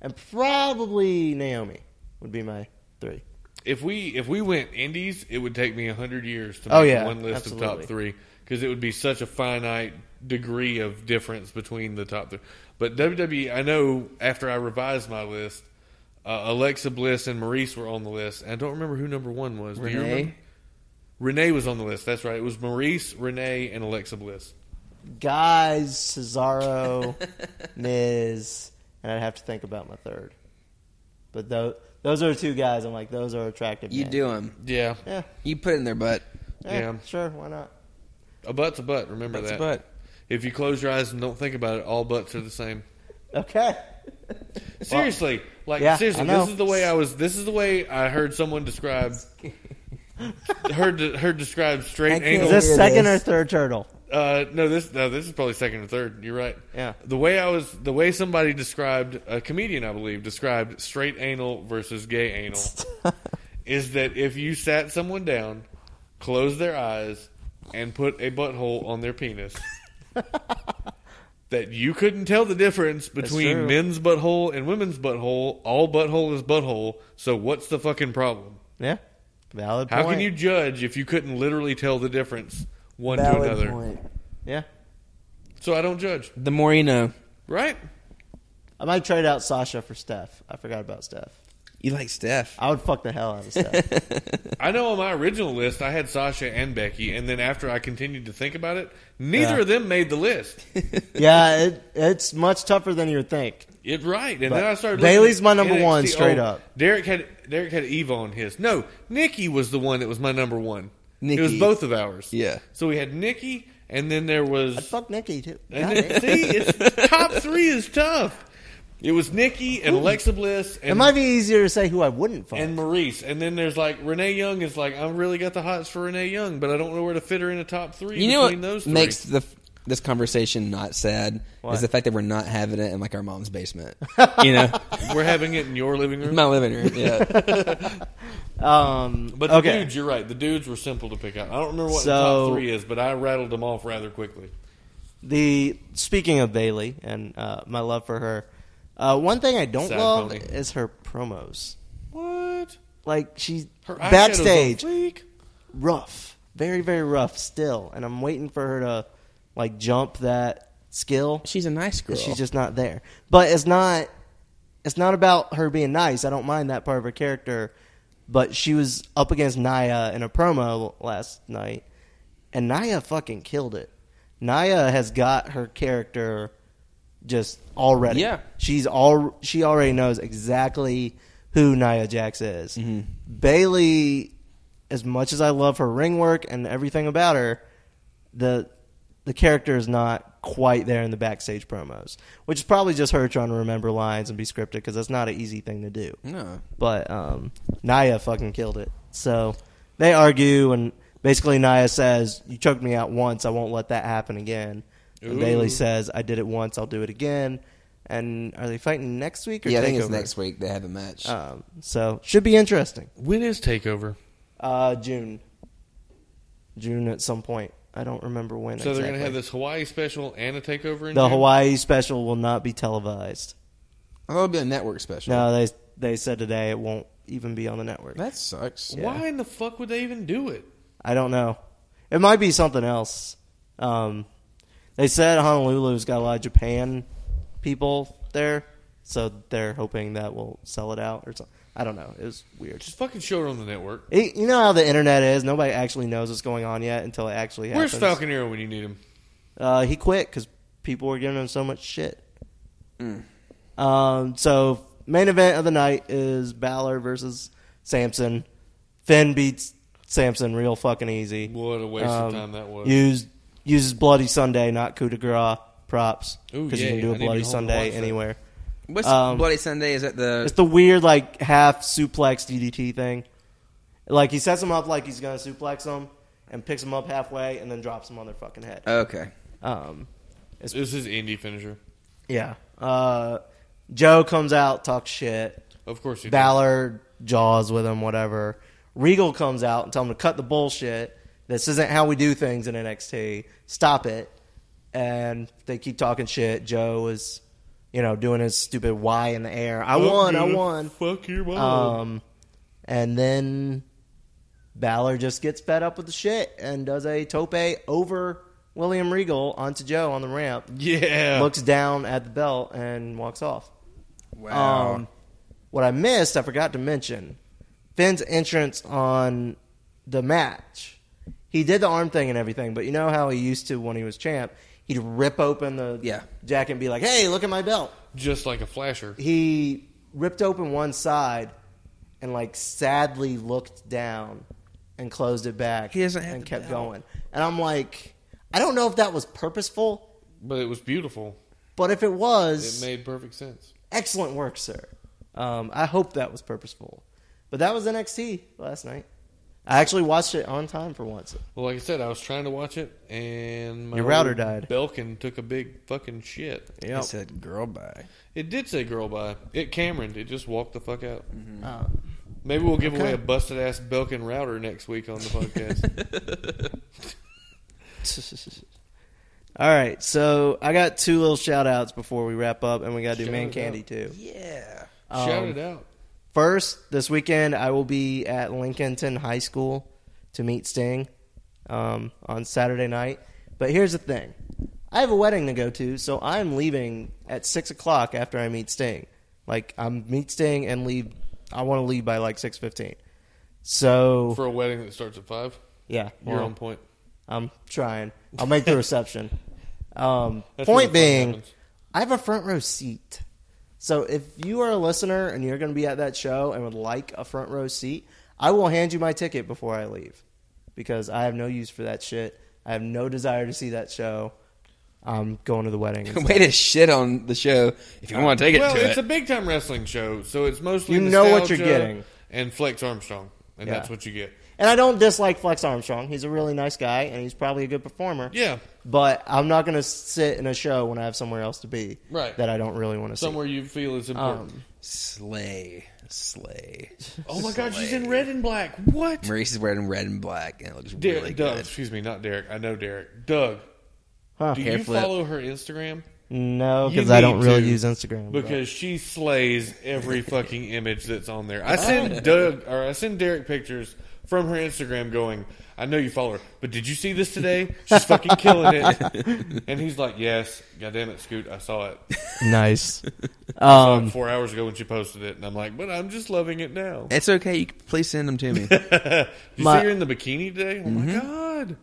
and probably Naomi would be my three.
If we if we went indies, it would take me hundred years to make
Oh, yeah,
one list of
absolutely.
top three because it would be such a finite degree of difference between the top three. But WWE, I know after I revised my list, uh, Alexa Bliss and Maurice were on the list. I don't remember who number one was. Do you
Renee?
remember? Renee was on the list. That's right. It was Maurice, Renee, and Alexa Bliss.
Guys,
[laughs]
Cesaro, Miz, and I'd have to think about my third. But tho- those are two guys. I'm like, those are attractive.
You
men.
do them.
Yeah,
Yeah,
You put it in their butt.
yeah,
Yeah.
sure. Why not?
a butt's a butt. Remember
Butt's a
that.
butt.
If you close your eyes and don't think about it, all butts are the same.
Okay.
Seriously, like
yeah, I
seriously,
know.
this is the way I was. This is the way I heard
[laughs]
someone describe heard heard describe
I
straight
can't-
angle.
Is this
Here it
second
is.
or third turtle? [laughs]
Uh, no, this no, this is probably second or third. You're right.
Yeah.
The way I was, the way somebody described a comedian, I believe, described straight anal versus gay anal is that if you sat someone down, closed their eyes, and put a butthole on
[laughs]
their penis, that you couldn't tell the difference
true.
between men's butthole and women's butthole. All butthole is butthole. So what's the fucking problem?
yeah. Valid
How
point.
can you judge if you couldn't literally tell the difference one to another?
Yeah.
So I don't judge,
The more you know.
right?
I might trade out Sasha for Steph. I forgot about Steph.
You like Steph. [laughs]
I would fuck the hell out of Steph.
[laughs] I know on my original list I had Sasha and Becky, and then after I continued to think about it, neither
Yeah.
of them made the list.
yeah, it, it's much tougher than you would think.
It right, and
But
then I started.
Bayley's
looking-
my number
NXT
one, straight
oh,
up.
Derek had Derek had Eva on his. No, Nikki was the one that was my number one. It was
Nikki.
both of ours.
Yeah.
So we had Nikki, and then there
I'd
was.
fuck Nikki [laughs] too. God
And
damn.
then, see,
[laughs]
it's, top three is tough. It was Nikki and Alexa Bliss
It
and
might be easier to say who I wouldn't fuck.
and Maurice, and then there's like Renee Young is like I really got the hots for Renee Young, but I don't know where to fit her in the top three.
You know what
between those three.
makes the this conversation not sad
What?
is the fact that we're not having it in like our mom's basement. you know,
we're having it in your living room.
my living room. Yeah,
um,
But the
okay,
dudes, you're right. The dudes were simple to pick out. I don't remember what the
So-
top three is, but I rattled them off rather quickly.
the speaking of Bailey and uh, my love for her, uh, one thing I don't
Sad
love
pony.
is her promos.
What?
Like she's
Her eyeshadow's
backstage,
on fleek.
rough, very very rough still, and I'm waiting for her to like jump that skill.
she's a nice girl.
She's just not there. But it's not it's not about her being nice. I don't mind that part of her character. But she was up against Naya in a promo last night, and Naya fucking killed it. Naya has got her character just already.
Yeah.
she's all she already knows exactly who Nia Jax is. Bailey, as much as I love her ring work and everything about her, the the character is not quite there in the backstage promos, which is probably just her trying to remember lines and be scripted because that's not an easy thing to do.
no.
But um, Naya fucking killed it. So they argue, and basically Naya says, "You choked me out once. I won't let that happen again." And Bailey says, "I did it once. I'll do it again." And are they fighting next week? Or
Yeah, I think it's
Takeover?
next week they have a match.
Um, so should be interesting.
When is Takeover?
Uh, June, June at some point. I don't remember when.
So they're going to
exactly.
have this Hawaii special and a Takeover in
The
June?
Hawaii special will not be televised.
I thought it'd Oh, be a network special.
No, they they said today it won't even be on the network.
that sucks.
Why in the fuck would they even do it?
I don't know. It might be something else. Um, they said Honolulu's got a lot of Japan people there, so they're hoping that will sell it out or something. I don't know. It was weird.
Just fucking show it on the network.
It, you know how the internet is. Nobody actually knows what's going on yet until it actually happens.
Where's Falcon Arrow when you need him?
Uh, he quit because people were giving him so much shit. Um, so main event of the night is Balor versus Samson. Finn beats Samson real fucking easy. Um,
What a waste of time that was.
Used uses Bloody Sunday, not coup de grace props
Ooh,
because you
yeah,
can do
I
a
need to
Bloody
go home and
Sunday
watch that.
anywhere.
What's
Um,
Bloody Sunday? Is that the
It's the weird like half suplex DDT thing. Like he sets him up like he's gonna suplex him and picks him up halfway and then drops him on their fucking head.
okay?
Um,
This is indie finisher.
Yeah. Uh, Joe comes out, talks shit.
Of course you
Balor jaws with him, whatever. Regal comes out and tells him to cut the bullshit. This isn't how we do things in NXT. Stop it. And they keep talking shit. Joe is, you know, doing his stupid why in the air. I
do.
won. I
Fuck you.
won.
Fuck your
Mm.
mom.
Um, and then Balor just gets fed up with the shit and does a tope over William Regal onto Joe on the ramp
yeah.
looks down at the belt and walks off.
Wow.
Um, what I missed, I forgot to mention, Finn's entrance on the match. He did the arm thing and everything, but you know how he used to when he was champ. He'd rip open the
Yeah.
jacket and be like, "Hey, look at my belt."
Just like a flasher.
He ripped open one side and like sadly looked down and closed it back.
He doesn't have
and
the
kept
belt.
going. And I'm like, I don't know if that was purposeful,
But it was beautiful.
but if it was,
It made perfect sense.
excellent work, sir. Um, I hope that was purposeful. But that was NXT last night. I actually watched it on time for once.
Well, like I said, I was trying to watch it, and my
Your router
old
died.
Belkin took a big fucking shit.
Yep.
It said girl bye.
It did say "girl by." It Cameron. It just walked the fuck out.
Uh,
Maybe we'll give
Okay.
away a busted ass Belkin router next week on the
[laughs]
podcast.
[laughs] all right, so I got two little shout outs before we wrap up, and we got to do
Shout
Man
it
Candy
out.
too.
Yeah.
Shout
Um,
it out.
First, this weekend, I will be at Lincolnton High School to meet Sting um, on Saturday night. But here's the thing I have a wedding to go to, so I'm leaving at six o'clock after I meet Sting. Like I'm meet Sting and leave. I want to leave by like six fifteen. So
for a wedding that starts at five.
yeah,
You're
well,
on point.
I'm trying. I'll make
[laughs]
the reception. Um,
That's
point
where the fun
being,
happens.
I have a front row seat. So if you are a listener and you're going to be at that show and would like a front row seat, I will hand you my ticket before I leave because I have no use for that shit. I have no desire to see that show. I'm going to the
[laughs]
wedding. and
[laughs] Way to shit on the show if you want to take it
Well,
to
it's
it.
a big time wrestling show, so it's mostly
You know what you're
nostalgia
getting.
and Flex Armstrong, and
Yeah.
that's what you get.
And I don't dislike Flex Armstrong. He's a really nice guy, and he's probably a good performer.
Yeah.
But I'm not going to sit in a show when I have somewhere else to be.
Right.
That I don't really want to see.
Somewhere you feel is important.
Um, slay, slay.
oh my God, she's in red and black. What?
Maurice is wearing red and black, and it looks
Derek,
really
Doug,
good.
excuse me, not Derek. I know Derek. Doug,
Huh.
do
Hair
you
flip.
follow her Instagram?
No,
You
because I
need
don't really
to,
use Instagram. but-
because she slays every fucking image that's on there.
Oh.
I send Doug or I send Derek pictures from her Instagram going, I know you follow her, but did you see this today? She's fucking killing
[laughs]
it. And he's like, Yes, goddamn it, Scoot, I saw it
[laughs]
[laughs]
nice.
um,
Um,
four hours ago when she posted it, and I'm like, but I'm just loving it now.
It's okay. You can please send them to me.
Did you
My- Mm-hmm.
see her in the bikini today? Oh my god!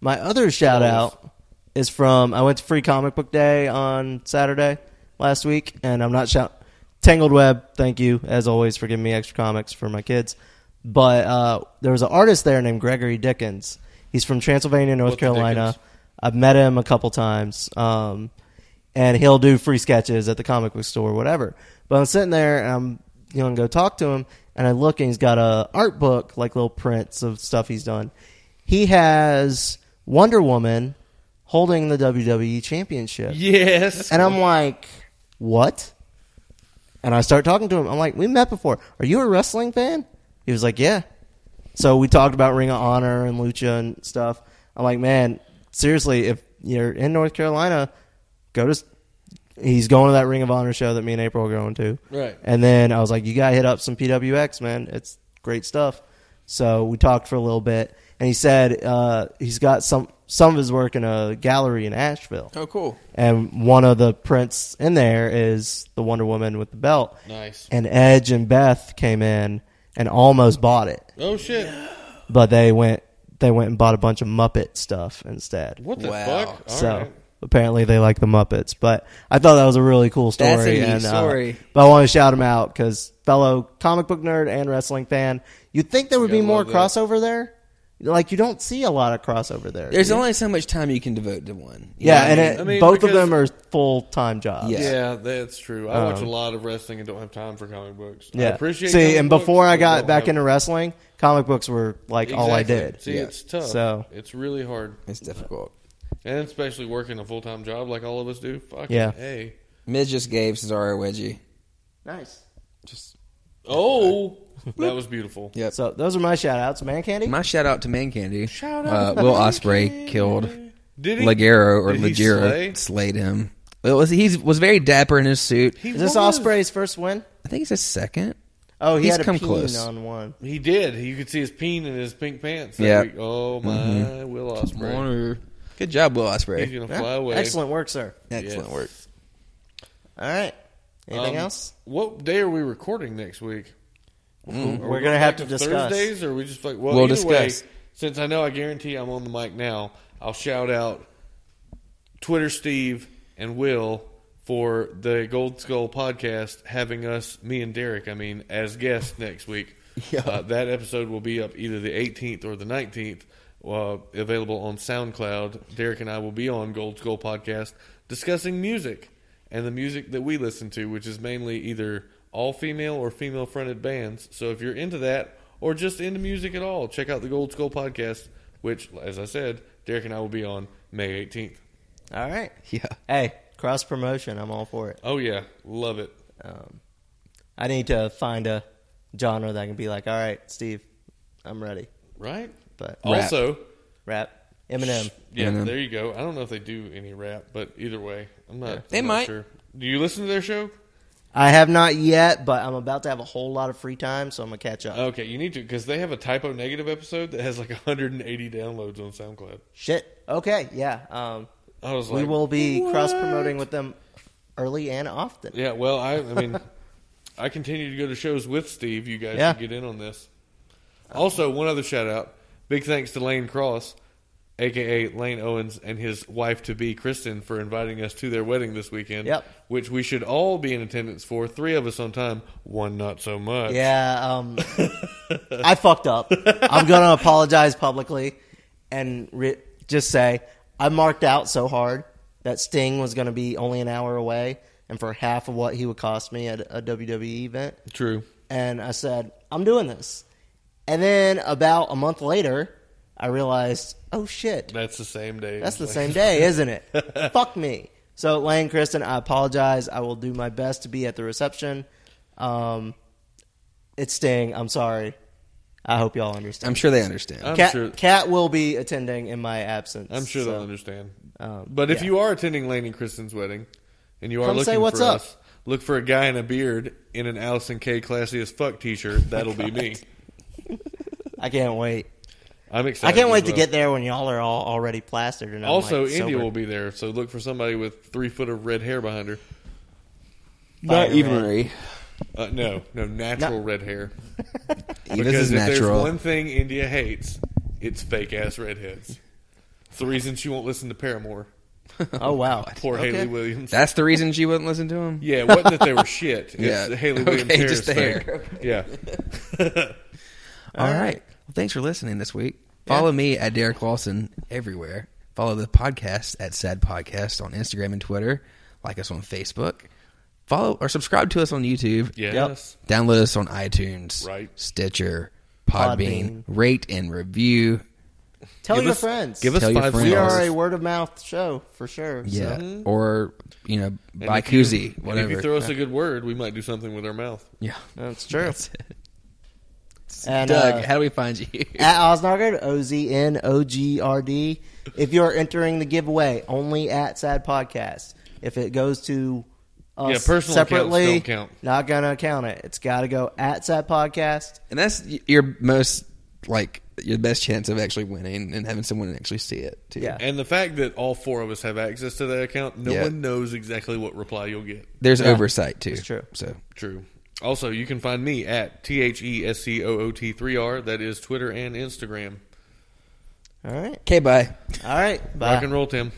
my other shout out is from I went to Free Comic Book Day on Saturday last week, and I'm not shout Tangled Web. Thank you as always for giving me extra comics for my kids. But uh, there was an artist there named Gregory Dickens. He's from Transylvania, North
What's
Carolina.
Dickens?
I've met him a couple times, um, and he'll do free sketches at the comic book store, or whatever. But I'm sitting there and I'm you know and go talk to him, and I look and he's got a art book like little prints of stuff he's done. He has Wonder Woman holding the WWE Championship,
Yes,
and I'm like, what? And I start talking to him. I'm like, we met before. Are you a wrestling fan? He was like, yeah. So we talked about Ring of Honor and Lucha and stuff. I'm like, man, seriously, if you're in North Carolina, go to. s- He's going to that Ring of Honor show that me and April are going to.
Right.
And then I was like, you got to hit up some PWX, man. It's great stuff. So we talked for a little bit, and he said uh, he's got some some of his work in a gallery in Asheville.
oh, cool.
And one of the prints in there is the Wonder Woman with the belt.
Nice.
And Edge and Beth came in and almost bought it,
oh shit!
but they went they went and bought a bunch of Muppet stuff instead.
What the
Wow.
fuck? All right.
so apparently they like the Muppets, but I thought that was a really cool story.
That's a neat
and, uh,
story.
but I want to shout him out because fellow comic book nerd and wrestling fan. You'd think there would be
Gotta
more
love that.
crossover there. Like you don't see a lot of crossover there.
There's only so much time you can devote to one. You
yeah,
know what
and
I mean?
it,
I mean,
both of
because-
them are full time jobs.
Yeah.
Yeah, that's true. I watch a lot of wrestling and don't have time for comic books.
Um, Yeah.
I appreciate.
See,
comic
and
books,
before I
but
got
don't
back
have-
into wrestling, comic books were like all I
Exactly.
did.
See,
Yeah.
it's tough.
So-
it's really hard,
it's difficult.
and especially working a full time job like all of us do. Fucking
Yeah.
Hey.
Miz just gave Cesaro a wedgie.
Nice.
Just
[laughs]
Oh, that was beautiful.
yep.
So those are my shout outs. Man Candy?
My shout out to Man Candy.
Shout out
uh,
to
Will
Man
Osprey
Candy.
killed
Did he?
Ligero or
Did he slay?
Ligero slayed him. Well, was, he was very dapper in his suit.
He
Is this
was.
Osprey's first win?
I think he's a second.
Oh, he
He's
had a
come
peen
close.
on one.
He did. You could see his peen in his pink pants. that
Yeah.
week. Oh my, Will Osprey.
Good job, Will Osprey.
He's gonna
Mm-hmm. Yeah.
fly away.
Excellent work, sir.
Excellent
Yes.
work.
All right. Anything
Um,
else?
What day are we recording next week? Are we
We're gonna have
mm, back
to discuss.
Thursdays, or are we just like well,
We'll
either
discuss.
Way, since I know I guarantee I'm on the mic now, I'll shout out Twitter Steve and Will for the Gold Skull podcast having us, me and Derek, I mean, as guests next week.
Yeah.
Uh, that episode will be up either the 18th or the 19th, uh, available on SoundCloud. Derek and I will be on Gold Skull Podcast discussing music and the music that we listen to, which is mainly either all female or female fronted bands. So if you're into that or just into music at all, check out the Gold Skull Podcast, which, as I said, Derek and I will be on May 18th.
All right.
Yeah.
Hey, cross promotion. I'm all for it.
Oh, yeah. Love it.
Um, I need to find a genre that I can be like, all right, Steve, I'm ready.
Right?
But
Rap.
Also,
rap, Eminem.
yeah,
Eminem.
there you go. I don't know if they do any rap, but either way, I'm not.
Yeah.
They
might.
Sure. Do you listen to their show?
I have not yet, but I'm about to have a whole lot of free time, so I'm gonna catch up.
Okay, you need to because they have a typo negative episode that has like 180 downloads on SoundCloud.
Shit. Okay. Yeah. Um,
I was
we
like,
will be cross promoting with them early and often.
Yeah, well, I, I mean, [laughs] I continue to go to shows with Steve. You guys
Yeah.
should get in on this. Also, one other shout out. Big thanks to Lane Cross, aka Lane Owens, and his wife to be Kristen for inviting us to their wedding this weekend.
Yep.
Which we should all be in attendance for. Three of us on time, one not so much.
Yeah, um, I fucked up. I'm gonna apologize publicly and re- just say I marked out so hard that Sting was gonna be only an hour away and for half of what he would cost me at a WWE event.
True.
And I said, I'm doing this. And then about a month later, I realized, oh shit,
That's the same day.
that's the
[laughs]
same day, isn't it? Fuck me. So, Lane, Kristen, I apologize. I will do my best to be at the reception. Um, it's Sting. I'm sorry. I hope y'all understand.
I'm sure they understand.
I'm
Cat,
sure.
Cat will be attending in my absence.
I'm sure
so-
they'll understand.
um,
but if
yeah.
you are attending Lane and Kristen's wedding, and you are
Come
looking
say what's
for
up.
us, look for a guy in a beard in an Allison K. Classy as
[laughs]
fuck
Oh
T-shirt. That'll be me.
I can't wait.
I'm excited.
I can't wait
as
to
well.
get there when y'all are all already plastered. And I'm,
Also,
like,
India
sober.
will be there, so look for somebody with three foot of red hair behind her.
Not
Fire
even
red.
Marie.
Uh, no, no, natural red hair.
He
Because
does
if there's
natural.
one thing India hates, it's fake ass redheads. It's the reason she won't listen to Paramore.
Oh
[laughs]
wow!
Poor Haley Williams.
That's the reason she wouldn't listen to him.
Yeah, it wasn't that they
[laughs]
were shit. It's
Yeah.
yeah. Haley
Okay,
Williams hair
just
is
the
fake.
hair.
Yeah.
All right. Well, thanks for listening this week. Follow me at Derek Lawson everywhere. Follow the podcast at Sad Podcast on Instagram and Twitter. Like us on Facebook. Follow or subscribe to us on YouTube.
yes.
Download us on iTunes,
Right.
Stitcher,
Podbean.
Podbean. Rate and review.
Tell
Give
your
us-
friends.
Give us
Tell your
five
friends.
we
stars.
are a word of mouth show for sure.
Yeah.
so.
Or you know,
And
buy
if you-
koozie,
and
whatever.
If you throw us a good word, we might do something with our mouth.
yeah. [laughs]
that's true. And,
Doug,
uh,
how do we find you?
at Osnogard, O Z N O G R D. If you're entering the giveaway, only at Sad Podcast. If it goes to us
Yeah, personal accounts
separately,
don't count.
not gonna count it. It's got to go at Sad Podcast.
And that's y- your most like your best chance of actually winning and having someone actually see it too.
Yeah.
And the fact that all four of us have access to that account, no
Yeah.
one knows exactly what reply you'll get.
There's oversight too.
It's true.
So
True. Also, you can find me at T H E S C O O T 3 R. That is Twitter and Instagram.
All right,
okay, bye.
all right, bye.
Ah.
Rock and roll, Tim.